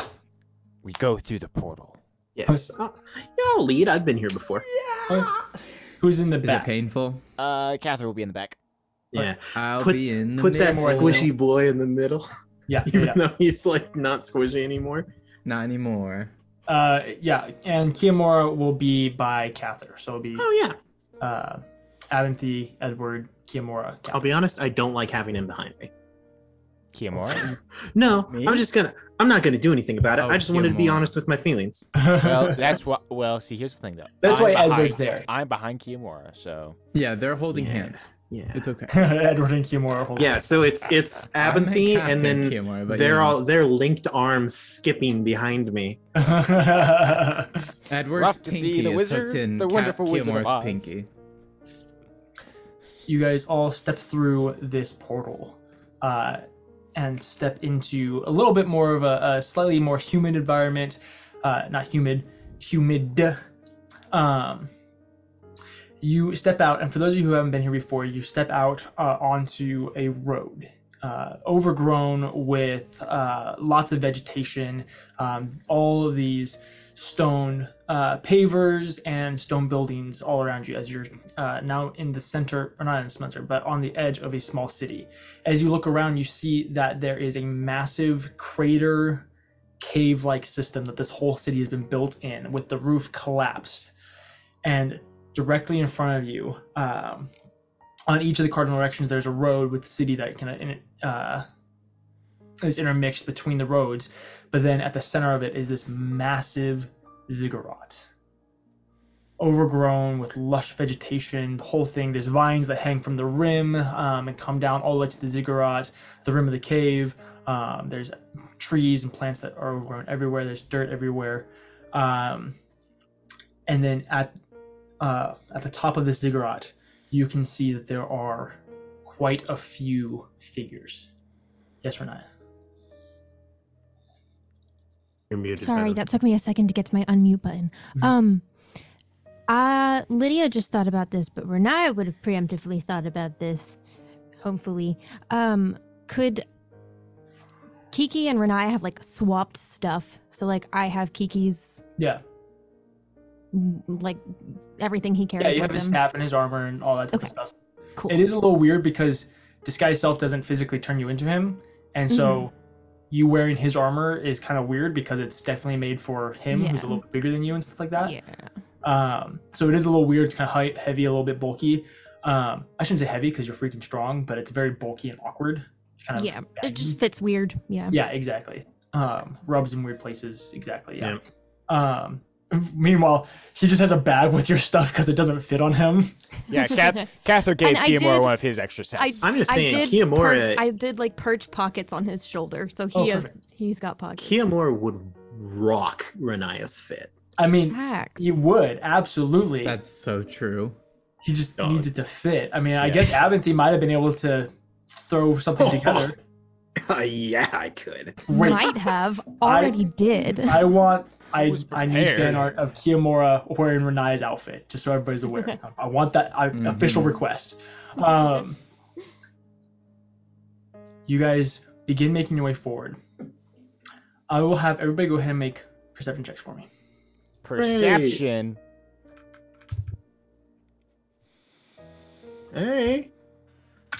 We go through the portal. Yes. Uh, yeah, I'll lead. I've been here before. Who's in the Is back? it painful? Uh, Catherine will be in the back. Yeah. I'll Put- be in the Put that middle. squishy boy in the middle, Yeah, yeah, even yeah. though he's like not squishy anymore. Not anymore. Uh, yeah, and Kiyomura will be by Cather, so it'll be Oh yeah. uh, Avanthi, Edward, Kiyomura. I'll be honest. I don't like having him behind me. Kiyomura? No, Me? I'm just gonna. I'm not gonna do anything about it. Oh, I just wanted to be Gilmore. honest with my feelings. well, that's what. Well, see, here's the thing, though. That's why behind- Edward's there. I'm behind Kiyomura, so. Yeah, they're holding Yeah. hands. Yeah. It's okay. Edward and Kiyomura. Hold Yeah. So it's it's I meant Avanthi Catherine and then Kiyomura, but they're yeah. all they're linked arms skipping behind me. Edward's Rough to pinky see the is wizard, hooked in the Cat wonderful Wizard of Kiyomura's Oz. pinky. you guys all step through this portal, uh, and step into a little bit more of a, a slightly more humid environment. Uh, not humid, humid. Um, you step out, and for those of you who haven't been here before, you step out uh, onto a road. Uh, overgrown with uh, lots of vegetation, um, all of these stone uh, pavers and stone buildings all around you as you're uh, now in the center, or not in the center, but on the edge of a small city. As you look around, you see that there is a massive crater cave like system that this whole city has been built in, with the roof collapsed. And directly in front of you, um, on each of the cardinal directions, there's a road with city that kind of uh, is intermixed between the roads. But then at the center of it is this massive ziggurat, overgrown with lush vegetation. The whole thing. There's vines that hang from the rim um, and come down all the way to the ziggurat, the rim of the cave. Um, there's trees and plants that are overgrown everywhere. There's dirt everywhere. Um, and then at uh, at the top of this ziggurat, you can see that there are quite a few figures. Yes, Renaya. You're muted. Sorry, Benno. that took me a second to get to my unmute button. Mm-hmm. Um, uh, Lydia just thought about this, but Renaya would have preemptively thought about this, hopefully. Um, could Kiki and Renaya have like swapped stuff? So, like, I have Kiki's, Yeah. mm, like, everything he carries. Yeah, you with have his him. staff and his armor and all that type Okay. of stuff. Cool. It is a little weird because disguise self doesn't physically turn you into him, and Hmm. so you wearing his armor is kind of weird because it's definitely made for him, who's a Yeah. little bit bigger than you and stuff like that. Yeah. Um, so it is a little weird. It's kind of heavy, a little bit bulky. Um, I shouldn't say heavy because you're freaking strong, but it's very bulky and awkward. It's kind of Yeah. It baggy. just fits weird. Yeah. Yeah, exactly. Um, rubs in weird places. Exactly. Yeah. Yeah. Um, meanwhile, he just has a bag with your stuff because it doesn't fit on him. Yeah, Kath, Cather gave And I Kiamura did- one of his extra sets. I'm just saying, did per- Kiyomura- I did like perch pockets on his shoulder, so he Oh, has he's got pockets. Kiyomura would rock Renaya's fit. I mean, Facts. he would absolutely. That's so true. he just Dog. needs it to fit. I mean, I Yeah. guess Abinthy might have been able to throw something together. yeah, I could. Great. Might have I- already did. I want. I, was I need fan prepared. art of Kiyomura wearing Renaya's outfit, just so everybody's aware. I I want that I, official Mhm. request. Um, you guys begin making your way forward. I will have everybody go ahead and make perception checks for me. Perception. Hey.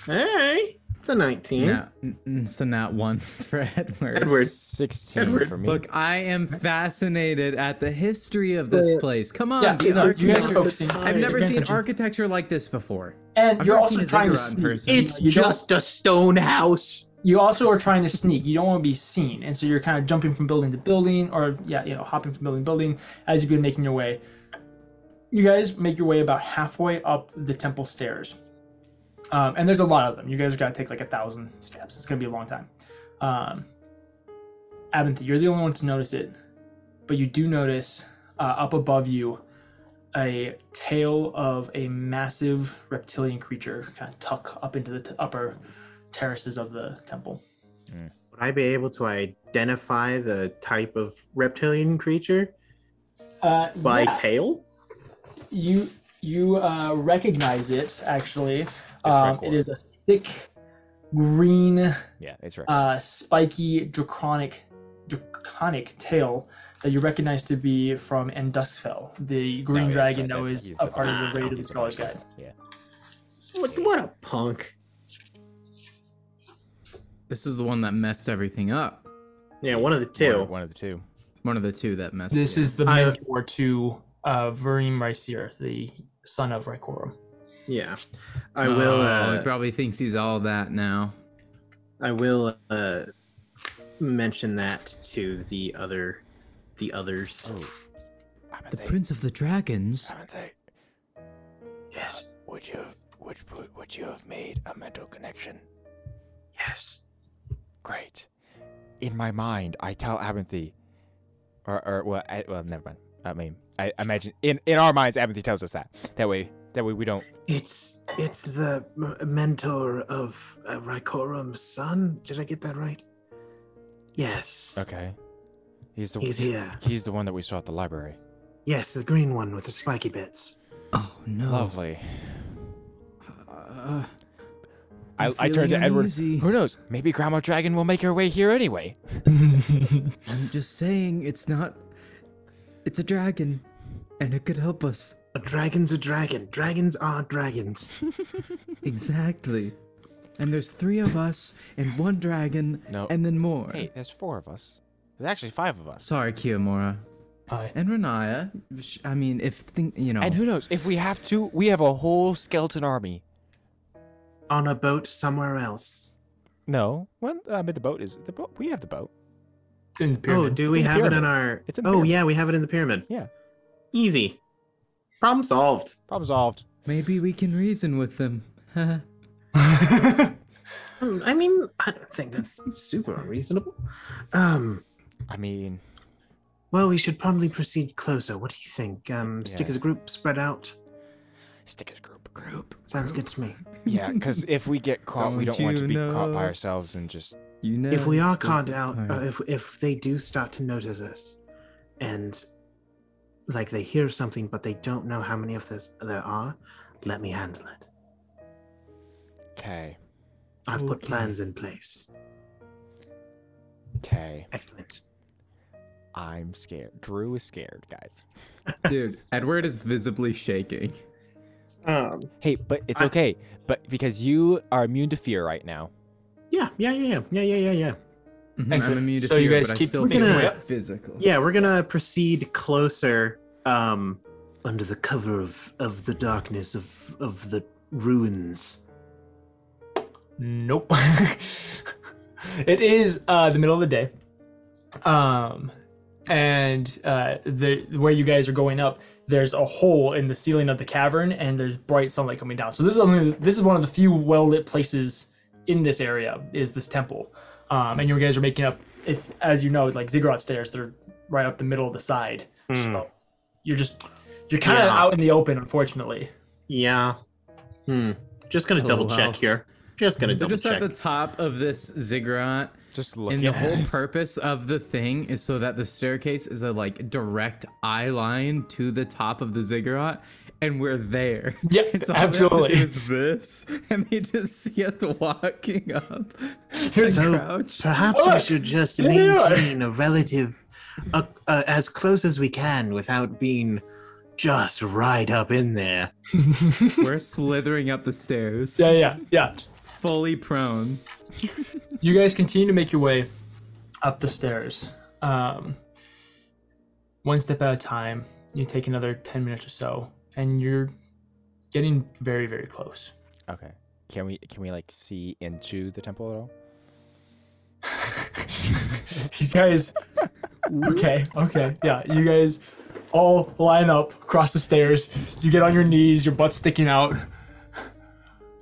Hey. It's a Hmm? 19. Nah, n- n- it's a nat one for Edward. Edward. 16 Edward, for me. Look, I am fascinated at the history of this But- place. Come on, Yeah, these no, are- you guys are I've focusing. I've never Paying seen attention. architecture like this before. And I've you're never also seen a trying to ziggurat in sneak. person. It's You don't- just a stone house. you also are trying to sneak. You don't want to be seen, and so you're kind of jumping from building to building, or yeah, you know, hopping from building to building as you've been making your way. You guys make your way about halfway up the temple stairs, um, and there's a lot of them. You guys got to take like a thousand steps. It's gonna be a long time. Um, Abinthy, you're the only one to notice it, but you do notice uh, up above you a tail of a massive reptilian creature kind of tuck up into the t- upper terraces of the temple. Would I be able to identify the type of reptilian creature Uh, by yeah, tail? you you uh, recognize it actually. Um, Dracor. it is a thick, green, Yeah, it's right. uh, spiky, draconic, draconic tail that you recognize to be from Enduskfell, the green Oh, yeah, dragon so that that- was he's a the- Ah, part of the raid of the he's the- Scholar's Guide. yeah. What, what a punk. This is the one that messed everything up. Yeah, one of the One, two. of- one of the two. One of the two that messed. This it is the I- mentor to uh, Verim Rysir, the son of Rykorum. Yeah. up. I will. Oh, uh, he probably thinks he's all that now. I will uh, mention that to the other, the others. The Prince of the Dragons. Avante, Yes, would you would would you have made a mental connection? yes. Great. In my mind, I tell Abinthy, or or well, I, well, never mind. I mean, I I imagine in in our minds, Abinthy tells us that. That way, That way we don't. It's it's the m- mentor of uh, Rykorum's son. Did I get that right? Yes. Okay. He's the He's here. he's the one that we saw at the library. Yes, the green one with the spiky bits. Oh no. Lovely. Uh, I, I'm I turned to feeling Edward. uneasy. Who knows? Maybe Grandma Dragon will make her way here anyway. I'm just saying, it's not. It's a dragon, and it could help us. A dragon's a dragon. Dragons are dragons. Exactly. And there's three of us and one dragon No. and then more. Hey, there's four of us. There's actually five of us. Sorry, Kiyomura. Hi. And Renaya. sh- I mean, if think you know. And who knows? If we have to, we have a whole skeleton army. On a boat somewhere else. No. Well, I mean, the boat is the boat. We have the boat. It's in the Oh, pyramid. do It's we in the have it in pyramid. our? It's in the oh pyramid. yeah, we have it in the pyramid. Yeah. Easy. Problem solved. Problem solved. Maybe we can reason with them. Hmm, I mean, I don't think that's super unreasonable. Um. I mean, Well, we should probably proceed closer. What do you think? Um, stick Yeah. as a group, spread out. stickers group. Group. Sounds good to me. Yeah, because if we get caught, we Don't don't want you to be caught by know? ourselves and just. You know. if we are it's good caught to- out, Alright. uh, if if they do start to notice us, and like they hear something but they don't know how many of this there are, let me handle it. Okay. I've put Okay. plans in place. Okay. Excellent. I'm scared. Drew is scared, guys. Dude, Edward is visibly shaking. Um. Hey, but it's I- okay. But because you are immune to fear right now. Yeah. Yeah. Yeah. Yeah. Yeah. Yeah. Yeah. Mhm, I'm Excellent. immune to So fear, you guys but keep I still moving feel your way my up? physical. Yeah. We're gonna proceed closer. Um. Under the cover of of the darkness of of the ruins. Nope. it is uh, the middle of the day, um, and uh, the where you guys are going up, there's a hole in the ceiling of the cavern, and there's bright sunlight coming down. So this is only, this is one of the few well lit places in this area is this temple, um, and you guys are making up. If, as you know, like ziggurat stairs, they're right up the middle of the side. So you're just you're kind of Yeah. out in the open, unfortunately. Yeah. Hmm. Just gonna Oh, double wow. check here. Just gonna They're double just check. at the top of this ziggurat. Just look. And the whole purpose of the thing is so that the staircase is a like direct eye line to the top of the ziggurat, and we're there. Yeah, And so all absolutely. They have to do is this, and they just see us walking up. You're and so crouch. Perhaps we Look, should just there they are. maintain a relative, uh, uh, as close as we can without being just right up in there. we're slithering up the stairs, Yeah, yeah, yeah. fully prone. you guys continue to make your way up the stairs um, one step at a time you take another 10 minutes or so and you're getting very very close Okay. Can we can we like see into the temple at all? you guys okay okay yeah you guys all line up across the stairs you get on your knees your butt sticking out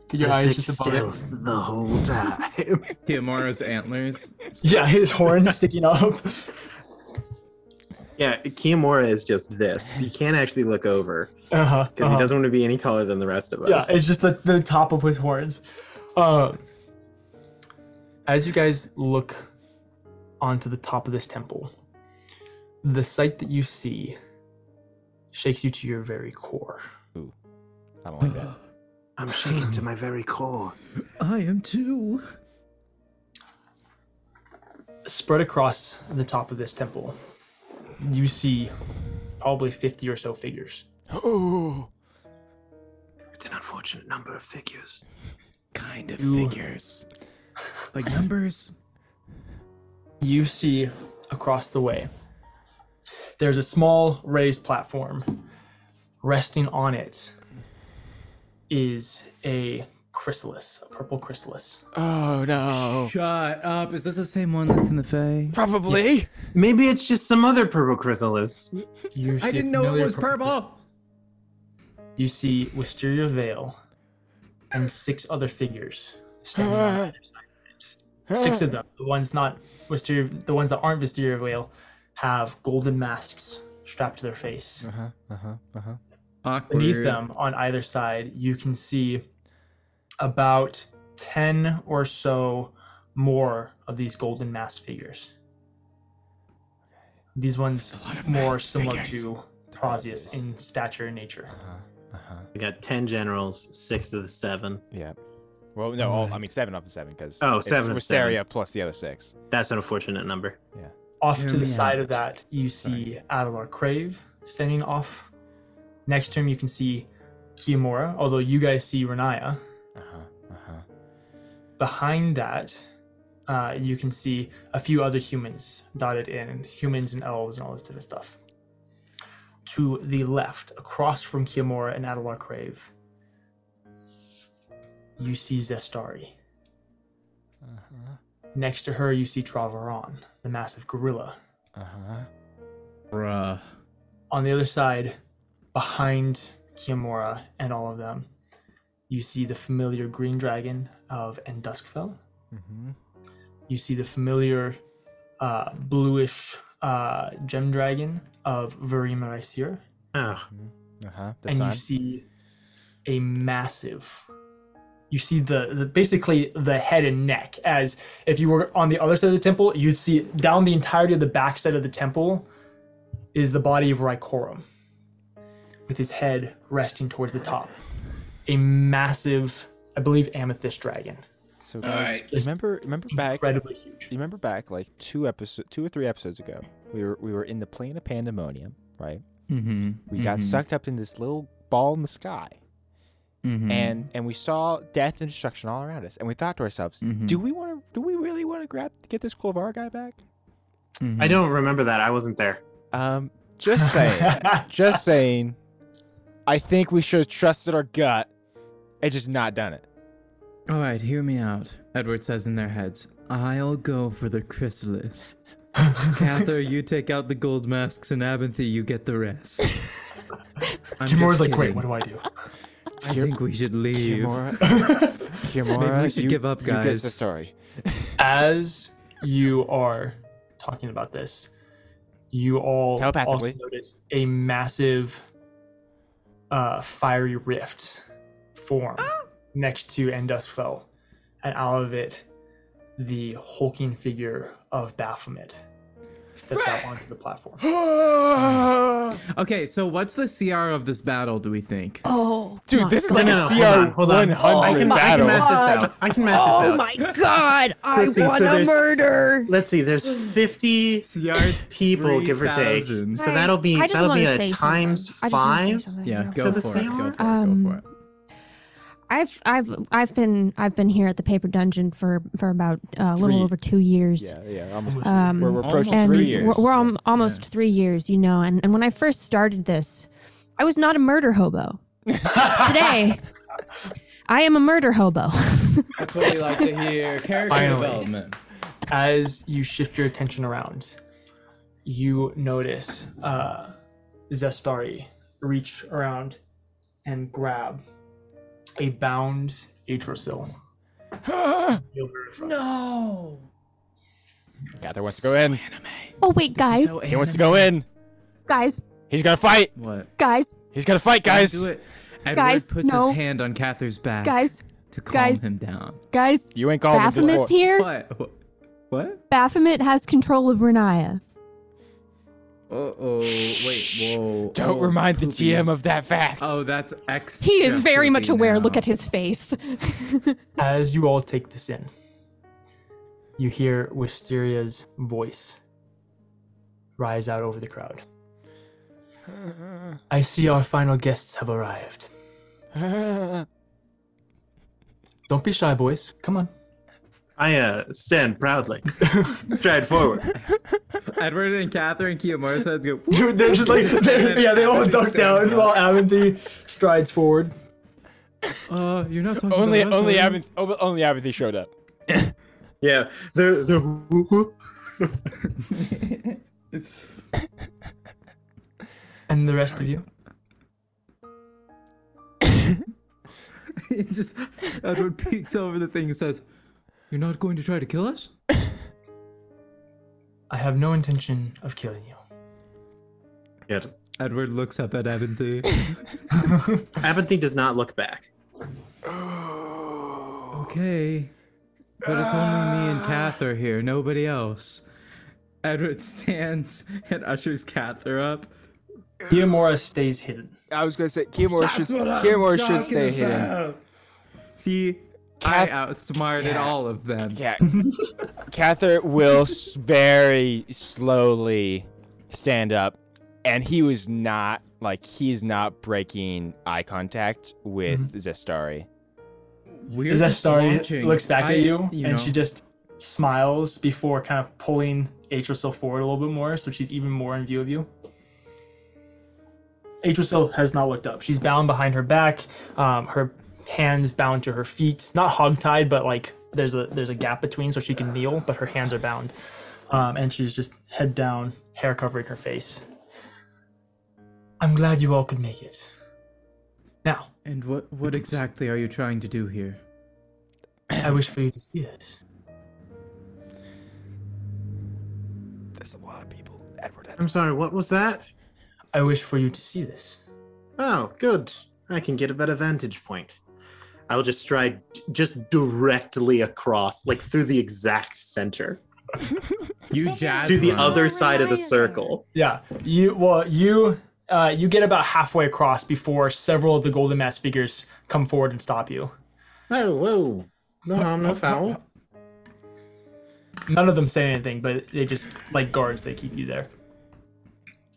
get your eyes Perfect just above it stealth the whole time. Kiyomaru's antlers. yeah his horn sticking up Yeah, Kiyomura is just this. He can't actually look over uh-huh, because he doesn't want to be any taller than the rest of us. Yeah, it's just the, the top of his horns. Um, as you guys look onto the top of this temple, the sight that you see shakes you to your very core. I don't like that. I'm shaken to my very core. I am too. Spread across the top of this temple, you see probably 50 or so figures. Oh. It's an unfortunate number of figures. Kind of You- figures, like numbers. you see across the way there's a small raised platform resting on it is a chrysalis a purple chrysalis Oh no. Shut up! Is this the same one that's in the Fae? Probably. Maybe it's just some other purple chrysalis. you see I a didn't know it familiar was purple. chrysalis. you see wisteria veil and six other figures standing on either side of it. six of them the ones not wisteria the ones that aren't wisteria veil have golden masks strapped to their face Uh-huh, Uh huh. Uh huh. Uh huh. Awkward. beneath them on either side, you can see about 10 or so more of these golden masked figures. These ones That's a lot of more masked similar figures. to Tarasius in stature and nature. Uh-huh. Uh-huh. We got 10 generals, six of the seven. Yeah. Well, no, all, Uh, I mean seven of the seven because Oh, it's seven of Wisteria seven. plus the other six. That's an unfortunate number. Off Hear to the me side of out. that, you see Avalor Crave standing off. Next to him, you can see Kiyomura, although you guys see Renaya. Uh huh. Uh huh. behind that, uh, you can see a few other humans dotted in, humans and elves and all this different stuff. To the left, across from Kiyomura and Adelar Crave, you see Zestari. Uh huh. Next to her, you see Travaron, the massive gorilla. Uh Uh-huh. huh. Bruh. On the other side, behind Kiyomura and all of them, you see the familiar green dragon of Enduskfell. Mm-hmm. you see the familiar uh, bluish uh, gem dragon of Varimaraisir, Oh, Uh huh. The and sun. you see a massive. You see the, the basically the head and neck. As if you were on the other side of the temple, you'd see down the entirety of the backside of the temple is the body of Rykorum, with his head resting towards the top. A massive, I believe, amethyst dragon, So guys, Just remember, remember back, incredibly huge. you remember back like two episode, two or three episodes ago, we were we were in the plane of pandemonium, right? Mm-hmm. We got sucked up in this little ball in the sky, Mm-hmm. and and we saw death and destruction all around us, and we thought to ourselves, Mhm. do we want to? Do we really want to grab get this Clovar guy back? Mm-hmm. Hmm. I don't remember that. I wasn't there. Um, just saying, just saying. I think we should have trusted our gut and just not done it. All right, hear me out. Edward says in their heads, "I'll go for the chrysalis." Cather, you take out the gold masks, and Abinthy, you get the rest. I'm Kimura's just like, wait, kidding. what do I do? I think we should leave. Kimura, should you- give up, you get guys. the story. as you are talking about this, you all also Telepathically. notice a massive uh, fiery rift form next to Enduskfell, and out of it, the hulking figure of Baphomet steps out onto the platform. Okay, so what's the CR of this battle? Do we think? Oh, Dude, this is No, like no, a no, CR hold on, hold on. I can, I can battle. Oh map this out. I can map this oh out. my God! I Let's see, so want to there's- murder. Let's see. There's 50 CR people, give or take. 3000. So that'll be I just that'll wanna be say a something. times I just wanna say five. something. Yeah, else. go So for the it. Go for it. Go CR? for Um, it. I've I've I've been I've been here at the paper dungeon for for about uh, a little Three- over two years. Yeah, yeah, almost. Um, we're, we're approaching and three years. We're, we're al- almost three years, you know. And, and when I first started this, I was not a murder hobo. Today, I am a murder hobo. That's what we like to hear. Character Finally. development. as you shift your attention around, you notice uh, Zestari reach around and grab a bound Atrosil. Gather wants to go in. oh wait, guys, He wants to go in. guys, He's gonna fight. What? guys, He's gonna fight, guys. do it. Edward Guys, puts no. his hand on Cather's back guys, to calm guys. him down. guys! You ain't calling him. Baphomet's here. What? What? Baphomet has control of Renaya. Uh oh. Wait. Whoa. Don't Oh, remind the poopy. GM of that fact. Oh, that's X. He is very much aware. Look at his face. As you all take this in, you hear Wisteria's voice rise out over the crowd. I see our final guests have arrived. Don't be shy, boys. Come on. I uh, stand proudly, stride forward. Edward and Catherine and Kiyomaru's heads go. Dude, they're just like, they- yeah, they all duck down while Avanthi strides forward. Uh, you're not talking only, about us, only, are you? Abath- oh, only Abathy showed up. Yeah, they're they're. whoop, whoop. And the rest of you? It just Edward peeks over the thing and says, "You're not going to try to kill us?" I have no intention of killing you. Good. Edward looks up at Aventhy. Aventhy does not look back. okay. But it's only me and Kath are here, nobody else. Edward stands and ushers Cather up. Diamora stays hidden. I was gonna say Kiyomura should Kiyomura should stay hidden. See, I Kath- outsmarted Yeah. all of them. Yeah, Cather will s- very slowly stand up, and he was not like he's not breaking eye contact with Mm-hmm. Zestari. We're Is that just Starry launching. looks back I- at you, and know, she just smiles before kind of pulling Atrasil forward a little bit more, so she's even more in view of you. Atrasil has not looked up. She's bound behind her back, um, her hands bound to her feet, not hogtied, but like there's a there's a gap between, so she can kneel, but her hands are bound, um, and she's just head down, hair covering her face. I'm glad you all could make it. Now, And what what exactly are you trying to do here? I wish for you to see this. That's a lot of people. Edward, that's I'm sorry, what was that? I wish for you to see this. Oh, good. I can get a better vantage point. I will just stride just directly across, like through the exact center, You Thank you. jazz to the right. run. other Where side of am the I again? circle. Yeah, you well, you uh, you get about halfway across before several of the golden mass figures come forward and stop you. Oh, whoa. No harm, no foul. None of them say anything, but they just like guards. They keep you there.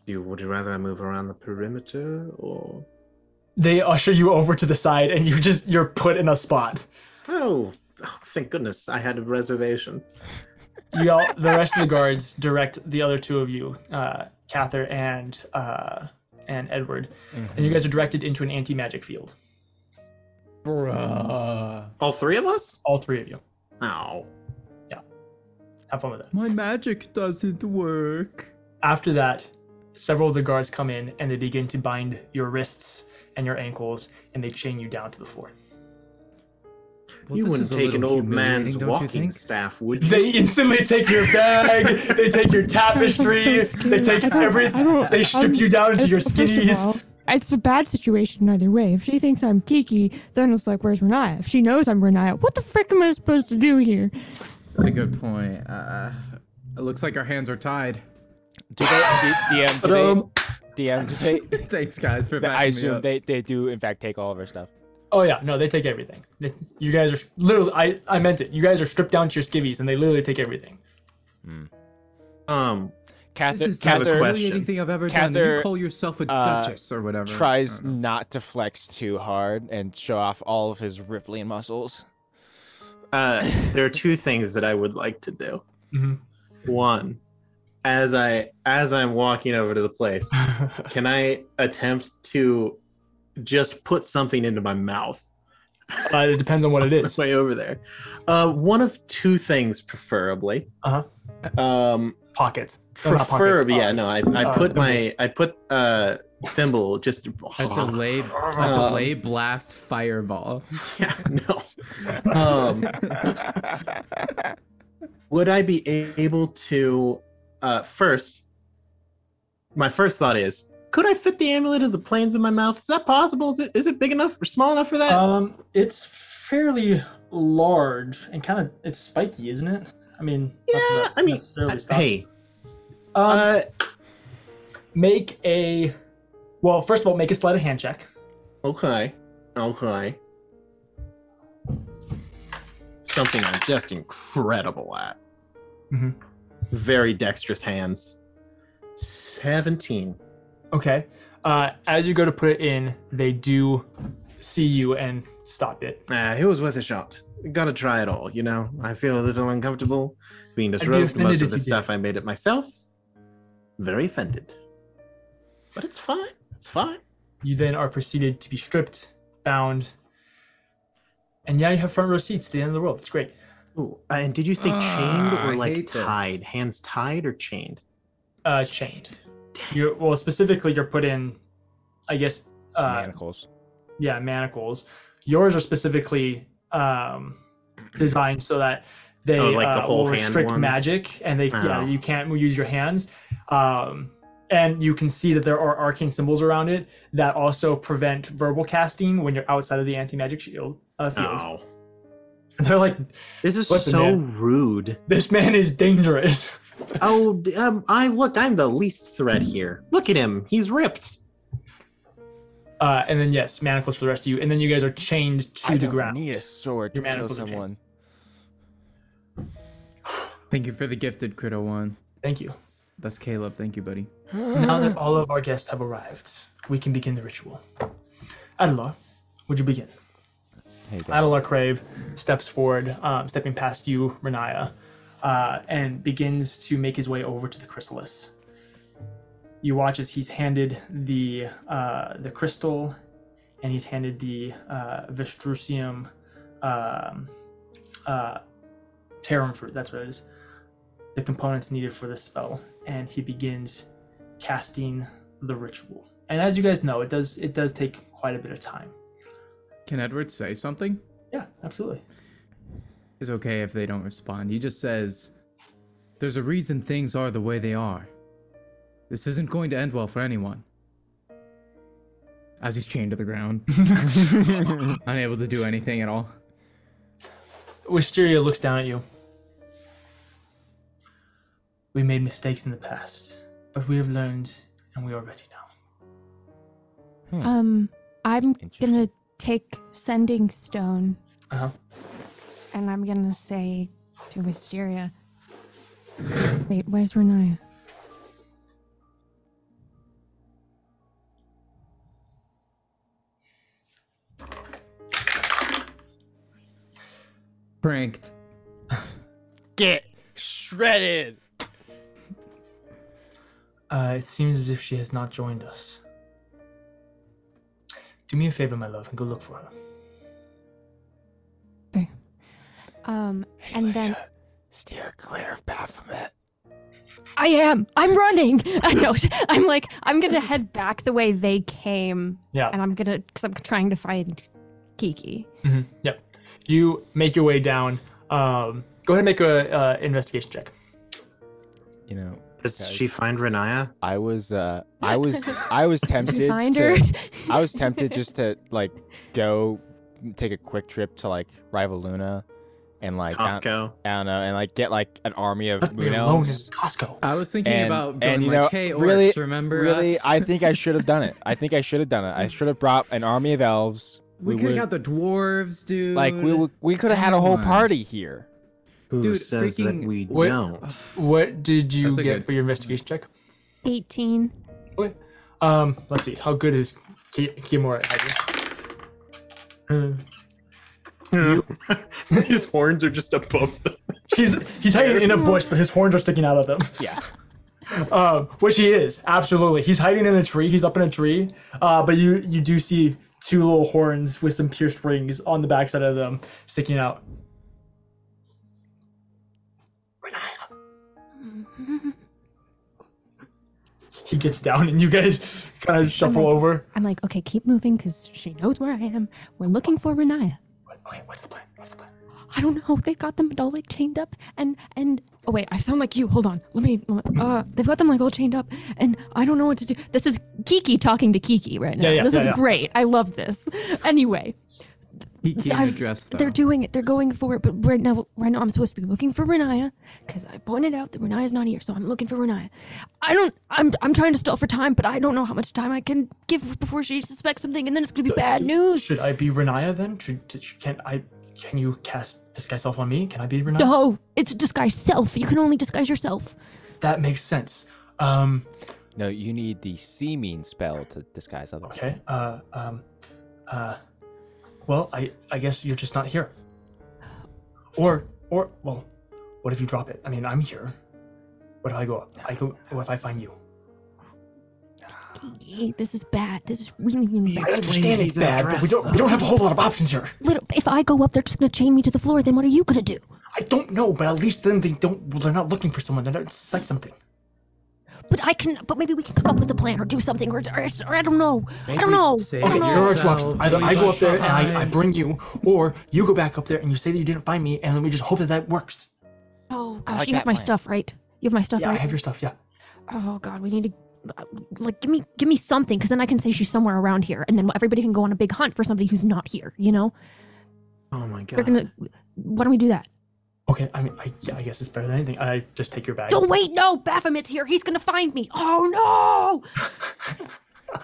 You would you rather I move around the perimeter or They usher you over to the side, and you just you're put in a spot. Oh, oh, thank goodness I had a reservation. You all, the rest of the guards direct the other two of you, uh, Cather and uh, and Edward, and you guys are directed into an anti magic field. Bruh. All three of us? All three of you. Oh. Have fun with that. My magic doesn't work. After that, several of the guards come in and they begin to bind your wrists and your ankles, and they chain you down to the floor. Well, you this wouldn't is a take an little old man's humiliating, don't you walking think? staff, would you? They instantly take your bag. they take your tapestry. they take I don't- I everything. don't- They strip I'm- you down to your First of skinnies. all, it's a bad situation either way. If she thinks I'm geeky, then it's like, where's Renaya? If she knows I'm Renaya, what the frick am I supposed to do here? That's a good point. Uh, it looks like our hands are tied. Do they D- DM? Do they, DM? Do they? Thanks, guys, for I backing me assume up. they, they do in fact take all of our stuff. Oh yeah, no, they take everything. They- you guys are literally. I I meant it. You guys are stripped down to your skivvies, and they literally take everything. Um This Cather, is the most Cather humiliating thing I've ever done. You Cather, call yourself a uh, duchess or whatever. tries I don't know. not to flex too hard and show off all of his Ripley muscles. Uh, there are two things that I would like to do. Mhm. One, as I as I'm walking over to the place, can I attempt to just put something into my mouth? Uh, it depends on what it this is. way over there. Uh, one of two things, preferably. Uh-huh. Um, Pockets. No, not pockets, preferably, yeah. uh, No, I, uh, I put thimble. my I put uh thimble just. a delay, a Um, delay blast fireball. Yeah, no. Um, would I be a- able to? Uh, first, my first thought is, could I fit the amulet of the planes in my mouth? Is that possible? Is it is it big enough or small enough for that? Um, it's fairly large and kind of it's spiky, isn't it? I mean, not yeah, that that I mean, necessarily uh, stops- hey, Um, uh, make a. Well, first of all, make a sleight of hand check. Okay. Okay. Something I'm just incredible at. Mhm. Very dexterous hands. 17. Okay. Uh, as you go to put it in, they do see you and stop it. Uh, it was worth a shot. Gotta try it all, you know? I feel a little uncomfortable being be disrobed. Most offended of if the you did. stuff I made it myself. Very offended. But it's fine. It's fine. You then are proceeded to be stripped, bound, and yeah, you have front row seats to the end of the world. It's great. Ooh, uh, and did you say chained Ah, I or like hate this. tied? Hands tied or chained? Uh, chained. You're well, specifically, you're put in, I guess. Uh, Manacles. yeah, manacles. Yours are specifically um, designed so that they Oh, like uh, the whole will hand restrict ones? magic, and they yeah, Oh. you can't use your hands. Um, and you can see that there are arcane symbols around it that also prevent verbal casting when you're outside of the anti-magic shield uh, field. Oh, And they're like, this is Listen, so man. rude. this man is dangerous. Oh, d- um, I look. I'm the least threat here. Look at him. He's ripped. Uh, and then yes, manacles for the rest of you, and then you guys are chained I to the don't ground. need a sword to Your kill manacles are chained. someone. Thank you for the gifted Crito one. Thank you. That's Caleb. Thank you, buddy. now that all of our guests have arrived, we can begin the ritual. Adelar, would you begin? Hey, guys. Adelar Crave steps forward, um, stepping past you, Renaya, uh, and begins to make his way over to the chrysalis. You watch as he's handed the uh, the crystal, and he's handed the uh, Vestrusium um, uh, Tarum fruit. That's what it is. The components needed for this spell, and he begins casting the ritual. And as you guys know, it does it does take quite a bit of time. Can Edward say something? Yeah, absolutely. It's okay if they don't respond. He just says, There's a reason things are the way they are. This isn't going to end well for anyone. As he's chained to the ground, unable to do anything at all. Wisteria looks down at you. We made mistakes in the past, but we have learned and we are ready now. Um, I'm Interesting. gonna take sending stone Uh-huh. and I'm gonna say to Wisteria. Wait, where's Renaya? Pranked. Get shredded. Uh, it seems as if she has not joined us. Do me a favor, my love, and go look for her. Um, and then Steer clear of Baphomet. I am. I'm running. I know. I'm like I'm gonna head back the way they came, Yeah. and I'm gonna because I'm trying to find Kiki. Mhm. Yep. You make your way down. Um, go ahead and make a uh, investigation check. You know, Does Guys. she find Renaya? I was uh I was I was tempted Did you find to her? I was tempted just to like go take a quick trip to like Rival Luna and like I don't- Costco. I don't know and like get like an army of Left me moon alone in elves. Costco. I was thinking And- about and, going you like, know, hey, orcs, really- remember Really, us?" I think I should have done it. I think I should have done it. I should have brought an army of elves. we, could have got the dwarves, dude. like we would- we could have had a whole Come on. party here. Who Dude, says freaking- that we Wait. don't? What did you That's a get good- for your investigation check? Eighteen. Wait. Um, let's see. How good is Ki- Kimura at hiding? Uh, His horns are just above the He's he's hiding in a bush, but his horns are sticking out of them. Yeah. Um, which he is absolutely. He's hiding in a tree. He's up in a tree. Uh, but you you do see two little horns with some pierced rings on the backside of them sticking out. He gets down, and you guys kind of shuffle over. I'm like, okay, keep moving because she knows where I am. We're looking for Renaya. What- Okay, what's the plan? What's the plan? I don't know. They got them all like chained up and and oh wait, I sound like you. Hold on. Let me. let me- Uh, they've got them like all chained up, and I don't know what to do. This is Kiki talking to Kiki right now. yeah, this yeah, is yeah. great. I love this. Anyway, He can't I- address that. they're doing it. They're going for it. But right now, right now, I'm supposed to be looking for Renaya because I pointed out that Renaya's not here, so I'm looking for Renaya. I don't. I'm I'm trying to stall for time, but I don't know how much time I can give before she suspects something, and then it's gonna be bad news. Should I be Renaya then? Should, should- can I? Can you cast disguise self on me? Can I be Renaya? No, it's disguise self. You can only disguise yourself. That makes sense. Um, No, you need the seeming spell to disguise other. okay. Uh, um, uh, well, I I guess you're just not here. Or or well, what if you drop it? I mean, I'm here. What if I go up? I go. What if I find you? Hey, this is bad. This is really, really bad. I understand it's bad, but We don't we don't have a whole lot of options here. Little, if I go up, they're just gonna chain me to the floor. Then what are you gonna do? I don't know, but at least then they don't. Well, they're not looking for someone. They don't suspect something. But I can. But maybe we can come up with a plan or do something or, or, or I don't know. I don't know. save I don't There are know. yourself. two options. Either I go up there and I, I Behind. bring you, or you go back up there and you say that you didn't find me, and then we just hope that that works. Oh gosh, like you have that my plan. stuff right. You have my stuff Yeah, I right. have your stuff. Yeah. Oh god, we need to like give me give me something because then I can say she's somewhere around here, and then everybody can go on a big hunt for somebody who's not here. You know, Oh my god. they're gonna. Why don't we do that? Okay, I mean, I, I guess it's better than anything. I just take your bag. Oh wait, no, Baphomet's here. He's gonna find me. Oh no!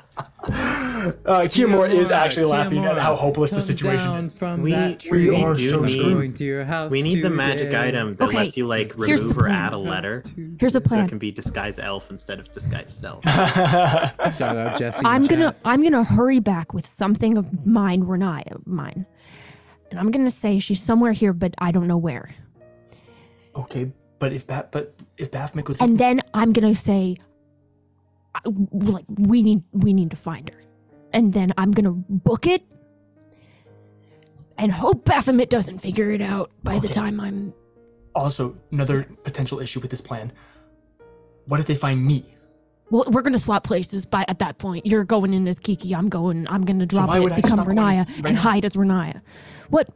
Uh, Kiyomura is actually laughing at how hopeless the situation is. From We- that we tree. are so I'm screwed. going to your house We need the magic today. item that Okay, lets you like here's the remove or plan. add a letter. Here's the So plan. it can be disguise elf instead of disguise self. Shout out Jesse. in I'm the gonna chat. I'm gonna hurry back with something of mine, Renaya, mine, and I'm gonna say she's somewhere here, but I don't know where. okay, but if Ba- but if Baphomet was And then I'm gonna say, I- like we need we need to find her, and then I'm gonna book it, and hope Baphomet doesn't figure it out by the Okay. time I'm. also another potential issue with this plan, what if they find me? Well, we're gonna swap places by at that point. You're going in as Kiki. I'm going. I'm gonna drop why it, would I just become not go in as Renaya, Renaya? and hide as Renaya. What?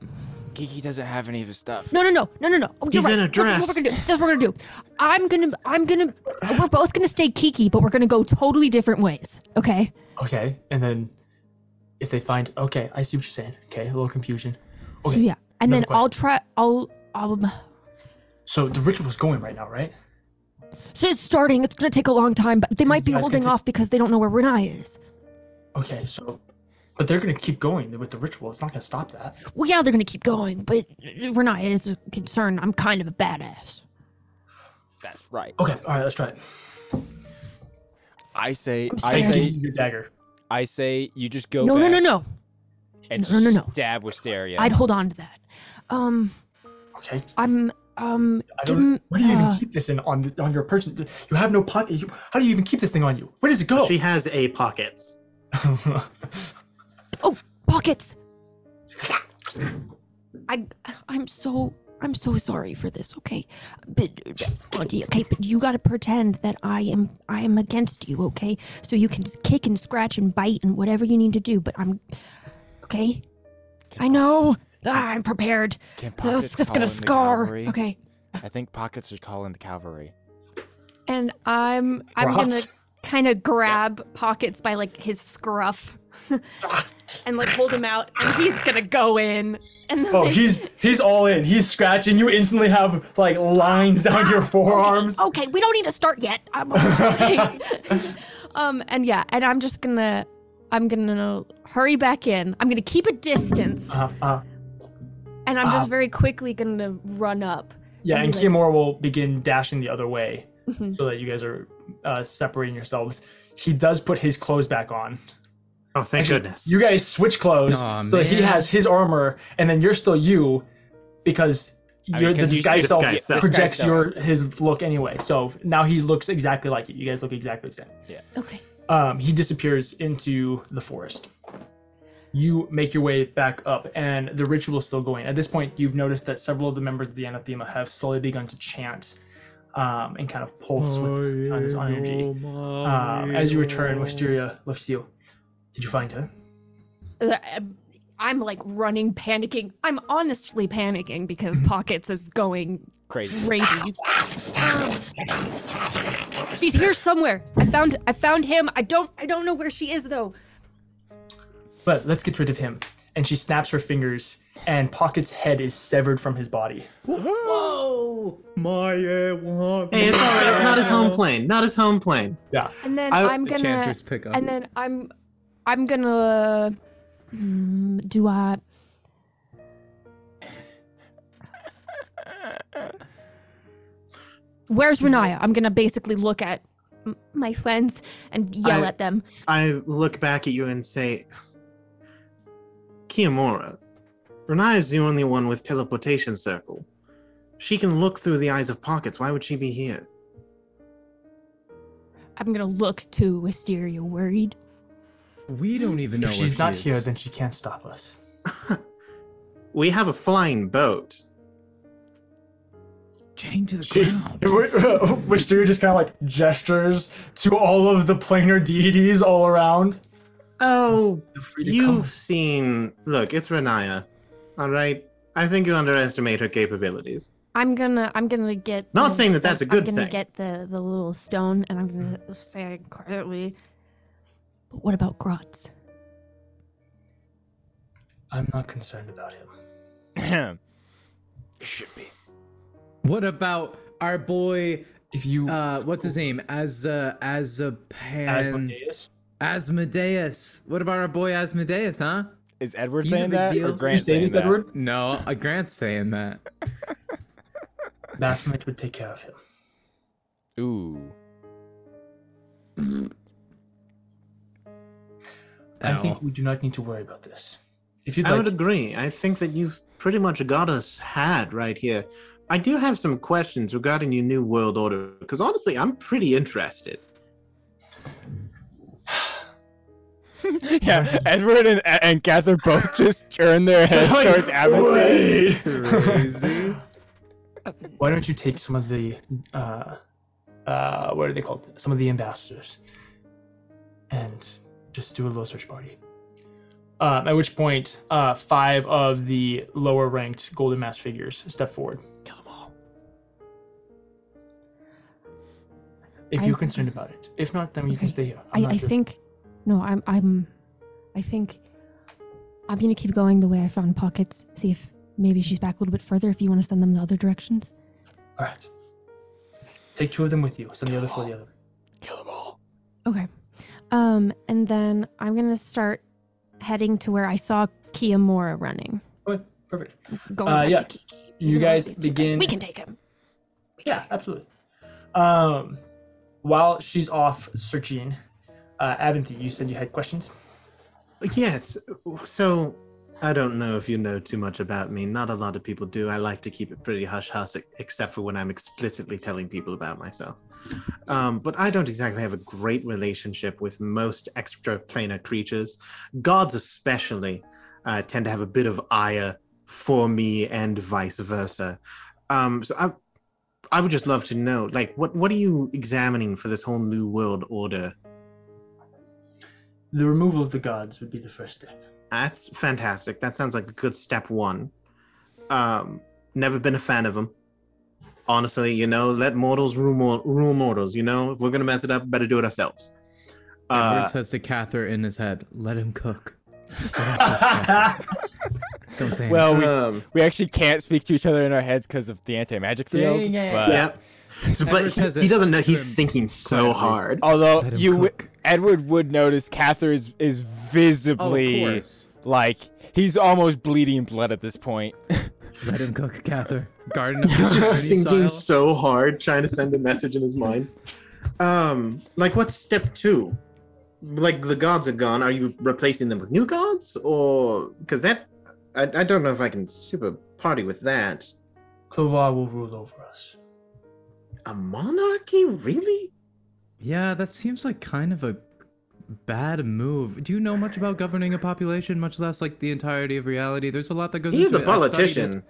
Kiki doesn't have any of his stuff. No, no, no, no, no, no. Oh, you're He's right. in a This is what dress. we're gonna do. This is what we're gonna do. I'm gonna, I'm gonna, we're both gonna stay Kiki, but we're gonna go totally different ways. Okay. Okay, and then if they find okay, I see what you're saying. Okay, a little confusion. Okay, So yeah, and then another question. I'll try. I'll, um. so the ritual's going right now, right? So it's starting. It's gonna take a long time, but they might be guys can holding take- off because they don't know where Renai is. Okay, so but they're gonna keep going with the ritual. It's not gonna stop that. Well, yeah, they're gonna keep going, but Renai is a concern. I'm kind of a badass. That's right. Okay, all right, let's try it. I say, I'm I Give scared. say, you your dagger. I say, you just go. No, back no, no, no. And No, no, no, no. Stab wisteria. I'd hold on to that. Um, Okay, I'm, um. I give don't. him, Where do you even uh, keep this in on the, on your person? You have no pocket. You, how do you even keep this thing on you? Where does it go? She has a pockets. Oh, pockets. I I'm so I'm so sorry for this, okay? But Auntie, okay, but you gotta pretend that I am I am against you, okay? So you can just kick and scratch and bite and whatever you need to do, but I'm okay. I know. Ah, I'm prepared. Can This pockets call is in gonna the scar. cavalry? Okay. I think pockets are calling the cavalry. And I'm I'm What? gonna kind of grab pockets by like his scruff and like hold him out, and he's gonna go in. And then Oh, like, he's he's all in. He's scratching. You instantly have like lines down your forearms. Okay, we don't need to start yet. I'm um and yeah, and I'm just gonna I'm gonna hurry back in. I'm gonna keep a distance, Uh, uh, and I'm just very quickly gonna run up. yeah, and Anyway. Kiyomura will begin dashing the other way Mhm. so that you guys are uh, separating yourselves. He does put his clothes back on. Oh, thank Actually, goodness. You guys switch clothes Aw, so that he man. has his armor, and then you're still you because I mean, you're the 'cause you- disguise self disguise self. projects Disguise your his look anyway. So now he looks exactly like you. You guys look exactly the same. okay. um, he disappears into the forest. You make your way back up, and the ritual is still going. At this point, you've noticed that several of the members of the anathema have slowly begun to chant um, and kind of pulse Oh, with tons of energy. Um, as you return, Wisteria looks to you. Did you find her? I'm like running, panicking. I'm honestly panicking because Pockets is going Crazy. rabies. um, She's here somewhere. I found I found him. I don't I don't know where she is though. But let's get rid of him. And she snaps her fingers, and Pocket's head is severed from his body. Whoa! My Hey, it's all right. It's not his home plane. Not his home plane. Yeah. And then I- I, am gonna Chanters pick up. and then I'm I'm gonna Mm, Do I Where's Renaya? I'm gonna basically look at m- my friends and yell I- at them. I look back at you and say, Kiyomura, Renai is the only one with teleportation circle. She can look through the eyes of pockets. Why would she be here? I'm gonna look to Wisteria worried. we don't even know If she's where not she here, is. then she can't stop us. We have a flying boat. chained to the She- ground. Wisteria just kind of like gestures to all of the planar deities all around. Oh, free to come. you've seen. Look, it's Renaya. All right. I think you underestimate her capabilities. I'm gonna I'm gonna get Not the saying that that's a stone- good I'm gonna thing. get the the little stone and I'm gonna say quietly. But what about Grotz? I'm not concerned about him. you should be. What about our boy? If you Uh, what's his name? As uh, as a ask pan. Amadeus, Asmodeus. What about our boy Asmodeus? Huh? Is Edward He's a saying big that deal. or You you Grant say saying this, that? Edward. No, uh, Grant's saying that. Mastermind would take care of him. Ooh. I Ow. think we do not need to worry about this. If you'd I like, would agree. I think that you've pretty much got us had right here. I do have some questions regarding your new world order, because honestly, I'm pretty interested. Yeah, Edward and and Cather both just turn their heads towards Abbott. Wait! Crazy. Why don't you take some of the, uh, uh, what are they called? Some of the ambassadors, and just do a little search party. Um, at which point, uh, five of the lower-ranked golden mass figures step forward. Kill them all. If I- you're concerned about it, if not, then you Okay. can stay here. I'm I, not I sure. think no, I'm I'm I think I'm gonna keep going the way I found pockets. See if maybe she's back a little bit further if you want to send them the other directions. All right. Take two of them with you. Send the other for the other. Okay. Um, and then I'm gonna start heading to where I saw Kiyomura running. Okay, perfect. Going Uh, back yeah. to Kiki. You Even though guys these two begin- We can take him. Yeah, absolutely. Um, while she's off searching, uh, Avanthi, you said you had questions. Yes. So I don't know if you know too much about me. Not a lot of people do. I like to keep it pretty hush hush, except for when I'm explicitly telling people about myself. Um, but I don't exactly have a great relationship with most extraplanar creatures. Gods, especially, uh, tend to have a bit of ire for me and vice versa. Um, so I, I would just love to know, like, what what are you examining for this whole new world order? The removal of the gods would be the first step. That's fantastic. That sounds like a good step one. Um, never been a fan of them. Honestly, you know, let mortals rule, mor- rule mortals. You know, if we're gonna mess it up, better do it ourselves. Edward Uh, says to Cather in his head, "Let him cook." Don't say Well, we, um, we actually can't speak to each other in our heads because of the anti-magic field. Dang it. but- yeah. So, but Edward says he, it he doesn't know. to He's him thinking so quietly. hard. Although Let him you, w- cook. Edward would notice Cather is, is visibly like he's almost bleeding blood at this point. Let him cook, Cather. Garden of He's just Gethsemane thinking style. so hard, trying to send a message in his mind. Um, like what's step two? Like the gods are gone. Are you replacing them with new gods, or because that I, I don't know if I can super party with that. Clovar will rule over us. A monarchy, really? Yeah, that seems like kind of a bad move. Do you know much about governing a population, much less like the entirety of reality? There's a lot that goes. He is into a it. I studied politician. it.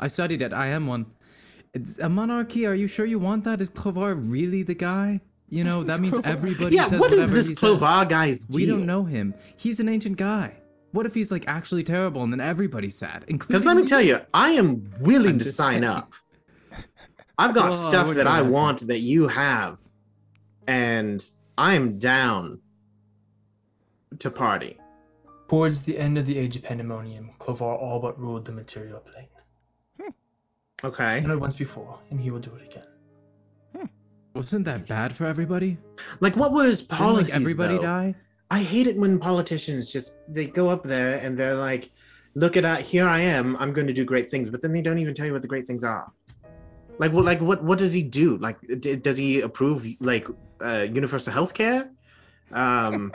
I studied it. I am one. It's a monarchy. Are you sure you want that? Is Clovar really the guy? You know that means everybody. Yeah. says What is whatever this he says. Clovar guy's deal? We don't know him. He's an ancient guy. What if he's like actually terrible and then everybody's sad? Because Including let me tell you, I am willing I'm to just sign saying. up. I've got Oh, I stuff would that go I that far. want that you have, and I'm down to party. Towards the end of the Age of Pandemonium, Clovar all but ruled the material plane. He Okay. done it once before, and he will do it again. Wasn't that bad for everybody? Like, what were his Didn't, like policies? everybody though? die? I hate it when politicians just they go up there and they're like, "Look at I, here I am. I'm going to do great things," but then they don't even tell you what the great things are. Like what? Like what? What does he do? Like d- does he approve like uh, universal health care? Um,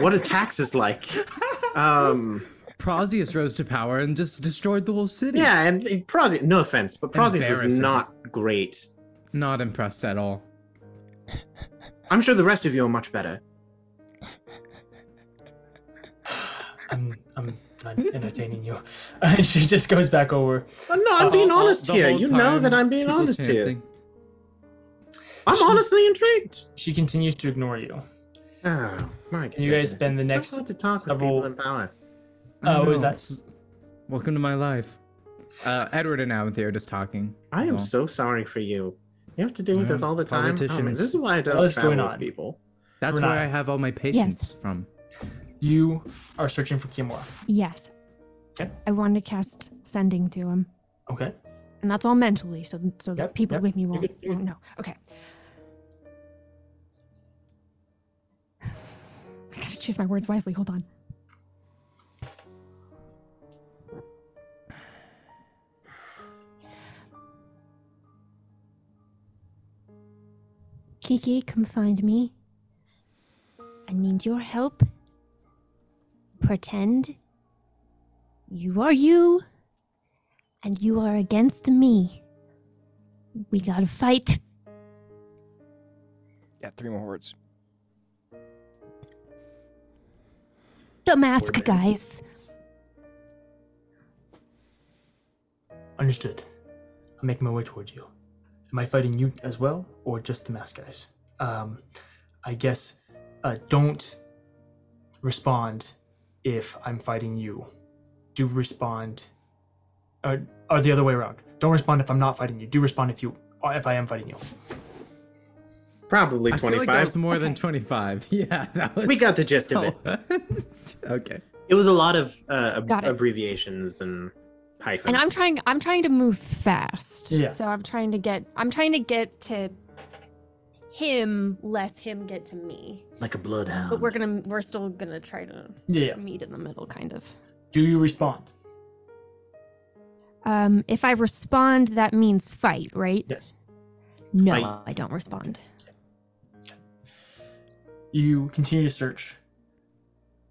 what are taxes like? Um, Prozius rose to power and just destroyed the whole city. yeah, and Prozius. No offense, but Prozius was Embarrassing. not great. Not impressed at all. I'm sure the rest of you are much better. I'm, I'm not entertaining you. And she just goes back over. But no, I'm being All- all- honest the here. whole You know time, that I'm being people honest here. chanting. I'm honestly intrigued. She continues to ignore you. Oh my! you guys goodness, spend it's the so next hard to talk with several- people in power. I Uh, what was know. that? Welcome to my life. Uh, Edward and Avanthi are just talking. I am Well, so sorry for you. You have to deal with Yeah, this all the time. Oh, man, politicians. this is why I don't What is travel going with on? people. That's Renata. where I have all my patients from. You are searching for Kimura. Yes. Okay. I want to cast sending to him. Okay. And that's all mentally, so so that Yep, people yep. with me You're won't, good, you're won't know. Okay. I gotta choose my words wisely. Hold on. Kiki, come find me. I need your help. Pretend you are you and you are against me. We gotta fight. Yeah, three more words. The mask, guys. Understood. I'm making my way towards you. Am I fighting you as well, or just the mask guys? Um, I guess uh, don't respond if I'm fighting you. Do respond, or, or the other way around. Don't respond if I'm not fighting you. Do respond if you or if I am fighting you. Probably I feel like that 25. was more than 25. Yeah, that was. we got the gist of it. okay. It was a lot of uh, ab- Got it. abbreviations and hyphens. And I'm trying I'm trying to move fast. Yeah. So I'm trying to get I'm trying to get to him less him get to me. like a bloodhound. But we're gonna we're still gonna try to Yeah. meet in the middle kind of. Do you respond? Um if I respond that means fight, right? Yes. No, Fight. I don't respond. you continue to search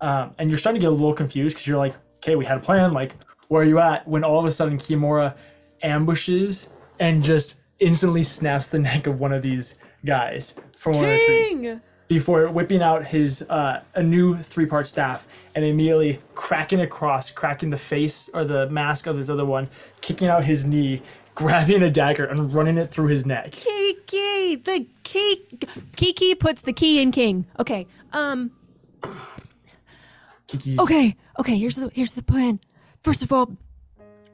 um, and you're starting to get a little confused because you're like okay we had a plan like where are you at when all of a sudden kimura ambushes and just instantly snaps the neck of one of these guys from one of the trees before whipping out his uh, a new three-part staff and immediately cracking across cracking the face or the mask of his other one kicking out his knee grabbing a dagger and running it through his neck Kiki, the key Kiki puts the key in king. Okay. Um Kiki's Okay, okay, here's the here's the plan. First of all,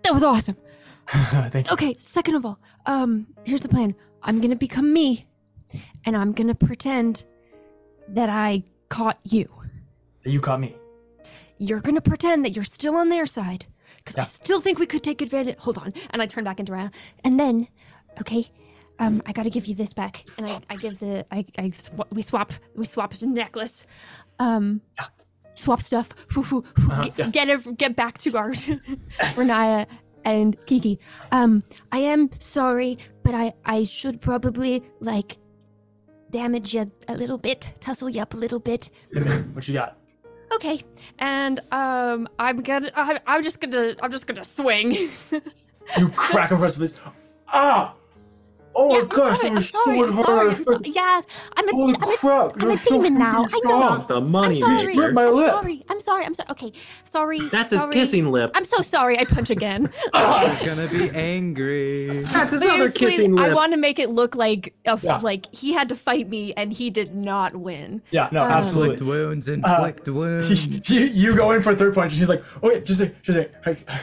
that was awesome. thank you. Okay, second of all, um, here's the plan. I'm gonna become me, and I'm gonna pretend that I caught you. you caught me You're gonna pretend that you're still on their side, because Yeah. I still think we could take advantage. Hold on, and I turn back into Rana, and then, okay, um, I gotta give you this back, and I, I give the I, I sw- we swap we swap the necklace, um, swap stuff, Whoo, whoo, whoo, Uh-huh, get, yeah. get ev- get back to guard, Renaya and Kiki. Um, I am sorry, but I, I should probably, like, damage you a little bit, tussle you up a little bit. what you got okay, and um, I'm gonna I, I'm just gonna I'm just gonna swing. You crack across the face. Ah! Oh my gosh, that I'm was sorry, so I'm sorry, I'm hard. sorry. Yeah, I'm a, Holy I'm a crap! I'm a demon now. I know. Not the money I'm You sorry. bit maker. my I'm lip. sorry. I'm sorry. I'm sorry. Okay. Sorry. That's his sorry. kissing lip. I'm so sorry. I punch again. He's gonna be angry. That's his other Seriously, kissing lip. I want to make it look like a, f- Yeah. like he had to fight me and he did not win. Yeah, no, Inflict absolutely. wounds, inflict wounds. you, you go in for a third punch, and she's like, "Okay, just like, just like, hey,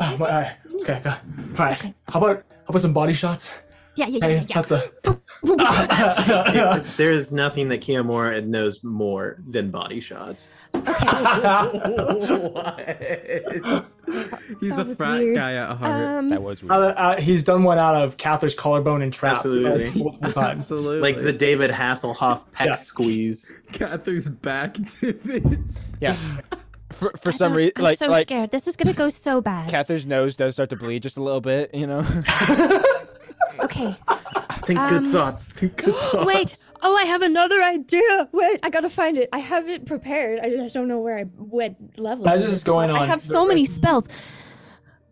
oh, my eye. Okay, okay, all right. How about how about some body shots? Yeah, yeah, yeah, Hey, yeah. yeah. not the. there is nothing that Kiyomura knows more than body shots. What? He's a was frat weird. guy at heart. Um That was weird. Uh, uh, he's done one out of Cather's collarbone and trap Absolutely. uh, multiple times. Absolutely. Like the David Hasselhoff peck Yeah. squeeze. Catherine's back to this. Yeah. For, for I some don't- reason, I'm like so like scared. This is gonna go so bad. Cather's nose does start to bleed just a little bit, you know. okay. Think good Um, thoughts. Think good thoughts. Wait. Oh, I have another idea. Wait, I gotta find it. I have it prepared. I just don't know where I what level. As it this is. is going on, I have the so many rest- spells.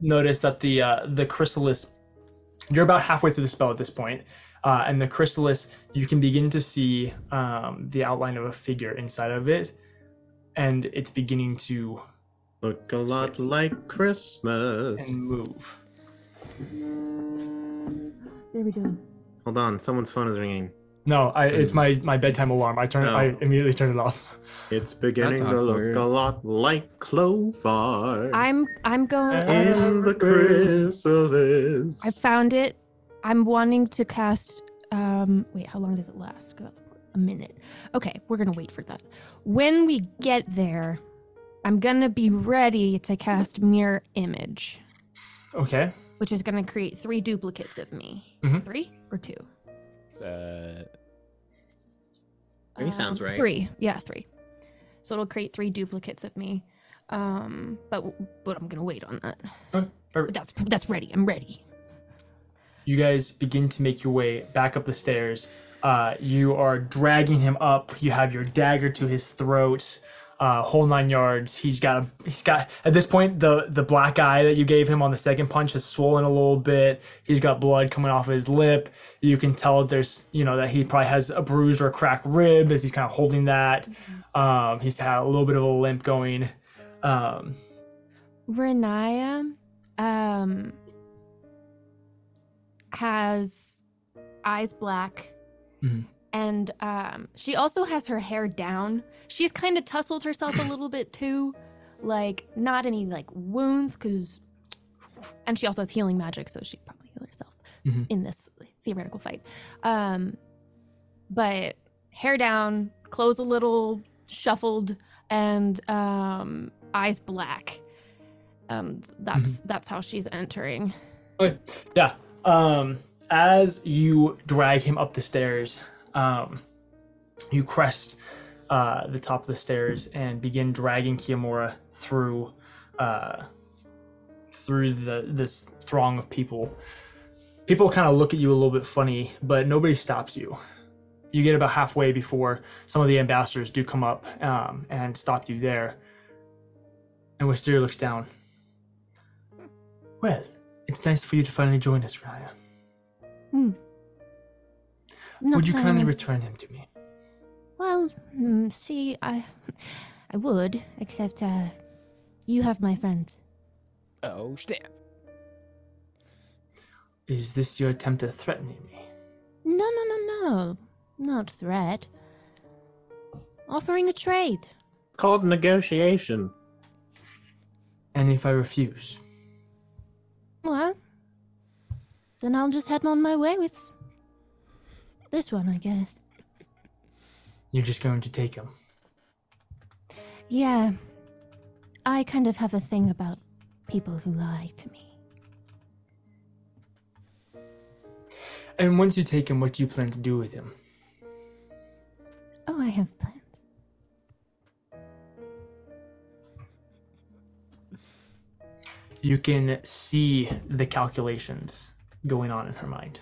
notice that the uh, the chrysalis you're about halfway through the spell at this point uh, and the chrysalis you can begin to see um, the outline of a figure inside of it and it's beginning to Look a lot like Christmas. move Hold on, someone's phone is ringing. Mhm. No, I, it's my my bedtime alarm. I turn. I Oh. immediately turn it off. It's beginning to look awkward. a lot like Clovar I'm I'm going. um, in the chrysalis. I found it. I'm wanting to cast. Um, wait, how long does it last? 'Cause that's a minute. Okay, we're gonna wait for that. When we get there, I'm gonna be ready to cast mirror image, Okay. which is gonna create three duplicates of me. Mhm. Three or two? Uh, Three sounds right. Um, Three, yeah, three. So it'll create three duplicates of me. Um, but but I'm gonna wait on that. Okay, perfect. That's that's ready. I'm ready. You guys begin to make your way back up the stairs. Uh, you are dragging him up. You have your dagger to his throat, uh, whole nine yards. He's got a, he's got at this point the the black eye that you gave him on the second punch has swollen a little bit. He's got blood coming off of his lip. You can tell there's you know that he probably has a bruised or a cracked rib as he's kind of holding that. Um, he's had a little bit of a limp going. Um, Renaya um has eyes black Mhm. and um she also has her hair down. She's kind of tussled herself a little bit too. Like not any like wounds cuz and she also has healing magic so she'd probably heal herself Mhm. in this theoretical fight. Um but hair down, clothes a little shuffled and um eyes black um that's that's how she's entering Okay. Yeah. Um, as you drag him up the stairs, um, you crest uh, the top of the stairs and begin dragging Kiyomura through uh, through the this throng of people. People kind of look at you a little bit funny, but nobody stops you. You get about halfway before some of the ambassadors do come up um, and stop you there. And Wisteria looks down. Well, it's nice for you to finally join us, Raya. Not Would you planning kindly on- return him to me? well mm, see i i would except uh you have my friends oh snap! Is this your attempt at threatening me? no no no no not threat offering a trade It's called negotiation. And if I refuse? well then i'll just head on my way with this one i guess You're just going to take him. yeah i kind of have a thing about people who lie to me And once you take him, what do you plan to do with him? oh i have plans You can see the calculations going on in her mind.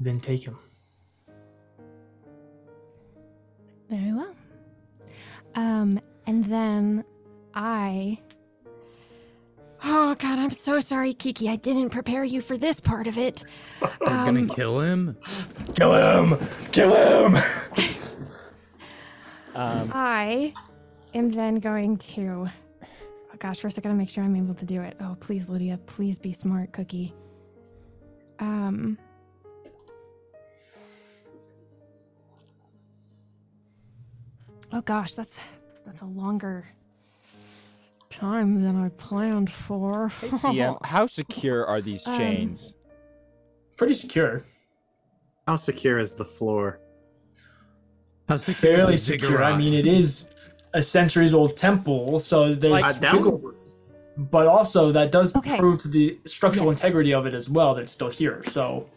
Then take him. Very well. Um, and then I. Oh god, I'm so sorry, Kiki. I didn't prepare you for this part of it. We're gonna kill him. Kill him! Kill him! I am then going to. Oh gosh, first I gotta make sure I'm able to do it. Oh, please, Lydia, please be smart, Cookie. Um. Oh gosh, that's that's a longer time than I planned for. Hey, DM, how secure are these Um, chains? Pretty secure. How secure is the floor? How secure is fairly the secure. I ziggurat? mean, it is a centuries old temple, so there's. Uh, that would work. but also, that does Okay. prove to the structural Yes. integrity of it as well that it's still here. So,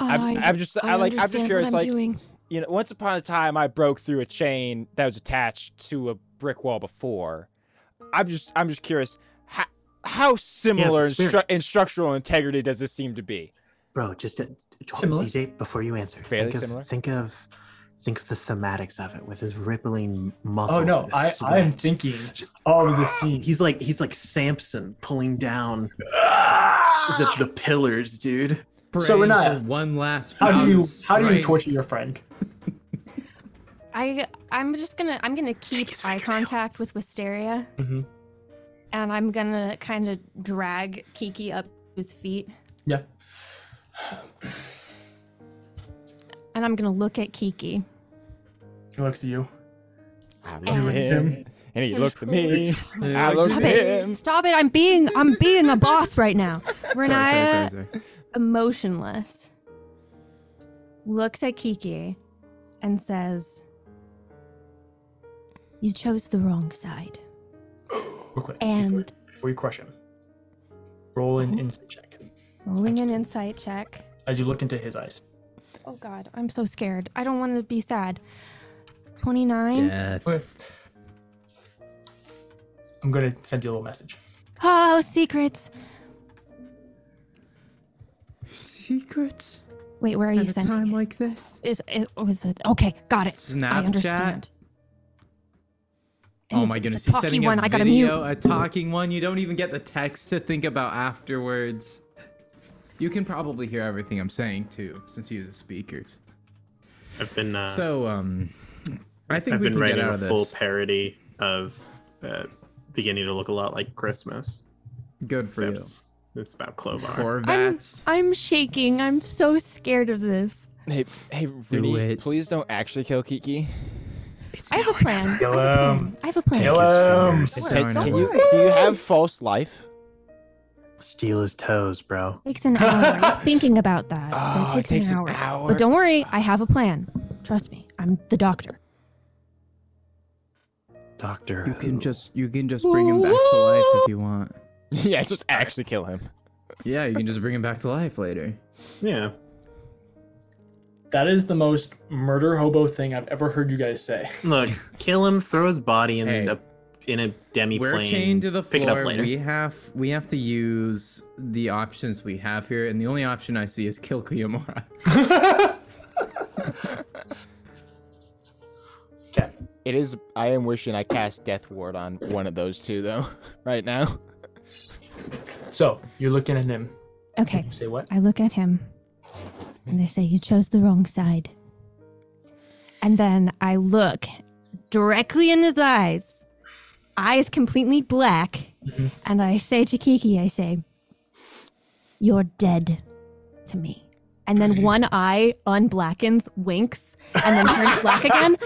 I'm, I'm just, I, like, I'm just curious. Like, you know, once upon a time, I broke through a chain that was attached to a brick wall before. I'm just, I'm just curious. How, how similar in, stru- experience. in structural integrity does this seem to be? Bro, just a, Similar. DJ, before you answer, Fairly think of, similar. Think of, think of the thematics of it with his rippling muscles. oh no, and his I, I am sweat. thinking of the scene. He's like he's like Samson pulling down the, Ah! the pillars, dude. So, Praying Renaya, for one last. how do you bounce, how do you right? torture your friend? I I'm just gonna I'm gonna keep eye contact with Mm-hmm. Wisteria, Mhm. and I'm gonna kind of drag Kiki up to his feet. Yeah. And I'm gonna look at Kiki. He looks at you. I Um, looked at him, and he looked at me. I Stop looked at it! him. Stop it! I'm being I'm being a boss right now. Renaya, Sorry, sorry, sorry, sorry. emotionless, looks at Kiki, and says, You chose the wrong side. Real quick, "And Mhm. before, before you crush him, roll an insight check rolling an insight check." as you look into his eyes. Oh God, I'm so scared. I don't want to be sad. Twenty nine. Death. Okay. I'm gonna send you a little message. Oh, secrets. Secrets Wait, where are at you a sending? time like this. Is it was it? Okay, got it. Snapchat. understand. oh my goodness! He's sending one, a I gotta video, a talking one. You don't even get the text to think about afterwards. You can probably hear everything I'm saying too, since he uses speakers. I've been uh, So, um, I think I've we been can get writing out a of this. full parody of uh, beginning to look a lot like Christmas. Good for you. Except it's about Clovar. Corvats. I'm shaking. I'm so scared of this. Hey, hey, Rooney, it. please don't actually kill Kiki. I have a plan. I have a Hello. plan. I have a plan. um, It's Hey, our can number. you, do you have false life? Steal his toes, bro. Takes an hour. I was thinking about that. Oh, it takes, an, hour. hour. But don't worry, I have a plan. Trust me, I'm the doctor. Doctor. You Who. can just you can just bring him back to life if you want. yeah, just actually kill him. Yeah, you can just bring him back to life later. Yeah. That is the most murder hobo thing I've ever heard you guys say. Look, kill him, throw his body in Hey. a in a demi We're plane. chained to the pick floor. it up later. We have we have to use the options we have here, and the only option I see is kill Kiyomura. Okay. It is. I am wishing I cast Death Ward on one of those two though, right now. So you're looking at him. Okay, You say what? I look at him and I say, You chose the wrong side. And then I look directly in his eyes, eyes completely black, and I say to Kiki, I say, You're dead to me. and then one eye unblackens, winks, and then turns black again.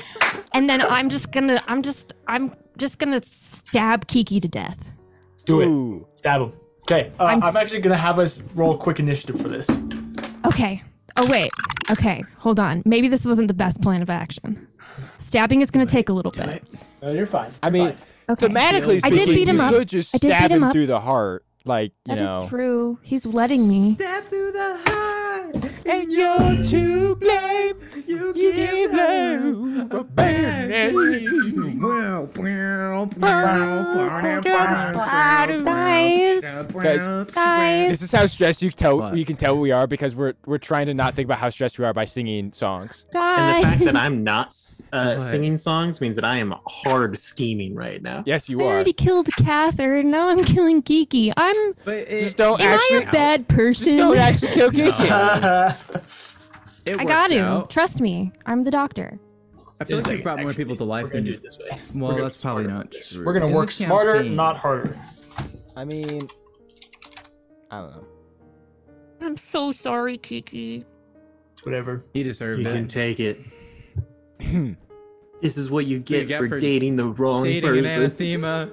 And then I'm just gonna, I'm just, I'm just gonna stab Kiki to death. Do it. Ooh. Stab him. Okay. Uh, I'm, I'm s- actually gonna have us roll quick initiative for this. Uh, Okay. Oh, wait. Okay. Hold on. Maybe this wasn't the best plan of action. Stabbing is going to take a little bit. No, you're fine. I mean, Okay. thematically I speaking, did beat him you up. could just I did stab beat him him, up. through the heart, like you That is know. true. He's letting me. Step through the heart. And you're to blame. You give love a Wow, wow, wow, wow, Guys, wow. guys. This is how stressed you tell What? you can tell we are because we're we're trying to not think about how stressed we are by singing songs. and the guys. fact that I'm not uh, What? singing songs means that I am hard scheming right now. Yes, you I are. already killed Catherine. Now I'm killing Geeky. I'm. Am But it, Just don't I actually a bad person? just don't actually kill Kiki. uh, it I got worked him. out. Trust me. I'm the doctor. I feel like we brought more people to life We're gonna than do you. it this way. We're Well, gonna that's be probably smarter. not true. We're gonna In work this smarter, campaign- not harder. I mean, I don't know. I'm so sorry, Kiki. It's whatever. He deserved You it. can take it. this is what you get, get for, for dating the wrong Dating an person. anathema.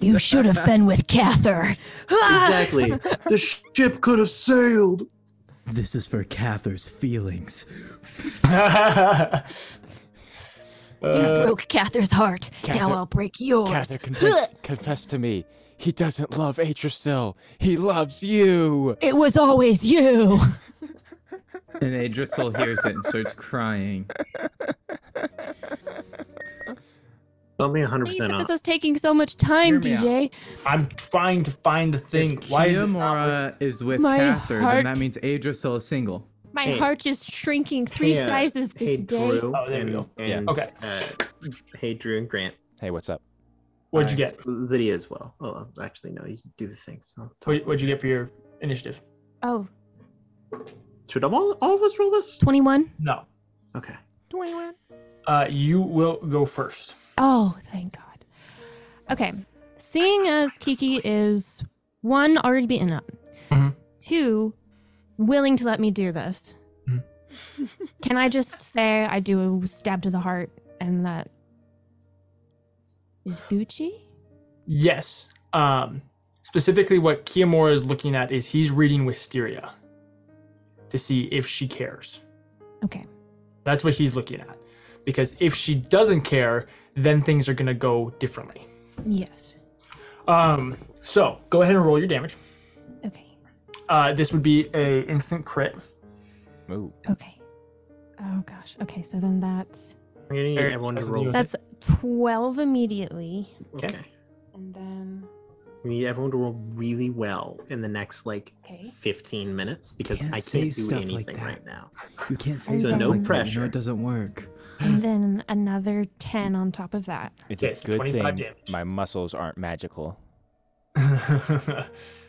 You should have been with Cather. exactly. the ship could have sailed. This is for Cather's feelings. You broke Cather's heart. Cather- now I'll break yours. Cather, confess, confess to me. He doesn't love Atrasil. He loves you. It was always you. And Adrisil hears it and starts crying. Tell me 100% This off. is taking so much time, Hear me DJ. I'm trying to find the thing. If Why is this not working? Kiyomura is with My Cather, heart- then that means Adrisil is single. My Hey. heart is shrinking three Hey, uh, sizes this hey, day. Drew Oh, there we and, go. And, Yeah. Okay. Uh, hey, Drew and Grant. Hey, what's up? What'd you get? Lydia as well. Oh, actually, no, you do the things. I'll talk What- What'd you get for your initiative? Oh, Should all, all of us roll this? 21? No. Okay. Uh, you will go first. Oh, thank God. Okay. Seeing as Kiki is one, already beaten up, Mm-hmm. Mhm. two, willing to let me do this, Mm-hmm. can I just say I do a stab to the heart and that Is Gucci? Yes. Um, specifically, what Kiyomura is looking at is he's reading Wisteria to see if she cares. Okay. That's what he's looking at. Because if she doesn't care, then things are going to go differently. Yes. Um, so go ahead and roll your damage. Okay. Uh, this would be a instant crit. Ooh. Okay. Oh gosh. Okay, so then that's I'm gonna need Eric, everyone that's to what roll. you that's 12 immediately. Okay. okay. And then We need everyone to roll really well in the next like okay. 15 minutes because Can't I say can't do stuff like anything that. right now. You can't say So stuff no like that, you know pressure. doesn't work. And then another 10 on top of that. It's Okay, a so good 25 thing damage. my muscles aren't magical.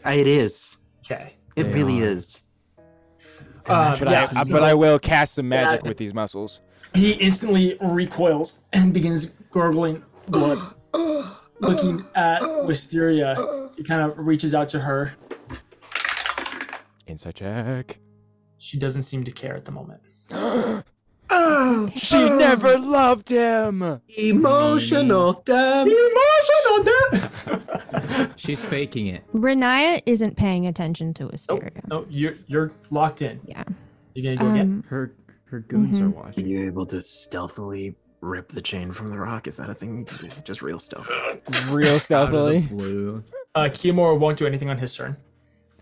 Uh, It is. okay. It They really are. is. Uh, But yeah, I, I but I will cast some Yeah, I magic can- with these muscles. he instantly recoils and begins gargling blood. Looking at Wisteria, he kind of reaches out to her. Inside check. She doesn't seem to care at the moment. She never loved him. Mm. Emotional damage. Emotional death. She's faking it. Renaya isn't paying attention Oh. to nope, Wisteria. nope, you're you're locked in. Yeah. You're gonna do it again. Um, Her her goons are watching. Are you able to stealthily rip the chain from the rock? Is that a thing you can do? Just real stealth. Real Out of the stealthily. blue. Uh, Kiyomura won't do anything on his turn.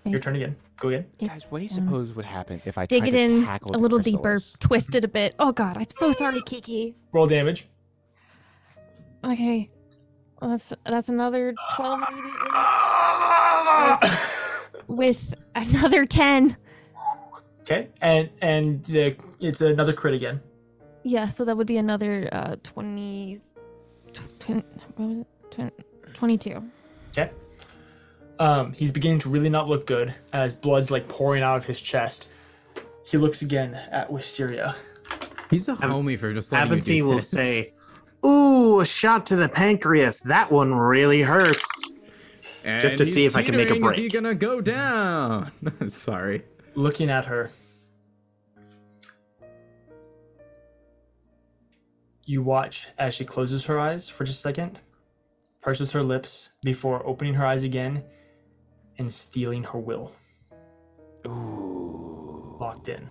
Your Okay. turn again. Go again. Guys, what do you suppose would happen if I dig tried it to in tackle a the little deeper, chrysalis? twist it a bit. Oh god, I'm so sorry, Kiki. Roll damage. Okay. Well, that's that's another 12 immediately with another 10. Okay, and and the, it's another crit again. Yeah, so that would be another uh 20 twen- what was it? Twen- 22. Okay. Um, he's beginning to really not look good as blood's like pouring out of his chest. He looks again at Wisteria. He's a homie for just letting you Abinthy do will this. say, Ooh, a shot to the pancreas. That one really hurts. And just to he's see if I can make a teetering. Is he break. gonna go down? Sorry. Looking at her. You watch as she closes her eyes for just a second, purses her lips before opening her eyes again and stealing her will. Ooh. Locked in.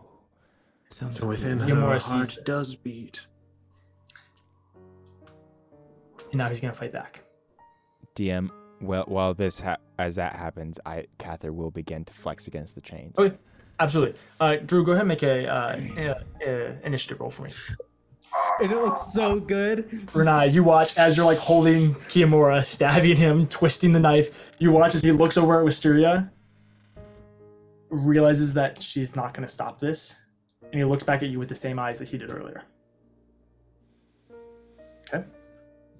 Sounds So within You're more her heart seasoned. does beat. And now he's going to fight back. DM. Well, while this ha- as that happens, I Cather will begin to flex against the chains. Oh, Okay, absolutely. Uh, Drew, go ahead and make a uh, uh, uh, initiative roll for me. and it looks so good. Renai, you watch as you're like holding Kiyomura, stabbing him, twisting the knife. You watch as he looks over at Wisteria, realizes that she's not going to stop this, and he looks back at you with the same eyes that he did earlier. Okay,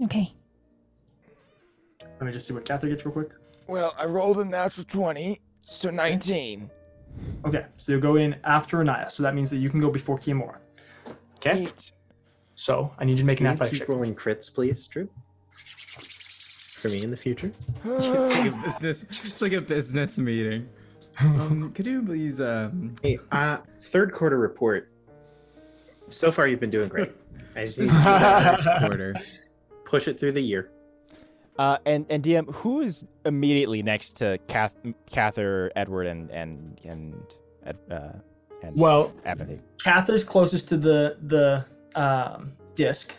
Okay. let me just see what Catherine gets real quick. Well, I rolled a natural 20, so 19. Okay, so you go in after Renaya, so that means that you can go before Kiyomura. Okay, Eight. so I need you to make an Can you athletics keep check. rolling crits, please, Drew? For me in the future? It's like a business. It's like a business meeting. Um, could you please? Um, Hey, uh, third quarter report. So far, you've been doing great. I just need to see that. first quarter. push it through the year. Uh, and and DM, who is immediately next to Cath, Cather, Edward, and and and Ed- uh, and Well, Apathy? Cather's closest to the the um, disc,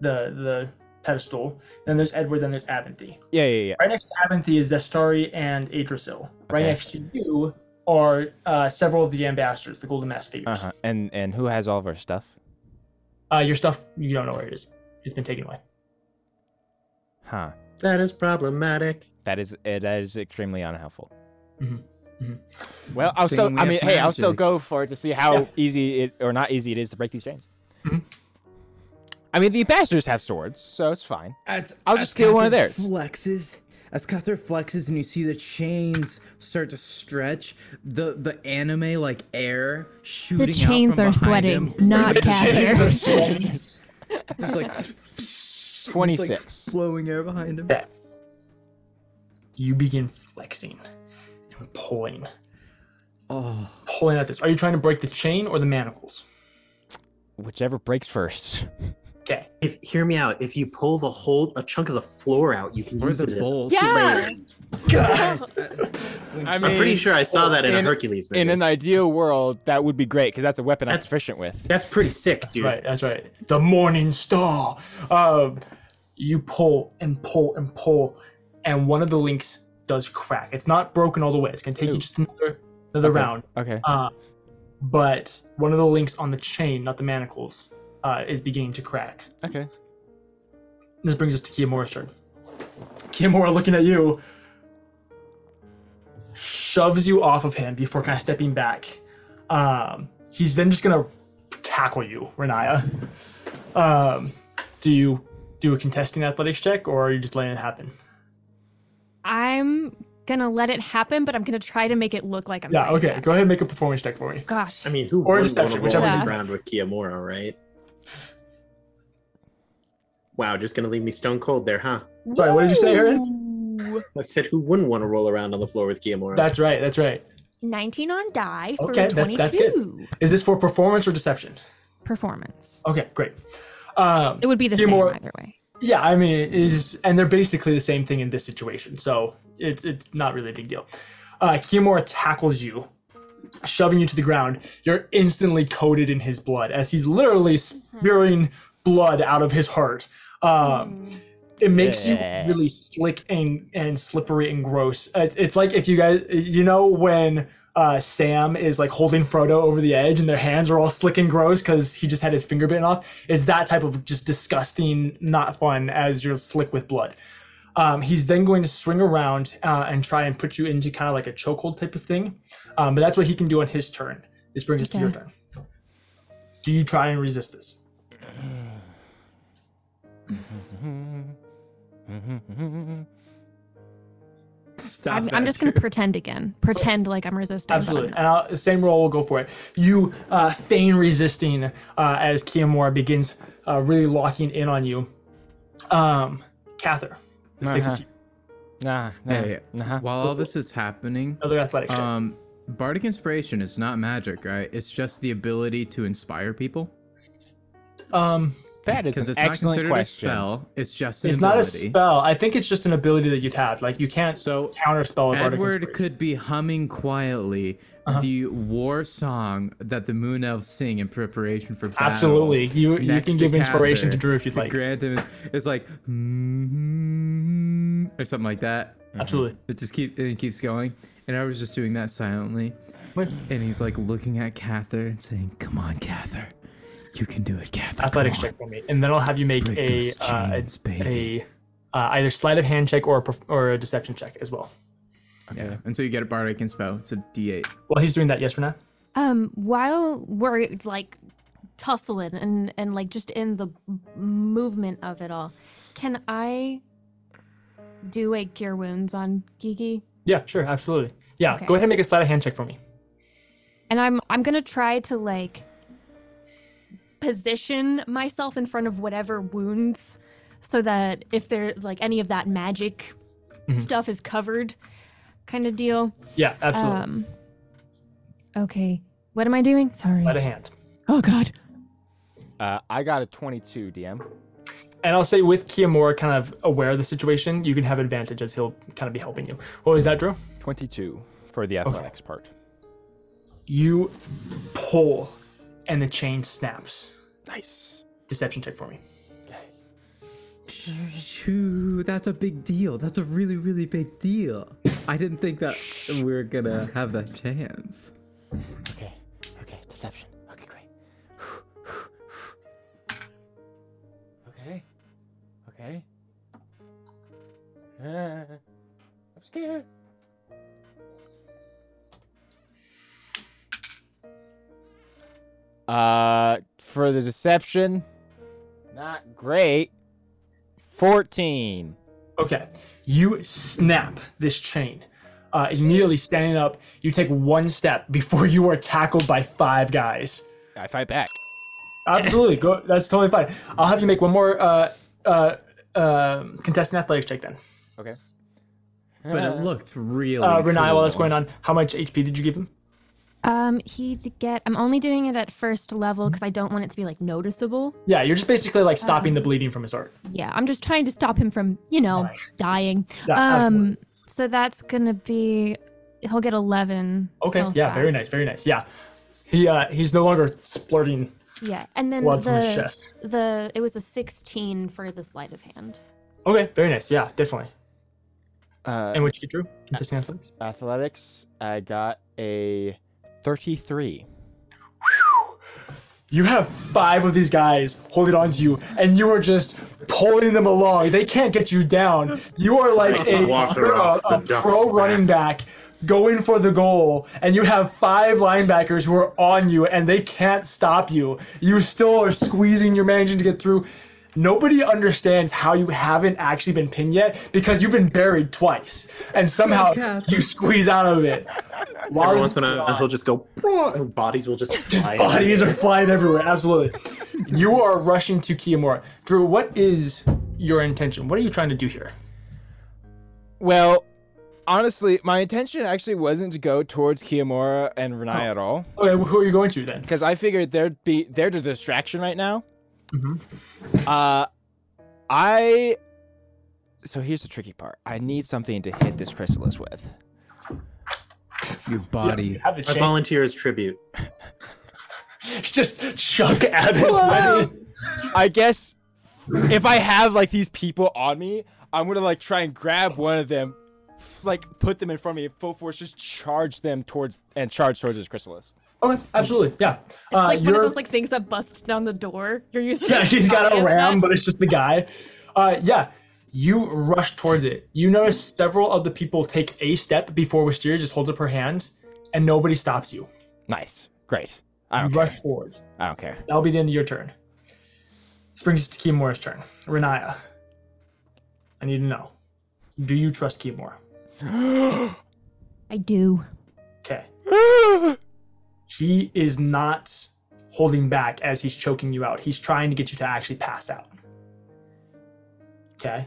the the pedestal. Then there's Edward. Then there's Abinthy. Yeah, yeah, yeah. Right next to Abinthy is Zestari and Adrisil. Right Okay. next to you are uh, several of the ambassadors, the Golden Mask Uh figures. huh. And and who has all of our stuff? Uh, your stuff, you don't know where it is. It's been taken away. Huh. That is problematic. That is uh, that is extremely unhelpful. Mhm, mhm. Well, I'll still. Thing Mm-hmm. we I have mean, hey, I'll still magic. go for it to see how Yeah. easy it or not easy it is to break these chains. Mm-hmm. Mhm. I mean, the ambassadors have swords, so it's fine. As, I'll just steal one of Cather theirs. Flexes. As Cather flexes and you see the chains start to stretch, the the anime like air shooting The chains out are from behind sweating, him. not Cather. There's like Twenty it's like six. flowing air behind him. You begin flexing and pulling. Oh, Pulling at this. Are you trying to break the chain or the manacles? Whichever breaks first. Okay. If hear me out, if you pull the whole a chunk of the floor out, you can Or use the it as bolt. a Yeah. layer. guys. I mean, I'm pretty sure I saw that in, in- a Hercules movie. in an ideal world, that would be great because that's a weapon I'm That's- proficient with. That's pretty sick, dude. Right, that's right. The morning star. Um, you pull and pull and pull, and one of the links does crack. It's not broken all the way. It's gonna take Ooh. you just another another Okay. round. Okay. Uh, but one of the links on the chain, not the manacles, uh, is beginning to crack. Okay. This brings us to Kiyomora's turn. Kiyomura, looking at you, shoves you off of him before kind of stepping back. Um, he's then just gonna tackle you, Renaya. Um, do you do a contesting athletics check, or are you just letting it happen? I'm gonna let it happen, but I'm gonna try to make it look like I'm. Yeah. fighting Okay. back. Go ahead and make a performance check for me. Gosh. I mean, who Or wouldn't deception, want to whichever roll you the prefer. round with Kiyomura, right? Wow, just gonna leave me stone cold there, huh? Sorry, what did you say, Aaron? Ooh. I said who wouldn't want to roll around on the floor with Kiyomura? That's right. That's right. 19 on die for Okay, that's- 22. that's good. Is this for performance or deception? Performance. Okay. Great. Um, It would be the Few same more. either way. Yeah, I mean, it is, and they're basically the same thing in this situation, so it's it's not really a big deal. Uh, Kiyomura tackles you, shoving you to the ground. You're instantly coated in his blood as he's literally spewing blood out of his heart. Um, It makes Yeah. you really slick and and slippery and gross. It, it's like if you guys, you know, when uh, Sam is like holding Frodo over the edge and their hands are all slick and gross because he just had his finger bitten off. It's that type of just disgusting, not fun as you're slick with blood. Um, he's then going to swing around uh, and try and put you into kind of like a chokehold type of thing. Um, but that's what he can do on his turn. This brings us to your turn. Do you try and resist this? Stop I'm, that, I'm just gonna dude. pretend again. Pretend like I'm resisting. but I'm Absolutely. not. And I'll, same roll, we'll go for it. You uh, feign resisting uh, as Kiyomura begins uh, really locking in on you. Um, Cather, this Uh-huh. takes us to Nah, nah, Hey, nah. while all this is happening, another athletic check. um, bardic inspiration is not magic, right? It's just the ability to inspire people. Um, That is Because an it's not excellent considered question. a spell. It's just an it's not a ability. spell. I think it's just an ability that you'd have. Like, you can't So counter spell a bardic Edward inspiration. could be humming quietly Uh-huh. the war song that the moon elves sing in preparation for battle. Absolutely. You, you next can to give inspiration to Cather Drew if you'd to like. Grant him, his- it's like "Mm," or something like that. Absolutely. It just keep and it keeps going. And I was just doing that silently. What? And he's like looking at Cather and saying, "Come on, Cather, you can do it, Cather." athletics come on." check for me, and then I'll have you make Break a those uh, chains, a baby. uh, either sleight of hand check or a, perf- or a deception check as well. Yeah. And so you get a bardic inspo. It's a D8. While he's doing that, yes or no? Um, while we're like tussling and and like just in the movement of it all, can I do a cure wounds on Gigi? Yeah, sure, absolutely. Yeah, Okay. go ahead and make a sleight of hand check for me. And I'm I'm gonna try to like position myself in front of whatever wounds so that if there like any of that magic Mhm. stuff is covered kind of deal. Yeah, absolutely. Um Okay. What am I doing? Sorry. sleight of hand. Oh god. Uh, I got a 22, DM. And I'll say with Kiyomura kind of aware of the situation, you can have advantage as he'll kind of be helping you. What was that, Drew? 22 for the athletics part. You pull, and the chain snaps. Nice. Deception check for me. Phew, that's a big deal. That's a really, really big deal. I didn't think that we were gonna have that chance. Okay. Okay. Deception. Okay, great. Okay. Okay. Uh, I'm scared. Uh, for the deception, not great. 14. Okay. You snap this chain. Uh, immediately standing up, you take one step before you are tackled by five guys. I fight back. Absolutely. Go. That's totally fine. I'll have you make one more uh, uh, um contestant athletics check then. But it looked really. Uh, Renai, while that's cool. going on, how much HP did you give him? Um, he'd get. I'm only doing it at first Mm-hmm. level because I don't want it to be like noticeable. Yeah, you're just basically like stopping Um, the bleeding from his heart. Yeah, I'm just trying to stop him from, you know, dying. Yeah, um, absolutely. so that's gonna be. He'll get 11. Okay. health Yeah. back. Very nice. Very nice. Yeah. He uh he's no longer splurting Yeah, and then blood the from his chest. the it was a 16 for the sleight of hand. Okay. Very nice. Yeah. Definitely. Uh, And what you get, Drew? Contesting athletics. athletics, I got a 33. You have five of these guys holding on to you, and you are just pulling them along. They can't get you down. You are like a, Walk her you're a- off the a duck's pro running back going for the goal, and you have five linebackers who are on you, and they can't stop you. You still are squeezing, you're managing to get through. Nobody understands how you haven't actually been pinned yet because you've been buried twice, and somehow you squeeze out of it. While Every this once in is a going on. while, he'll just go, "Praw," and bodies will just Just fly. bodies are flying everywhere. Absolutely. you are rushing to Kiyomura. Drew, what is your intention? What are you trying to do here? Well, honestly, my intention actually wasn't to go towards Kiyomura and Renai at all. Okay, who are you going to then? because I figured there'd be they're the distraction right now. Uh, I. So here's the tricky part. I need something to hit this chrysalis with. Your body. Have the I chance. volunteer as tribute. It's just Chuck Abbott. I guess if I have like these people on me, I'm gonna like try and grab one of them, like put them in front of me, full force, just charge them towards and charge towards this chrysalis. okay, absolutely. Yeah. It's like one of Uh, you're- those like things that busts down the door. You're using. yeah, he's got a Is ram, that- but it's just the guy. Uh, yeah, you rush towards it. You notice several of the people take a step before Wisteria just holds up her hand, and nobody stops you. Nice, great. I You don't care. rush forward. I don't care. That'll be the end of your turn. This brings us to Keymore's turn. Renaya, I need to know. Do you trust Keymore? I do. Okay. he is not holding back as he's choking you out. He's trying to get you to actually pass out. Okay.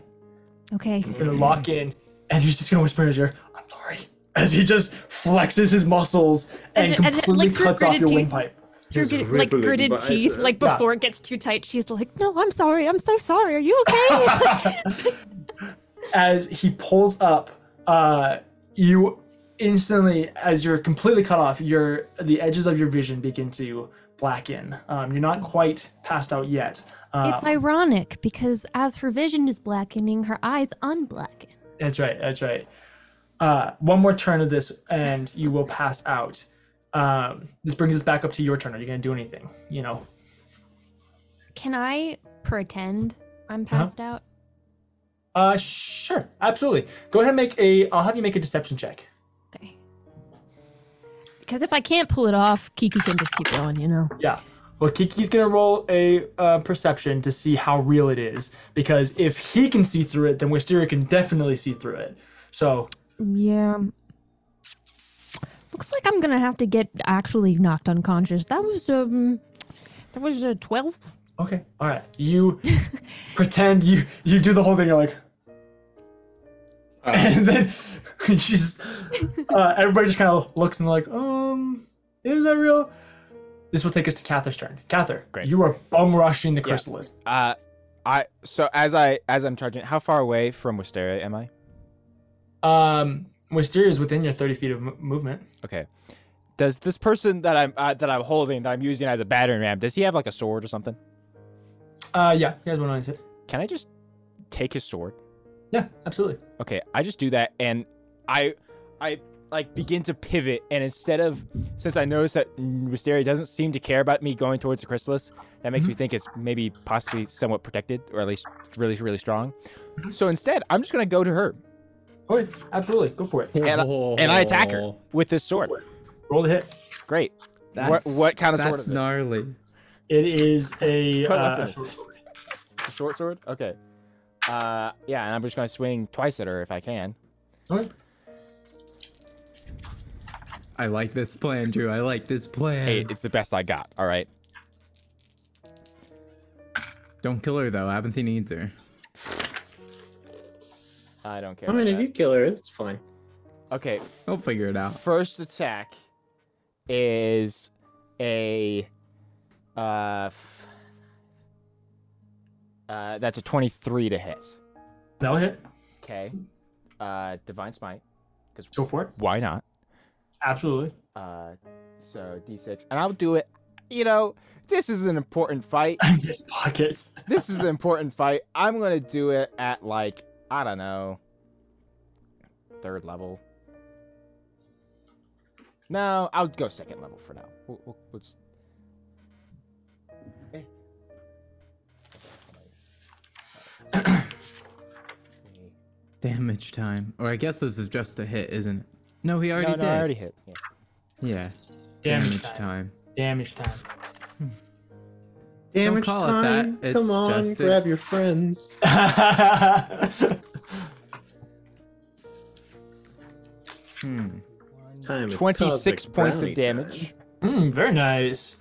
Okay. You're gonna lock in, and he's just gonna whisper in his ear, "I'm sorry," as he just flexes his muscles and, And ju- and ju- completely like through cuts off gritted your teeth. windpipe. Through Just grit- like rippling gritted bicep. teeth. Like Yeah. before it gets too tight, she's like, No, I'm sorry. I'm so sorry. Are you okay? as he pulls up, uh, you instantly, as you're completely cut off, your the edges of your vision begin to blacken. Um, you're not quite passed out yet. Um, It's ironic because as her vision is blackening, her eyes unblacken. that's right. That's right. Uh, one more turn of this, and you will pass out. Um, this brings us back up to your turn. Are you gonna do anything? You know, Can I pretend I'm passed out? Uh, sure, absolutely. Go ahead and make a. I'll have you make a deception check. Okay. Because if I can't pull it off, Kiki can just keep going, you know. Yeah. Well, Kiki's gonna roll a uh, perception to see how real it is, because if he can see through it, then Wisteria can definitely see through it. So Yeah. Looks like I'm gonna have to get actually knocked unconscious. That was um, that was a twelve. okay, all right, you pretend you you do the whole thing. You're like, and then she's uh, everybody just kind of looks and like, um, is that real? This will take us to Cather's turn. Cather, Great. you are bum rushing the chrysalis. Uh, I so as I as I'm charging, how far away from Wisteria am I? Um, Wisteria is within your 30 feet of m- movement. Okay. Does this person that I'm uh, that I'm holding that I'm using as a battering ram, does he have like a sword or something? Uh, yeah, he has one on his hip. Can I just take his sword? Yeah, absolutely. Okay, I just do that and I I like begin to pivot and instead of since I noticed that Wisteria doesn't seem to care about me going towards the chrysalis, that makes me think it's maybe possibly somewhat protected or at least really really strong. So instead, I'm just going to go to her Okay, Oh, absolutely. Go for it. and, and I attack her with this sword. Roll the hit. Great. That's- what kind of sword That's is it? gnarly. It is a. What Uh, weapon is this? A short sword? Okay. Uh, yeah, and I'm just gonna swing twice at her if I can. okay. I like this plan, Drew. I like this plan. Hey, it's the best I got. All right. Don't kill her though. Abinthy needs her. I don't care. I mean, about if that. you kill her, it's fine. Okay, We'll figure it out. first attack is a uh, f- uh that's a 23 to hit. That'll hit. Okay. Uh divine smite cuz Go for it. why not? Absolutely. Uh so d6 and I'll do it. You know, this is an important fight. Yes, pockets. this is an important fight. I'm gonna do it at like I don't know, third level. No, I'll go second level for now. We'll, we'll, we'll just... Eh. Damage time. Or I guess this is just a hit, isn't it? No, he already no, did. no, I already hit. Yeah. Yeah. Damage time. time. Damage time. Damage call it that. time. It's Come on, just a- grab your friends. Hmm. Time is Twenty-six cosmic points of brownie time. damage. Mm, very nice.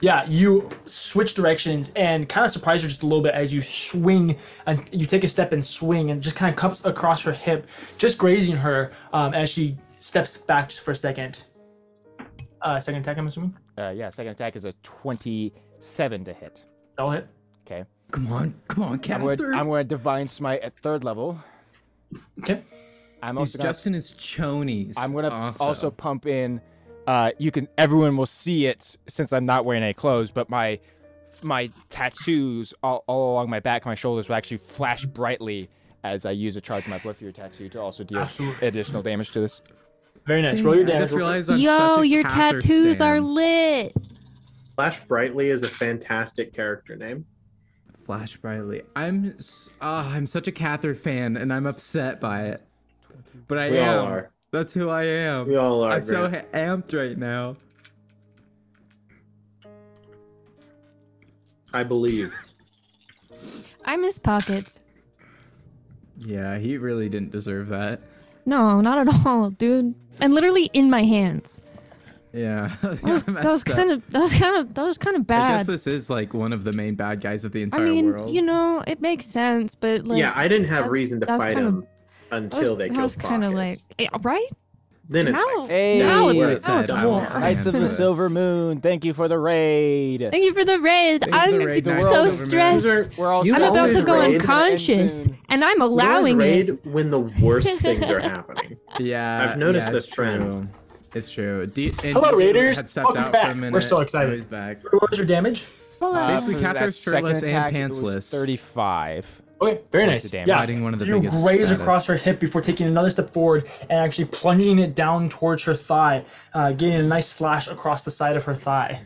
Yeah, you switch directions and kind of surprise her just a little bit as you swing and you take a step and swing and just kind of cups across her hip, just grazing her um, as she steps back just for a second. Uh, second attack, I'm assuming. Uh, yeah, second attack is a twenty-seven to hit. That'll hit. Okay. Come on, come on, I'm gonna, Catherine. I'm gonna divine smite at third level. Okay. I'm He's also gonna just in his chonies. I'm gonna also. also pump in. Uh, you can everyone will see it since I'm not wearing any clothes, but my my tattoos all, all along my back, and my shoulders will actually flash brightly as I use a charge of my Bloodfear tattoo to also deal Absolutely. additional damage to this. Very nice. Roll your I damage. just realized I'm Yo, such a your Cather tattoos are stan. lit. Flash Brightly is a fantastic character name. Flash Brightly. I'm s- ah, I'm such a Cather fan, and I'm upset by it. But I We am. all are. That's who I am. We all are. I'm so Grant. ha- amped right now. I believe. I miss pockets. Yeah, he really didn't deserve that. No, not at all, dude. And literally in my hands. Yeah, that That was, that was kind of that was kind of that was kind of I bad. guess this is like one of the main bad guys of the I entire mean, world. you know, it makes sense, but like yeah, I didn't have that's- reason to that's fight kind of- him until they that killed was kind of like Pockets. eh, right Then it's now. Hey, now it- Now now it's it's oh, sad. I was awesome. sad. Knights of the Yes. Silver Moon, thank you for the raid. Thank you for the raid. Thanks for the I'm raid, The Knights so of the Silver Moon. stressed. We're all You I'm about always to go raid. unconscious, and I'm You always allowing raid it. when the worst things are happening. Yeah, I've noticed yeah, this it's trend. True. It's true. D- and Hello, DJ Raiders. Had stepped Welcome out back. For a We're minute. so Now excited. He's back. What was your damage? Basically, Cather's shirtless and pantsless. Thirty-five. Okay, very Points nice. of damage. Yeah, Fighting one of the you biggest graze baddest. across her hip before taking another step forward and actually plunging it down towards her thigh, uh, getting a nice slash across the side of her thigh.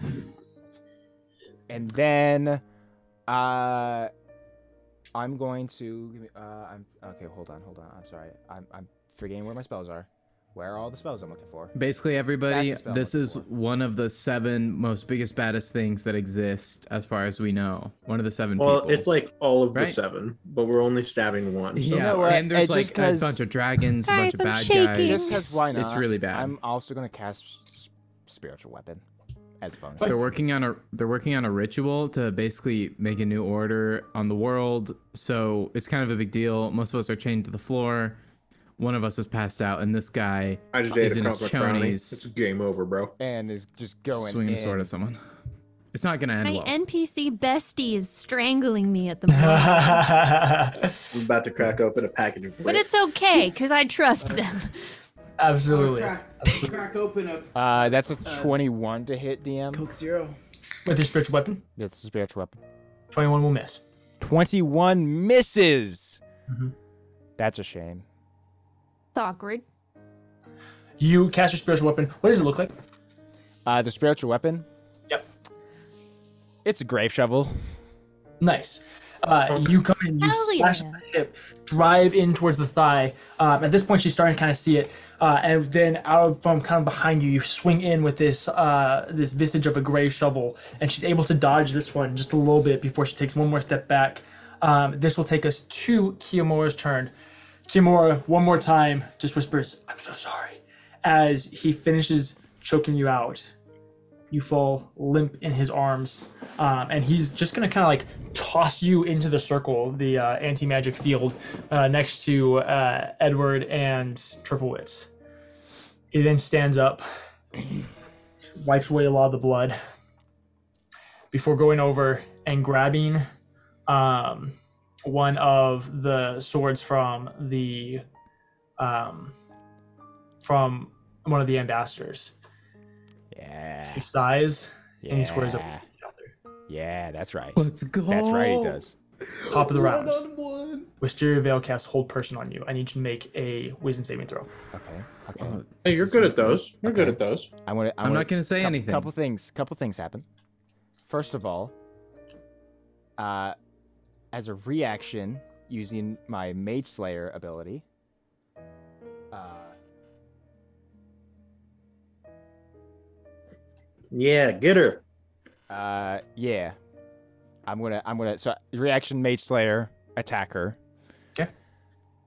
and then uh i'm going to give me- uh i'm okay hold on hold on i'm sorry i'm i'm forgetting where my spells are where are all the spells i'm looking for Basically, everybody, That's the spell this I'm is looking one of the seven most biggest, baddest things that exist, as far as we know. One of the seven. Well, people. it's like all of the Right. seven, but we're only stabbing one. So. yeah, know what? and there's Uh, like just a 'cause- bunch of dragons, a bunch Guys, of I'm bad shaking. guys. just because why not It's really bad. i'm also going to cast s- spiritual weapon as bonus They're working on a they're working on a ritual to basically make a new order on the world. So it's kind of a big deal. Most of us are chained to the floor. One of us is passed out, and this guy I just He's ate a in his cosmic brownie. chonies. It's game over, bro. and is just going swinging in. a sword at someone. It's not gonna end My well. NPC bestie is strangling me at the moment. I'm about to crack open a package of but grapes. it's okay, because I trust them. Absolutely. crack open a uh that's a 21 to hit dm Coke Zero. With your spiritual weapon, that's a spiritual weapon 21 will miss. 21 misses Mhm. that's a shame awkward. You cast your spiritual weapon. What does it look like? uh the spiritual weapon Yep. it's a grave shovel Nice. Uh, you come in, you Hell slash yeah. the hip, drive in towards the thigh. Um, at this point, she's starting to kind of see it, uh, and then out of, from kind of behind you, you swing in with this uh, this visage of a gray shovel, and she's able to dodge this one just a little bit before she takes one more step back. Um, this will take us to Kiyomura's turn. Kiyomura, one more time, just whispers, "I'm so sorry," as he finishes choking you out you fall limp in his arms, um, and he's just gonna kind of like toss you into the circle, the uh, anti magic field, uh, next to uh, Edward and Triplewitz. He then stands up, wipes away a lot of the blood before going over and grabbing um, one of the swords from the um, from one of the ambassadors. Yeah. He sighs and he squares up. Yeah. Yeah, that's right. Let's go. That's right, he does. Top of the round. One on one. Wisteria Veil casts Hold Person on you. I need you to make a Wisdom saving throw. Okay. Okay. Hey, you're good at those. You're good Okay. at those. I want to. I'm not gonna say anything. Couple things. Couple things happen. First of all, uh, as a reaction, using my Mage Slayer ability, uh, Yeah, get her. uh, yeah, I'm gonna, I'm gonna. So reaction, Mage Slayer, attack her. 'Kay.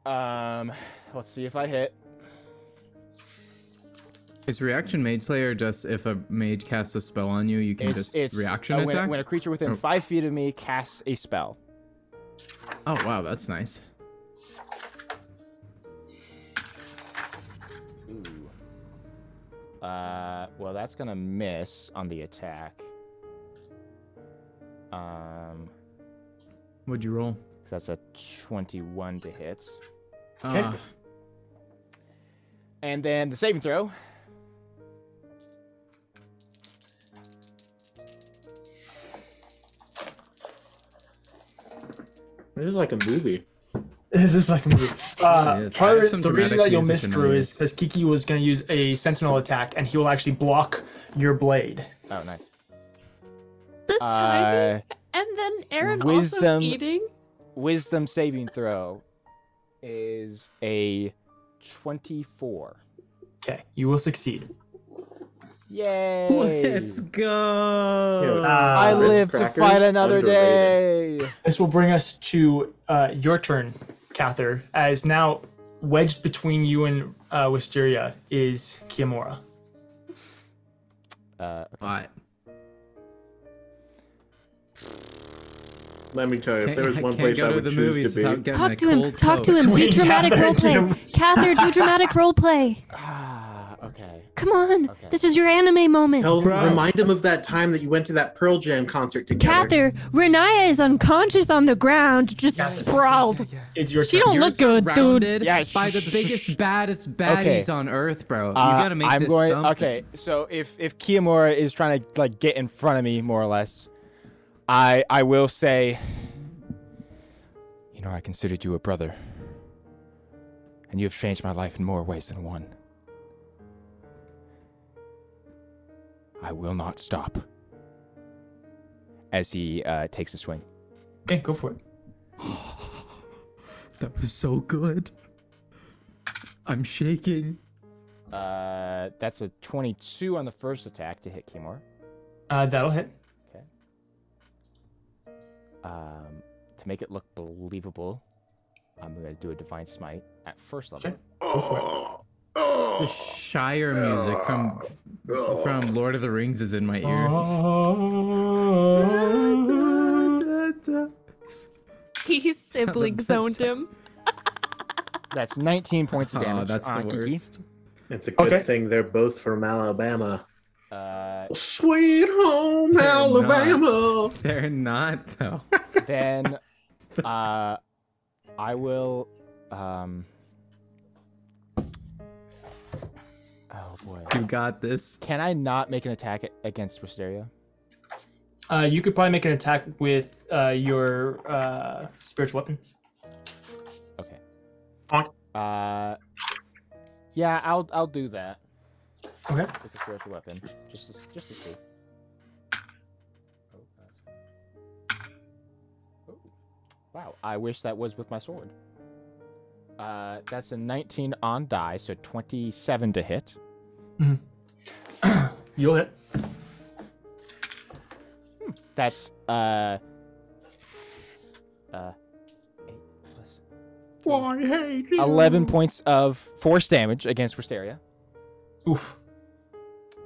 Um, let's see if I hit. Is reaction mage slayer just if a mage casts a spell on you, you can just reaction uh, when, attack? when a creature within Oh. five feet of me casts a spell. Oh wow, that's nice. Uh, well, that's gonna miss on the attack. Um, What'd you roll? 'cause that's a 21 to hit. Uh, And then the saving throw. This is like a movie. This is like a movie. Uh, Yes, I part have of some it- the reason dramatic that you'll miss music in Drew my is ears. because Kiki was going to use a sentinel attack and he will actually block your blade. Oh, nice. The Uh, timing, and then Aaron wisdom- also eating. wisdom saving throw is a 24. Okay, you will succeed. Yay! let's go. I Uh, Ritz live to crackers, fight another underrated. day. this will bring us to uh, your turn, Cather, as now wedged between you and uh, Wisteria is Kiyomura. Uh, But Let me tell you, if can't, there was one can't place go I to would the choose movies to without be. getting a Talk to him. cold Talk to Coke. him. Do Wait, dramatic Catherine, roleplay. you- Cather, do dramatic roleplay. ah, okay. Come on. Okay. This is your anime moment. Tell, Bro. remind him of that time that you went to that Pearl Jam concert together. Cather, Renaya is unconscious on the ground, just sprawled. It's your She turn. don't look good, dude. Surrounded Yeah, by the sh- sh- sh- biggest, baddest baddies Okay. on earth, bro. You Uh, gotta make I'm this going, something. Okay, so if if Kiyomura is trying to like get in front of me, more or less, I I will say, you know, I considered you a brother, and you have changed my life in more ways than one. I will not stop. As he uh, takes a swing. Okay, go for it. That was so good. I'm shaking. Uh, that's a 22 on the first attack to hit Kimura. Uh, that'll hit. Um, to make it look believable, I'm going to do a Divine Smite at first level. Okay. The Shire music from from Lord of the Rings is in my ears. He's sibling best zoned him. That's 19 points of Oh, damage. that's the on Kiki. worst. It's a good Okay. thing they're both from Alabama. Uh, Sweet home Oh, They're Alabama. They're not though. then uh, I will. Um, oh boy. You got this. Can I not make an attack a- against Wisteria? Uh, you could probably make an attack with uh, your uh, spiritual weapon. Okay. Bonk. Uh, yeah, I'll I'll do that Okay. with the spiritual weapon just to, just to see. Oh, that's- oh, Wow, I wish that was with my sword. Uh, that's a 19 on die, so 27 to hit. You'll hit. That's uh uh eight plus Why, hey, eleven points of force damage against Wisteria. Oof.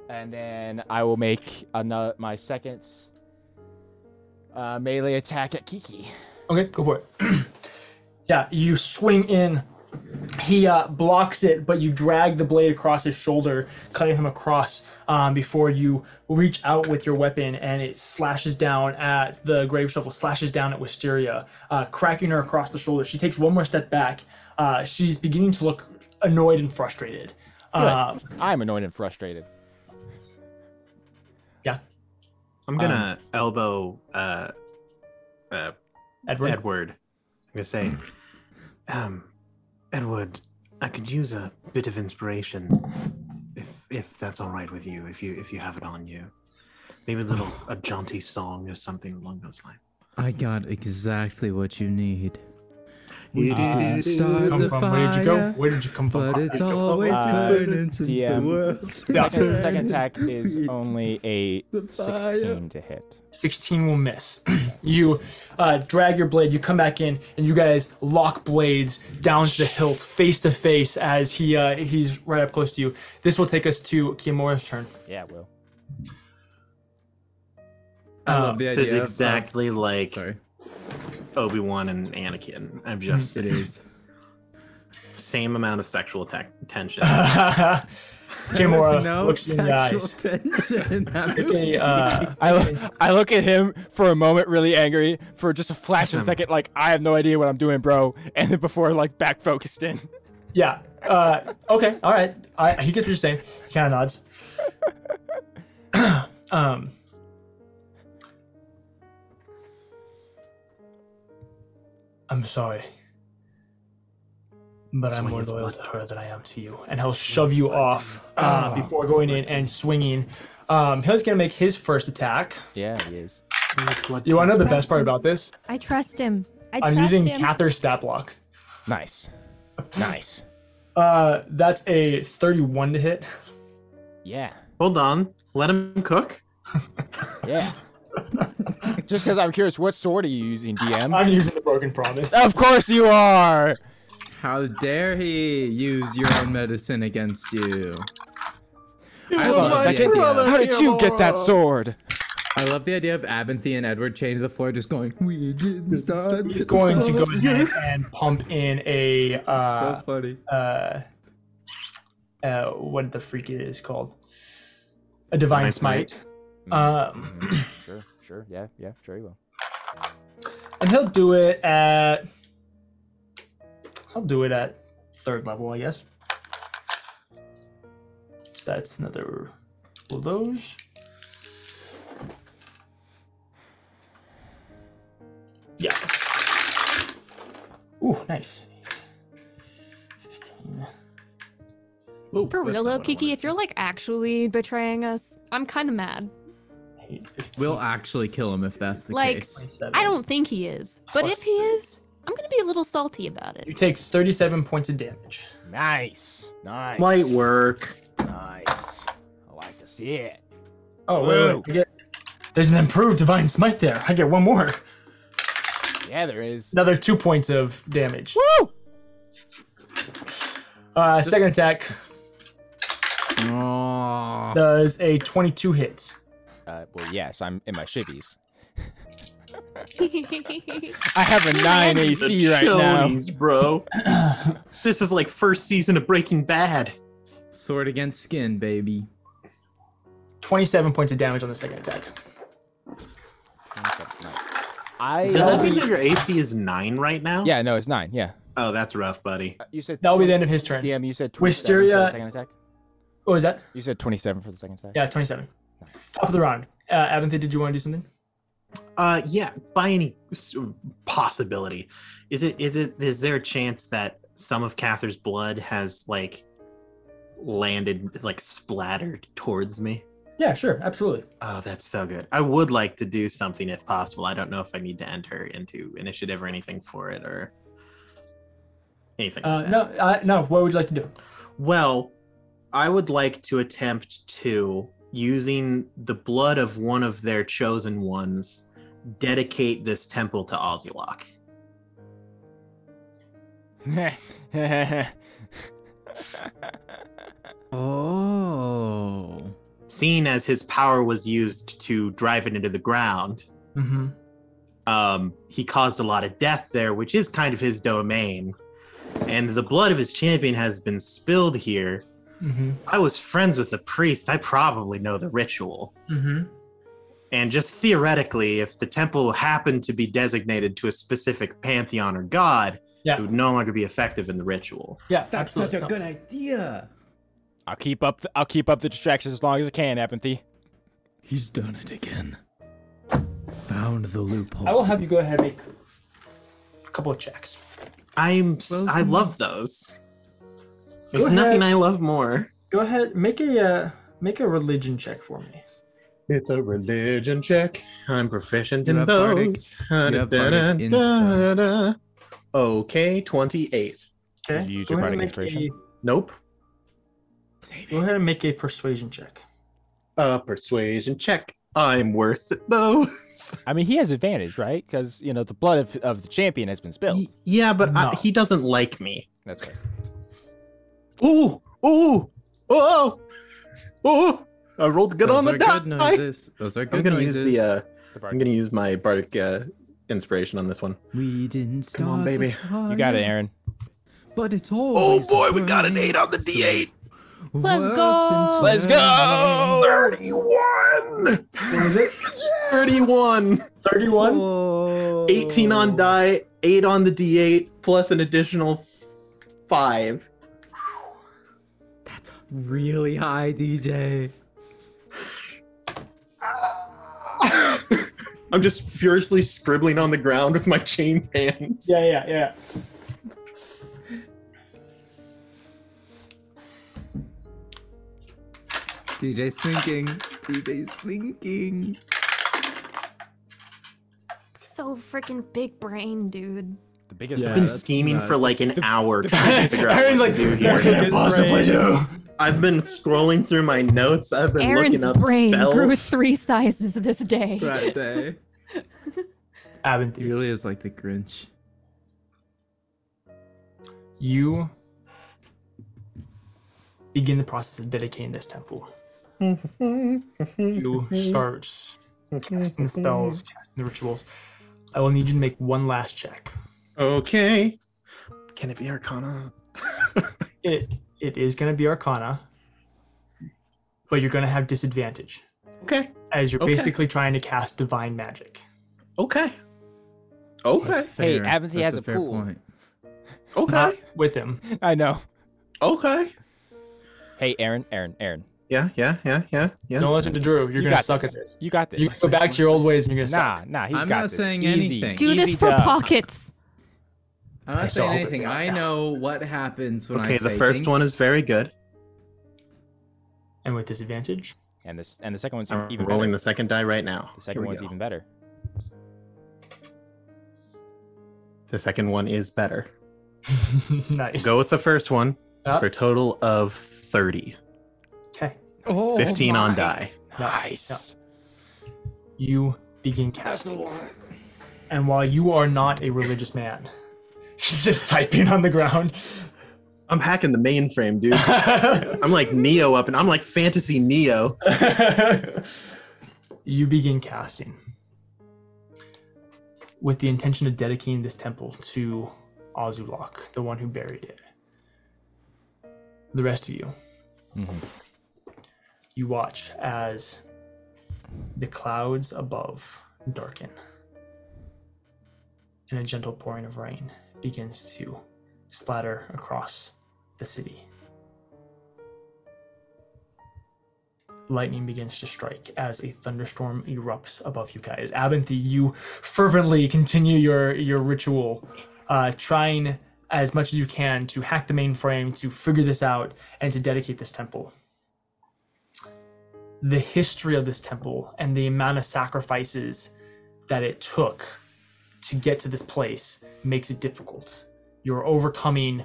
And then I will make another my second uh, melee attack at Kiki. Okay, go for it. yeah, you swing in He uh, blocks it, but you drag the blade across his shoulder, cutting him across um, before you reach out with your weapon, and it slashes down at the grave shovel, slashes down at Wisteria, uh, cracking her across the shoulder. She takes one more step back. Uh, she's beginning to look annoyed and frustrated. Um, I'm annoyed and frustrated. Yeah. I'm gonna elbow uh, uh, Edward. Edward. I'm gonna say, um, Edward, I could use a bit of inspiration, if if that's all right with you. If you if you have it on you, maybe a little a jaunty song or something along those lines. I got exactly what you need. You didn't did. start Come the from? Where did you go? fire, Where did you come from? But it's Where did you come always Uh, burning since the DM. world. Second, second attack is only a fire. 16 to hit. 16 will miss. you uh, drag your blade, you come back in, and you guys lock blades down to the hilt, face to face, as he uh, he's right up close to you. This will take us to Kiyomura's turn. Yeah, it will. I love the This idea. is of- uh, exactly like Sorry, Obi Wan and Anakin. I'm Mm, just it is. same amount of sexual attac tension. Kiyomura no looks you in the sexual eyes. tension. That Take would a, uh, I, lo- I look at him for a moment, really angry, for just a flash of a Awesome. second, like, I have no idea what I'm doing, bro. And then before, like, back focused in. yeah. Uh, okay. All right. I, he gets what you're saying. He kind of nods. um. I'm sorry. But I'm Swing more his loyal butt. to her than I am to you. And he'll shove you off Oh, uh, before going in and swinging. Um, he's going to make his first attack. Yeah, he is. You want to know the best part Trust him. about this? I trust him. I I'm trust using him. Cather stat block. Nice. Nice. Uh, that's a 31 to hit. Yeah. Hold on, let him cook. Yeah. just because I'm curious, what sword are you using, DM? I'm using the broken promise. of course you are! How dare he use your own medicine against you? I Hold on a love the second. idea. How did you get that sword? I love the idea of Abinthy and Edward chained to the floor, just going, "We didn't start." He's the going to go fire." ahead and pump in a uh, So funny. uh, uh, what the freak it is called, a divine Divine smite. Smite. Um, Mm-hmm. Sure, sure, yeah, yeah, sure you will. and he'll do it at. I'll do it at third level, I guess. So that's another one of those. Yeah. Ooh, nice. 15. For Ooh, that's real not though, what I Kiki, wanted. if you're like actually betraying us, I'm kind of mad. eight, 15. We'll actually kill him if that's the Like- case. I don't think he is, but Plus if he is, I'm gonna be a little salty about You it. take 37 points of damage. Nice. Nice. Light work. Nice. I like to see it. Oh, wait, wait, Whoa. I get, there's an improved divine smite there. I get one more. Yeah, there is. Another two points of damage. Woo! Uh, second attack Oh, does a 22 hit. Uh, well, yes, I'm in my shivvies. I have a 9 AC right now. Chonies, bro. this is like first season of Breaking Bad. sword against skin, baby. 27 points of damage on the second attack. I Does that mean that your AC is nine right now? Yeah, no, it's 9. Yeah. Oh, that's rough, buddy. Uh, You said That'll be the end of his turn. DM, you said 27 for Wisteria- the second attack? What was that? You said 27 for the second attack? Yeah, 27. Top of the round. Uh, Aventhy, did you want to do something? Uh, yeah. By any s- possibility, is it is it is there a chance that some of Cather's blood has like landed like splattered towards me? Yeah, sure. Absolutely. Oh, that's so good. I would like to do something if possible. I don't know if I need to enter into initiative or anything for it or anything. Uh, like that. no, uh, no. What would you like to do? Well, I would like to attempt to, using the blood of one of their chosen ones, dedicate this temple to Ozilok. Oh, Seeing as his power was used to drive it into the ground, Mm-hmm. um, he caused a lot of death there, which is kind of his domain. and the blood of his champion has been spilled here. Mm-hmm. I was friends with the priest. I probably know the ritual. Mm-hmm. And just theoretically, if the temple happened to be designated to a specific pantheon or god, Yeah. it would no longer be effective in the ritual. Yeah, That's absolutely. such a No. good idea. I'll keep up. The, I'll keep up the distractions as long as I can, Apathy. He's done it again. Found the loophole. I will have you go ahead and make a couple of checks. I'm I love those. There's ahead. nothing I love more. Go ahead, make a uh, make a religion check for me. It's a religion check. I'm proficient You in have bardic- those. you have bardic Da-da-da-da-da. Okay, 28. Okay. Did you use go ahead your and bardic make inspiration? Nope. a- go ahead and make a persuasion check. A persuasion check. I'm worse at those. I mean, he has advantage, right? Because you know the blood of, of the champion has been spilled. yeah, but No. I, he doesn't like me. That's right. Ooh, ooh, oh, oh! I rolled good Those on the are die. good noises. Those are good I'm gonna noises. use the. Uh, The I'm bardic. gonna use my bardic uh, inspiration on this one. We didn't Come on, start baby. the fire, You got it, Aaron. But it's Oh always boy, we got an burning. eight on the D8. World's been go. Let's go. Thirty-one. What was it? Thirty-one. Thirty-one. 18 Oh. on die, 8 on the d8, plus an additional 5. That's really high, DJ. I'm just furiously scribbling on the ground with my chained hands. Yeah, yeah, yeah. DJ's thinking. DJ's thinking. So freaking big brain, dude. The biggest. Yeah. I've been that's scheming for nuts. like an hour trying to figure out what to do here. possibly do. I've been scrolling through my notes. I've been Aaron's looking up brain spells. grew three sizes this day. Right there. He Abinthi, really is like the Grinch. you begin the process of dedicating this temple. you start casting the spells, casting the rituals. I will need you to make one last check. Okay. Can it be Arcana? It it is going to be Arcana, but you're going to have disadvantage Okay. as you're Okay. basically trying to cast divine magic. Okay. Okay. That's Hey, fair. Apathy That's has a fair pool. point. Not Okay. with him. I know. Okay. Hey, Aaron, Aaron, Aaron. Yeah, yeah, yeah, yeah, yeah. Don't listen to Drew. You're you going to got suck at this. You got this. You go back to your old ways and you're going to nah, Ah, suck. nah. He's I'm got not this. saying Easy. anything. Do this Easy for dub. pockets. I'm not Okay, so saying I'll put anything. those I down. know what happens when I Okay, the say first things. one is very good. And with disadvantage, And this, and the second one's I'm even rolling better. the second die right now. The second Here we one's go. even better. The second one is better. nice. Go with the first one Yeah. for a total of 30. Okay. Oh, 15 on die. Nice. You begin casting. And while you are not a religious man, she's just typing on the ground. I'm hacking the mainframe, dude. I'm like Neo up and I'm like fantasy Neo. you begin casting with the intention of dedicating this temple to Azulok, the one who buried it. The rest of you, you watch as the clouds above darken and a gentle pouring of rain begins to splatter across the city. lightning begins to strike as a thunderstorm erupts above you guys. Abinthi, you fervently continue your your ritual, uh, trying as much as you can to hack the mainframe, to figure this out, and to dedicate this temple. The history of this temple and the amount of sacrifices that it took to get to this place makes it difficult. You're overcoming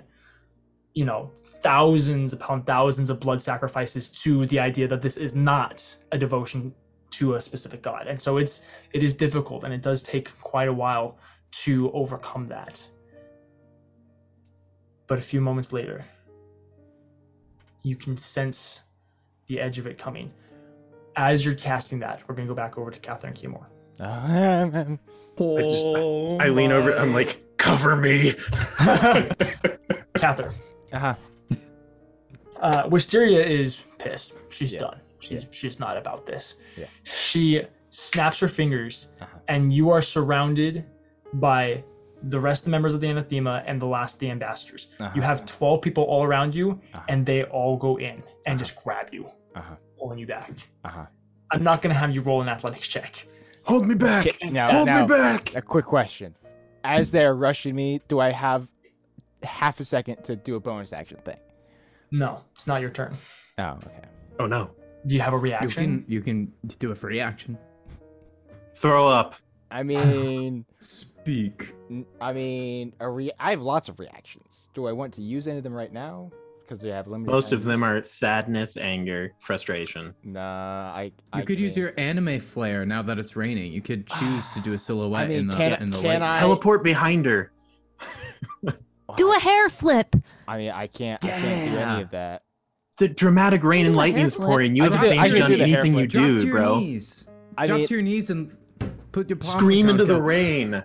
you know, thousands upon thousands of blood sacrifices to the idea that this is not a devotion to a specific god. And so it's it is difficult and it does take quite a while to overcome that. But a few moments later, you can sense the edge of it coming. As you're casting that, we're gonna go back over to Catherine Keymore. Um, I just I lean over, I'm like, cover me. Cather. Uh-huh. Uh, Wisteria is pissed. She's done. She's she's not about this. Yeah. Uh-huh. She snaps her fingers, and you are surrounded by the rest of the members of the anathema and the last of the ambassadors. Uh-huh. You have twelve people all around you, and they all go in and just grab you, Uh-huh. pulling you back. Uh-huh. I'm not gonna have you roll an athletics check. Hold me back. Hold me back. A quick question. As they're rushing me, do I have half a second to do a bonus action thing? No, it's not your turn. Oh, okay. Oh no. Do you have a reaction? You can you can do a free action. Throw up. I mean, Speak. n- I mean, a re- I have lots of reactions. Do I want to use any of them right now? Because they have limited. Most of time. them are sadness, anger, frustration. Nah, I. You I could use your anime flare now that it's raining. You could choose to do a silhouette I mean, in the can- in the can light. I- Teleport behind her. Do a hair flip. I mean, I can't. I can't do Yeah. any of that. The dramatic rain and Ooh, a lightning is haircut. pouring. You I have could do- I advantage could on do the anything you haircut. Drop to do, your bro. knees. I Drop mean- to your knees and put your palm. Scream into the rain.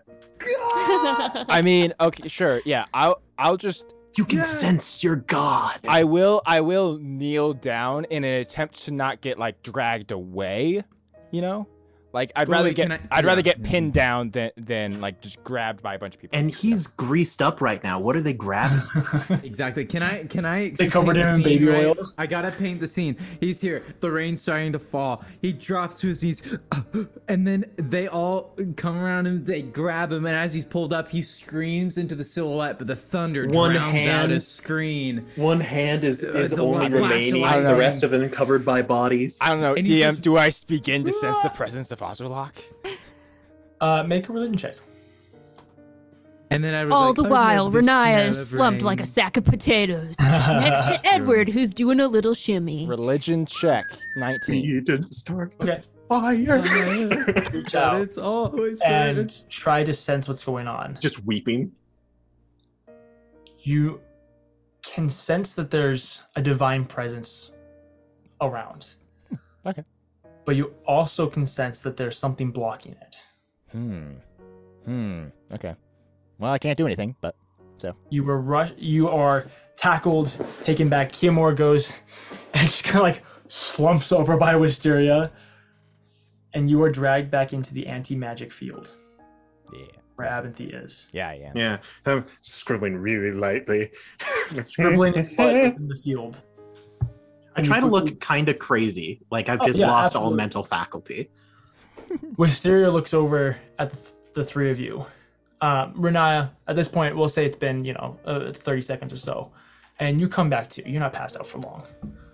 I mean, okay, sure, yeah. I'll. I'll just. You can sense your god. I will. I will kneel down in an attempt to not get like dragged away. You know, like I'd Wait, rather wait, get. can I- I'd rather yeah. get pinned down than than like just grabbed by a bunch of people. And he's greased up right now. What are they grabbing? Exactly. Can I? Can I? They covered paint him the in scene, baby right? oil. I gotta paint the scene. He's here. The rain's starting to fall. He drops to his knees, and then they all come around him. They grab him, and as he's pulled up, he screams into the silhouette. But the thunder One drowns out hand. his screen. One hand is, is Uh, the only flash remaining. lightning. The rest of them covered by bodies. I don't know, And he's DM. just- Do I begin to sense the presence of Ozerlock? Uh, make a religion check. And then I was All like, the "I while, love the Renaya Oh, smell is of slumped like a rain." sack of potatoes next to Edward, who's doing a little shimmy. Religion check. Nineteen. You didn't start the Okay. fire. Reach But out it's always red. and try to sense what's going on. Just weeping. you can sense that there's a divine presence around. okay. But you also can sense that there's something blocking it. Hmm. Hmm. Okay. Well, I can't do anything, but so. You were rush. You are tackled, taken back. Kiamor goes and just kind of like slumps over by Wisteria, and you are dragged back into the anti-magic field Yeah. where Abinthy is. Yeah. Yeah. Yeah, I'm scribbling really lightly. Scribbling in blood within the field. I try to look kind of crazy, like I've Oh, just yeah, lost all absolutely. mental faculty. Wisteria looks over at the, th- the three of you. Uh, Renaya, at this point, we'll say it's been, you know, uh, 30 seconds or so. And you come back to. You're not passed out for long.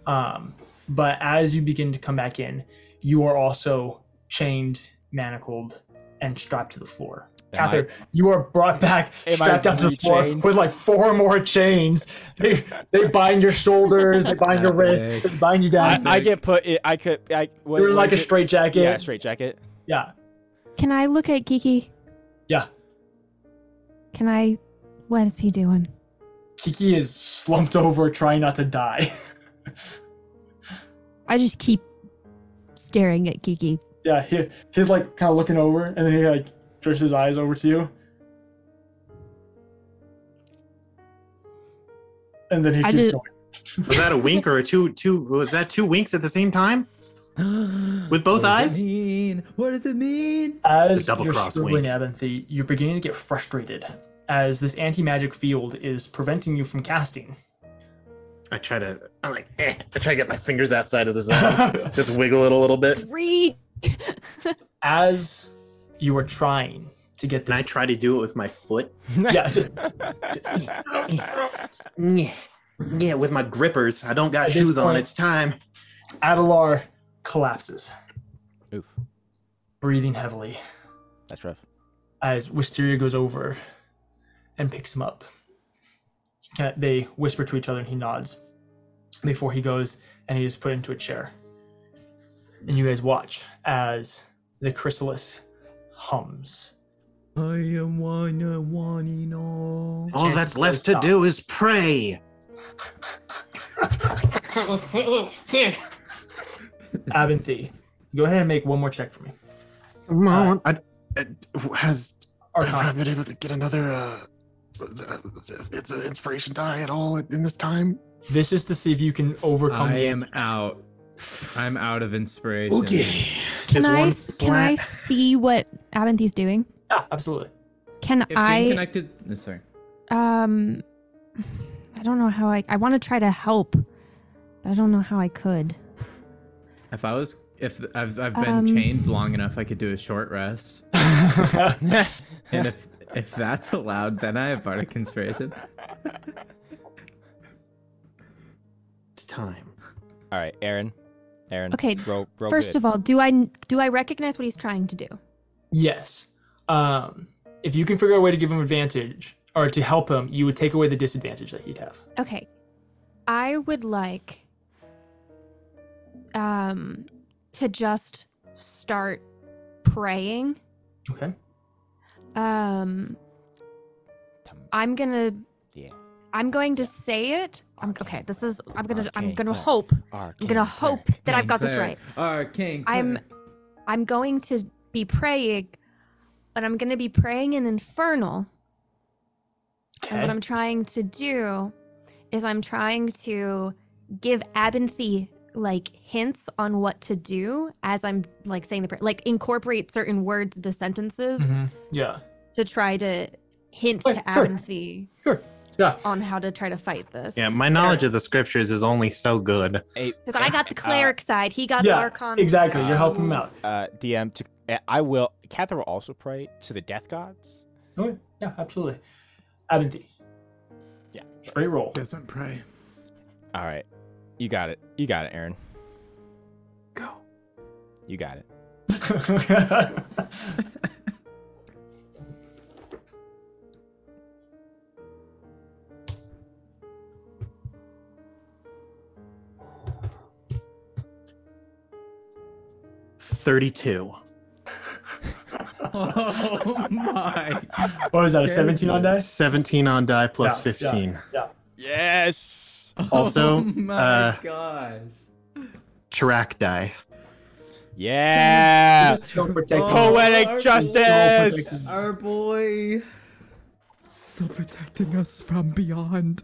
Um, but as you begin to come back in, you are also chained, manacled, and strapped to the floor. Am I- Cather, you are brought back, Am I strapped down to the floor re-chained? with like four more chains. They, they bind your shoulders, they bind your wrists, they bind you I, down. I get put. I, I could. I. What, You're in what like a is it? straight jacket. Yeah, straight jacket. yeah. Can I look at Kiki? Yeah. Can I? What is he doing? Kiki is slumped over, trying not to die. I just keep staring at Kiki. yeah, he, he's like kind of looking over, and then he like drifts his eyes over to you, and then he I keeps just- going. Was that a wink or a two? Two? Was that two winks at the same time with both What does eyes? it mean? What does it mean? As double you're cross scribbling wink. Abinthy, you're beginning to get frustrated as this anti-magic field is preventing you from casting. I try to. I'm like, eh. I try to get my fingers outside of the zone. just wiggle it a little bit. Three. As you are trying to get And this, I try to do it with my foot. yeah, it's just Yeah, yeah, with my grippers. I don't got At this shoes on. point- It's time. Adelar collapses, Oof. breathing heavily. That's rough. as Wisteria goes over and picks him up. He can't- They whisper to each other and he nods before he goes and he is put into a chair. And you guys watch as the chrysalis hums. I am one, I want to know. All that's left to stop. do is pray. Abinthy, go ahead and make one more check for me. Uh, Come on. I, I- has have I Arcana. Oh, been able to get another uh, it's an inspiration die at all in this time? This is to see if you can overcome. I the- am out. I'm out of inspiration. Okay. Can I s- can I see what Abinthy's doing? Yeah, Ah, absolutely. Can If I being connected, no, sorry. um I don't know how I I want to try to help, but I don't know how I could. If I was, if I've, I've been Um, chained long enough, I could do a short rest. and if if that's allowed, then I have bardic inspiration. It's time. All right, Aaron. Aaron. Okay. Roll, roll First good. of all, do I do I recognize what he's trying to do? Yes. Um, if you can figure out a way to give him advantage or to help him, you would take away the disadvantage that he'd have. Okay. I would like um to just start praying. Okay. Um, I'm gonna. Yeah. I'm going to say it. I'm, okay, this is. I'm gonna. I'm Arcane gonna Claire. hope. I'm Arcane gonna hope that I've got this Claire. right. Arcane. I'm. Claire. I'm going to be praying, but I'm gonna be praying in infernal. Okay. And what I'm trying to do is I'm trying to give Abinthy like hints on what to do as I'm like saying the prayer, like incorporate certain words into sentences Mhm. Yeah. to try to hint Oh, to sure. Abinthy Sure. Yeah. on how to try to fight this. Yeah, my knowledge of the scriptures is only so good. Hey, Because I got the cleric side, he got the yeah. archon. Exactly. side. You're helping him out. uh, DM. To, uh, I will. Cather will also pray to the death gods. Okay. Yeah, absolutely. Abinthy. Yeah. Straight roll. Doesn't pray. All right, you got it. You got it, Aaron. Go. You got it. Thirty-two. Oh my! what was that? A 17 on dice? Seventeen on die plus Yeah, fifteen. Yeah. Yes. Also, oh my uh, gosh. Chirac die. Yeah. Just don't protect him. Oh, Poetic our- justice. Our boy. Still protecting us from beyond.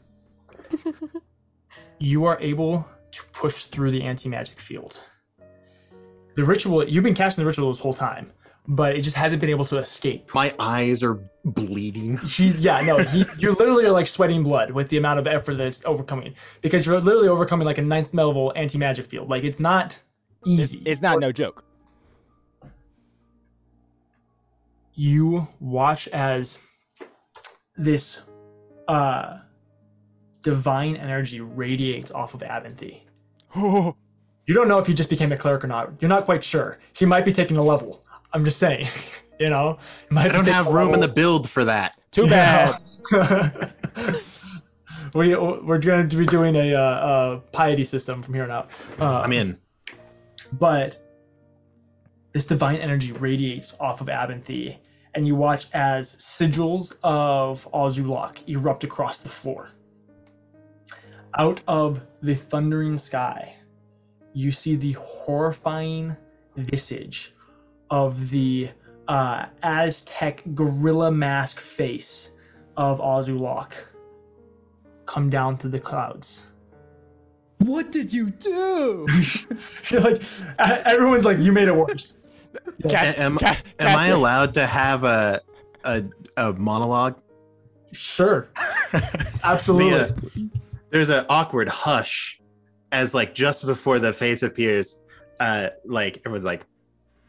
you are able to push through the anti-magic field. The ritual you've been casting the ritual this whole time, but it just hasn't been able to escape. My eyes are bleeding. He's yeah, no, he, you literally are like sweating blood with the amount of effort that it's overcoming because you're literally overcoming like a ninth level anti-magic field. Like it's not It's, easy. it's not no joke. you watch as this uh divine energy radiates off of Abinthy. you don't know if he just became a cleric or not. You're not quite sure. He might be taking a level. I'm just saying. you know? He might I be don't taking have a room in the level. build for that. Too Yeah. bad. we we're going to be doing a, uh, uh piety system from here on out. Uh, I'm in. but this divine energy radiates off of Abinthy, and you watch as sigils of Azulok erupt across the floor. Out of the thundering sky, you see the horrifying visage of the uh, Aztec gorilla mask face of Azulok come down through the clouds. What did you do? You're like, e- everyone's like, you made it worse. Cat- Am, Ca- am I Catherine. allowed to have a a, a monologue? Sure. Absolutely. Leah, there's an awkward hush as like just before the face appears, uh, like everyone's like,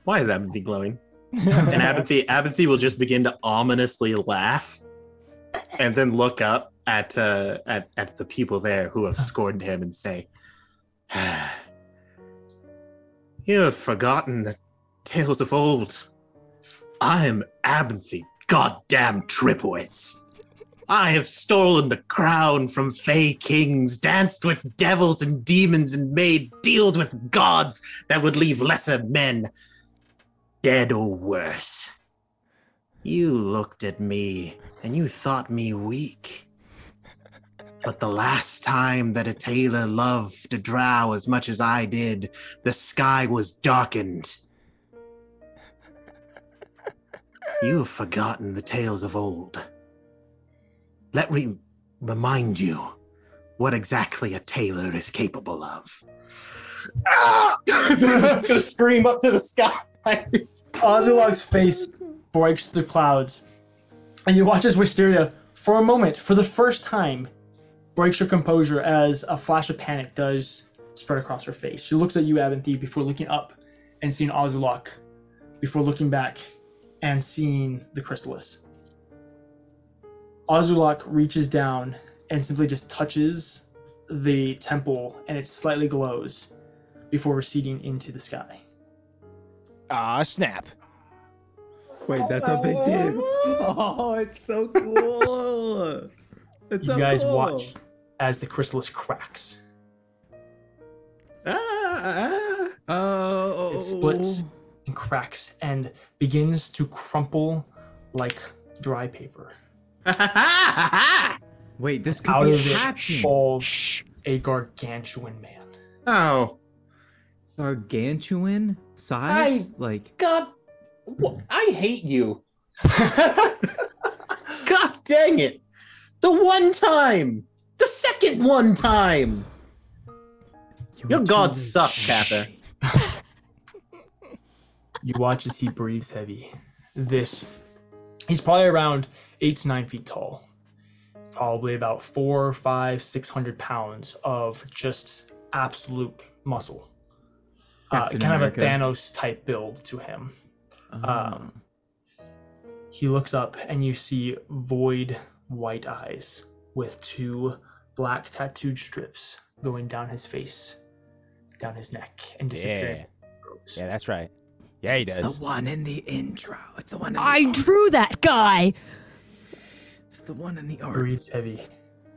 "Why is apathy glowing?" and apathy, apathy will just begin to ominously laugh, and then look up at uh, at at the people there who have scorned him and say, "You have forgotten the tales of old. I am apathy, goddamn tripwits." I have stolen the crown from fey kings, danced with devils and demons, and made deals with gods that would leave lesser men dead or worse. You looked at me and you thought me weak. But the last time that a tailor loved a drow as much as I did, the sky was darkened. You have forgotten the tales of old. Let me remind you what exactly a tailor is capable of. Ah! I'm just gonna scream up to the sky. Ozulog's face breaks through the clouds, and you watch as Wisteria, for a moment, for the first time, breaks her composure as a flash of panic does spread across her face. She looks at you, Abinthe, before looking up and seeing Ozulok, before looking back and seeing the chrysalis. Ozulok reaches down and simply just touches the temple, and it slightly glows before receding into the sky. Ah, snap. Wait, that's a big deal. Oh, it's so cool. It's so you guys cool. watch as the chrysalis cracks. Oh, It splits and cracks and begins to crumple like dry paper. Wait, this could Out be of hatching. it falls a gargantuan man. Oh. Gargantuan size? like God, wha- I hate you. God dang it! The one time, the second one time. Your gods suck, Kappa. You watch as he breathes heavy. This, he's probably around eight to nine feet tall, probably about four, five, six hundred pounds of just absolute muscle. Uh, Captain kind America. of a Thanos type build to him. Um, he looks up and you see void white eyes with two black tattooed strips going down his face, down his neck, and disappearing. Yeah, that's right. Yeah, he It's does. the one in the intro. It's the one. In I the art. drew that guy. It's the one in the art Breathes heavy.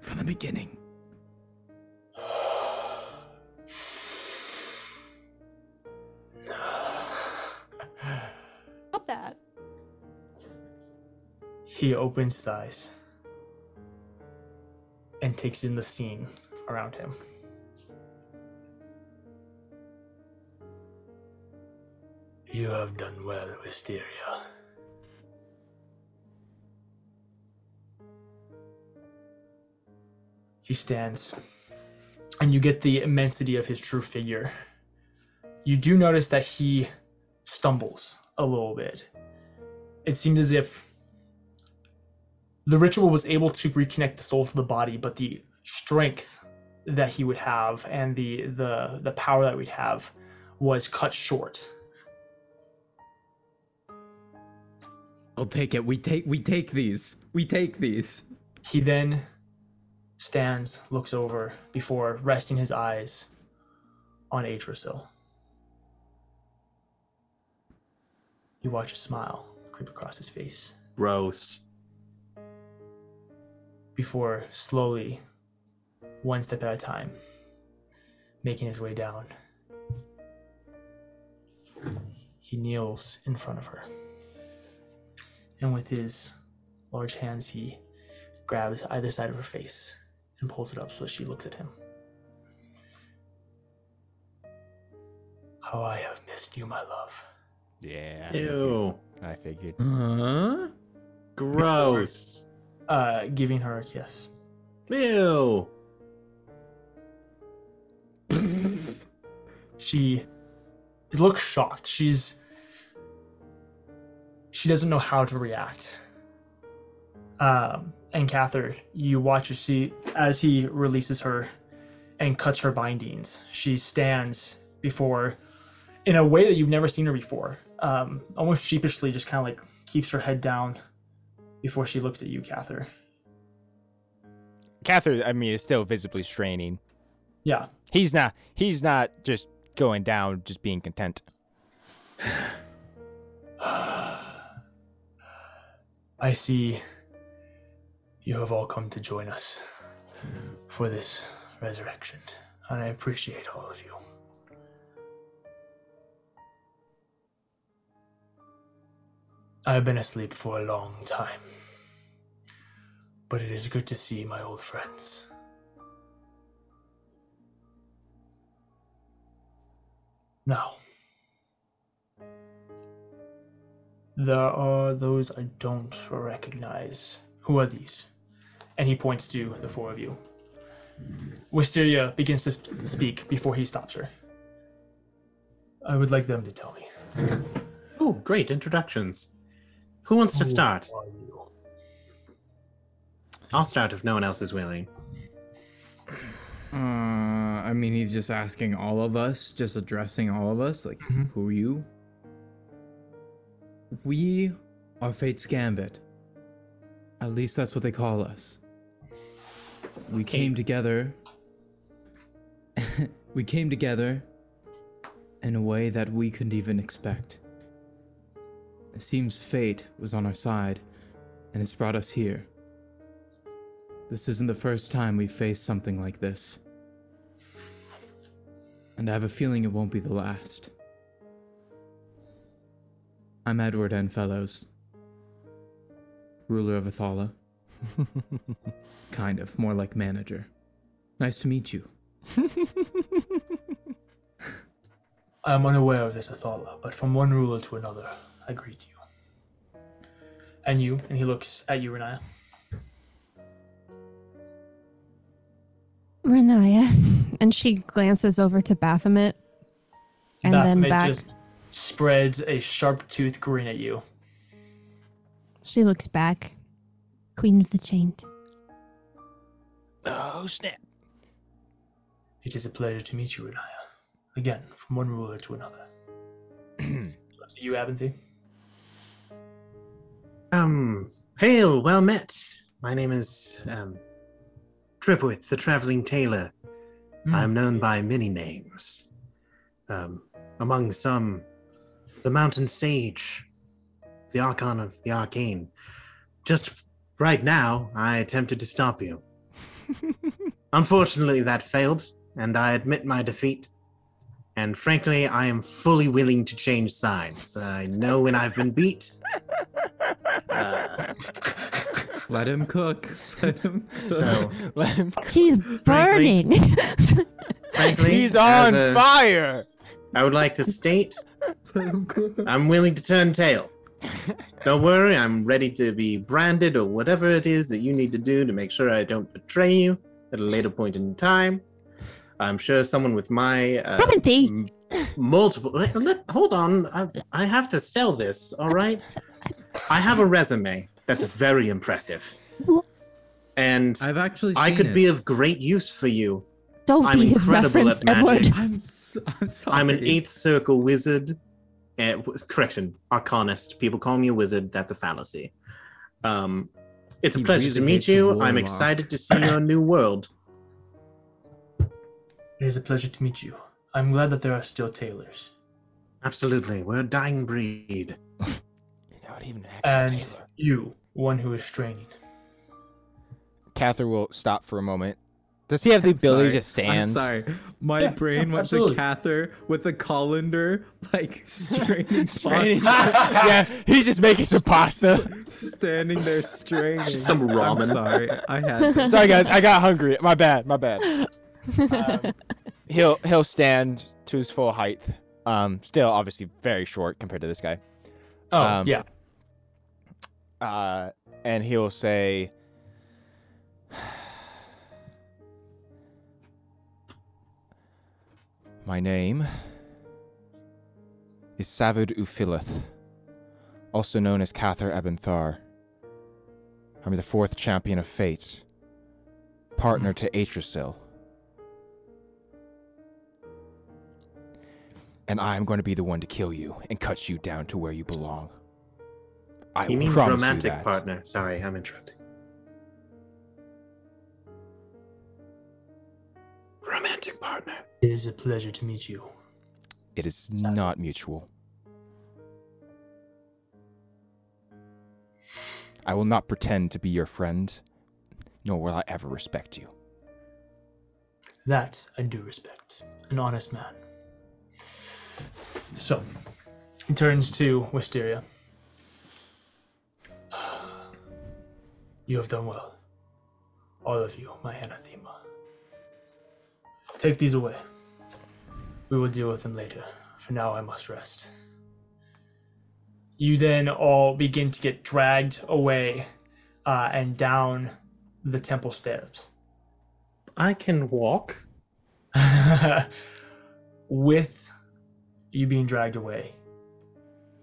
from the beginning. Stop that. He opens his eyes and takes in the scene around him. You have done well, Wisteria. He stands, and you get the immensity of his true figure. You do notice that he stumbles a little bit. It seems as if the ritual was able to reconnect the soul to the body, but the strength that he would have and the the the power that we'd have was cut short. I'll take it. We take. We take these. We take these. He then stands, looks over before resting his eyes on Atrasil. You watch a smile creep across his face Gross. before slowly, one step at a time, making his way down. He kneels in front of her. And with his large hands, he grabs either side of her face and pulls it up so she looks at him. How I have missed you, my love. Yeah. Ew. I figured. uh, Huh? Gross. Uh, giving her a kiss. Ew. she looks shocked. She's she doesn't know how to react. Um, and Cather, you watch as she as he releases her and cuts her bindings. She stands before, in a way that you've never seen her before. Um, almost sheepishly, just kind of like keeps her head down before she looks at you, Cather. Cather, I mean, is still visibly straining. Yeah, He's not. He's not just going down, just being content. I see you have all come to join us for this resurrection, and I appreciate all of you. I have been asleep for a long time, but it is good to see my old friends. Now, there are those I don't recognize. Who are these? and he points to the four of you. Wisteria begins to speak before he stops her. I would like them to tell me. Oh, great introductions. Who wants to start? I'll start if no one else is willing. Uh, I mean, he's just asking all of us, just addressing all of us, like, who are you? We are Fate's Gambit. At least that's what they call us. We came together. we came together in a way that we couldn't even expect. It seems fate was on our side, and it's brought us here. This isn't the first time we've faced something like this. And I have a feeling it won't be the last. I'm Edward Enfellowes, ruler of Athala. kind of, more like manager. Nice to meet you. I am unaware of this Athala, but from one ruler to another, I greet you. And you, and he looks at you, Renaya. Renaya. And she glances over to Baphomet and then Baphomet back. just spreads a sharp toothed grin at you. She looks back. Queen of the Chained. Oh, snap. It is a pleasure to meet you, Renaya. Again, from one ruler to another. Up to you, Abinthy. Um, hail, well met. My name is um, Tripwitz, the traveling tailor. I am known by many names. Um, among some, the mountain sage, the archon of the arcane. Just right now, I attempted to stop you. Unfortunately, that failed, and I admit my defeat. And frankly, I am fully willing to change sides. I know when I've been beat. Let him cook. Let him cook. So- Let him He's Frankly- burning. frankly, He's on as a- fire. I would like to state I'm willing to turn tail. Don't worry, I'm ready to be branded or whatever it is that you need to do to make sure I don't betray you at a later point in time. I'm sure someone with my uh, Abinthy. m- multiple. Let- let- hold on, I, I have to sell this. All right, I have a resume that's very impressive, and I've actually I seen could it. be of great use for you. Don't I'm be his incredible reference, at magic. Edward. I'm, so, I'm sorry. I'm an eighth circle wizard. Eh, w- correction, arcanist. People call me a wizard. That's a fallacy. Um, it's a He pleasure really to meet hates the you. I'm warlock. excited to see your new world. It is a pleasure to meet you. I'm glad that there are still tailors. Absolutely, we're a dying breed. Not even an actual And tailor. you, one who is straining. Cather will stop for a moment. Does he have the ability to Sorry. stand? I'm sorry. My Yeah, brain yeah, went absolutely. to Cather with a colander, like straining, Straining- pasta, yeah, he's just making some pasta. standing there straining. Just some I'm ramen. sorry, I had to. Sorry guys, I got hungry. My bad. My bad. Um, he'll he'll stand to his full height. Um, still obviously very short compared to this guy. Oh, Um, yeah. Uh, and he'll say, "My name is Savad Uphilith, also known as Cather Ebenthar. I'm the fourth champion of Fates, partner to Atrasil." And I'm going to be the one to kill you and cut you down to where you belong. I you mean promise you romantic that. partner? Sorry, I'm interrupting. Romantic partner. It is a pleasure to meet you. It is not mutual. I will not pretend to be your friend, nor will I ever respect you. That I do respect. An honest man. So, he turns to Wisteria. You have done well. All of you, my anathema. Take these away. We will deal with them later. For now, I must rest. You then all begin to get dragged away uh, and down the temple stairs. I can walk. with you being dragged away,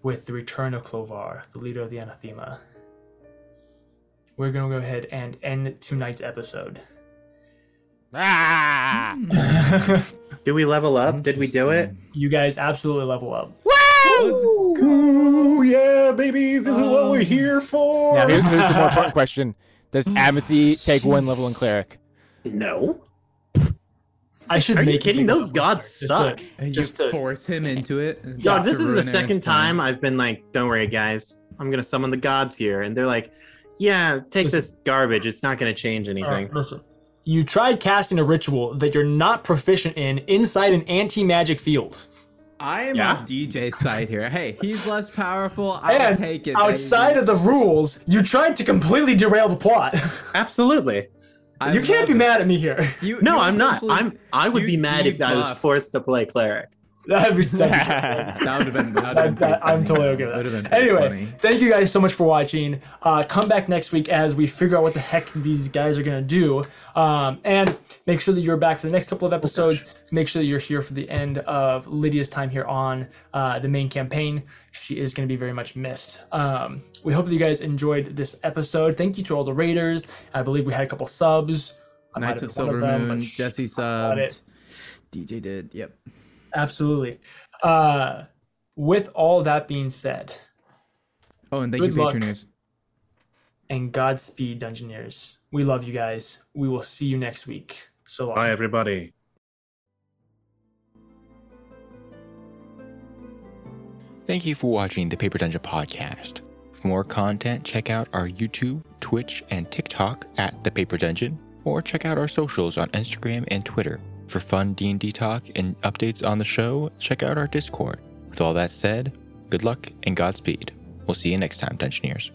with the return of Clovar, the leader of the Anathema, we're going to go ahead and end tonight's episode. Ah! Do we level up? Mm-hmm. Did we do it? You guys absolutely level up. Ooh, yeah, baby. This is what we're here for. Now, here- here's the more important question: Does Amity take one level in cleric? No. I should Are you make think kidding? Those about gods it. suck. You Just to- force him into it. God, just this to is the ruin Aaron's second time plans. I've been like, "Don't worry, guys. I'm gonna summon the gods here," and they're like, "Yeah, take this garbage. It's not gonna change All right, anything." listen. You tried casting a ritual that you're not proficient in inside an anti-magic field. I am Yeah. on DJ's side here. Hey, he's less powerful. I'll and take it. outside baby. of the rules, you tried to completely derail the plot. Absolutely. I you can't love be it. mad at me here. You, No, you I'm not. essentially- I'm. I would you be mad if I Uh, was debuff. forced to play cleric. That'd be- that'd be- That would have been. That That- that- I'm totally okay with that. Anyway, thank you guys so much for watching. Uh, come back next week as we figure out what the heck these guys are gonna do. Um, and make sure that you're back for the next couple of episodes. Oh, make sure that you're here for the end of Lydia's time here on uh, the main campaign. She is gonna be very much missed. Um, we hope that you guys enjoyed this episode. Thank you to all the raiders. I believe we had a couple subs. I might Knights of have been one Silver them, Moon. but sh- Jesse about it. subbed. DJ did. Yep. Absolutely. Uh, with all that being said, Oh, and thank Good you, luck. Patreoners. and Godspeed, Dungeoneers. We love you guys. We will see you next week. So long. Bye, everybody. Thank you for watching the Paper Dungeon Podcast. For more content, check out our YouTube, Twitch, and TikTok at The Paper Dungeon, or check out our socials on Instagram and Twitter. For fun D&D talk and updates on the show, check out our Discord. With all that said, good luck and Godspeed. We'll see you next time, Dungeoneers.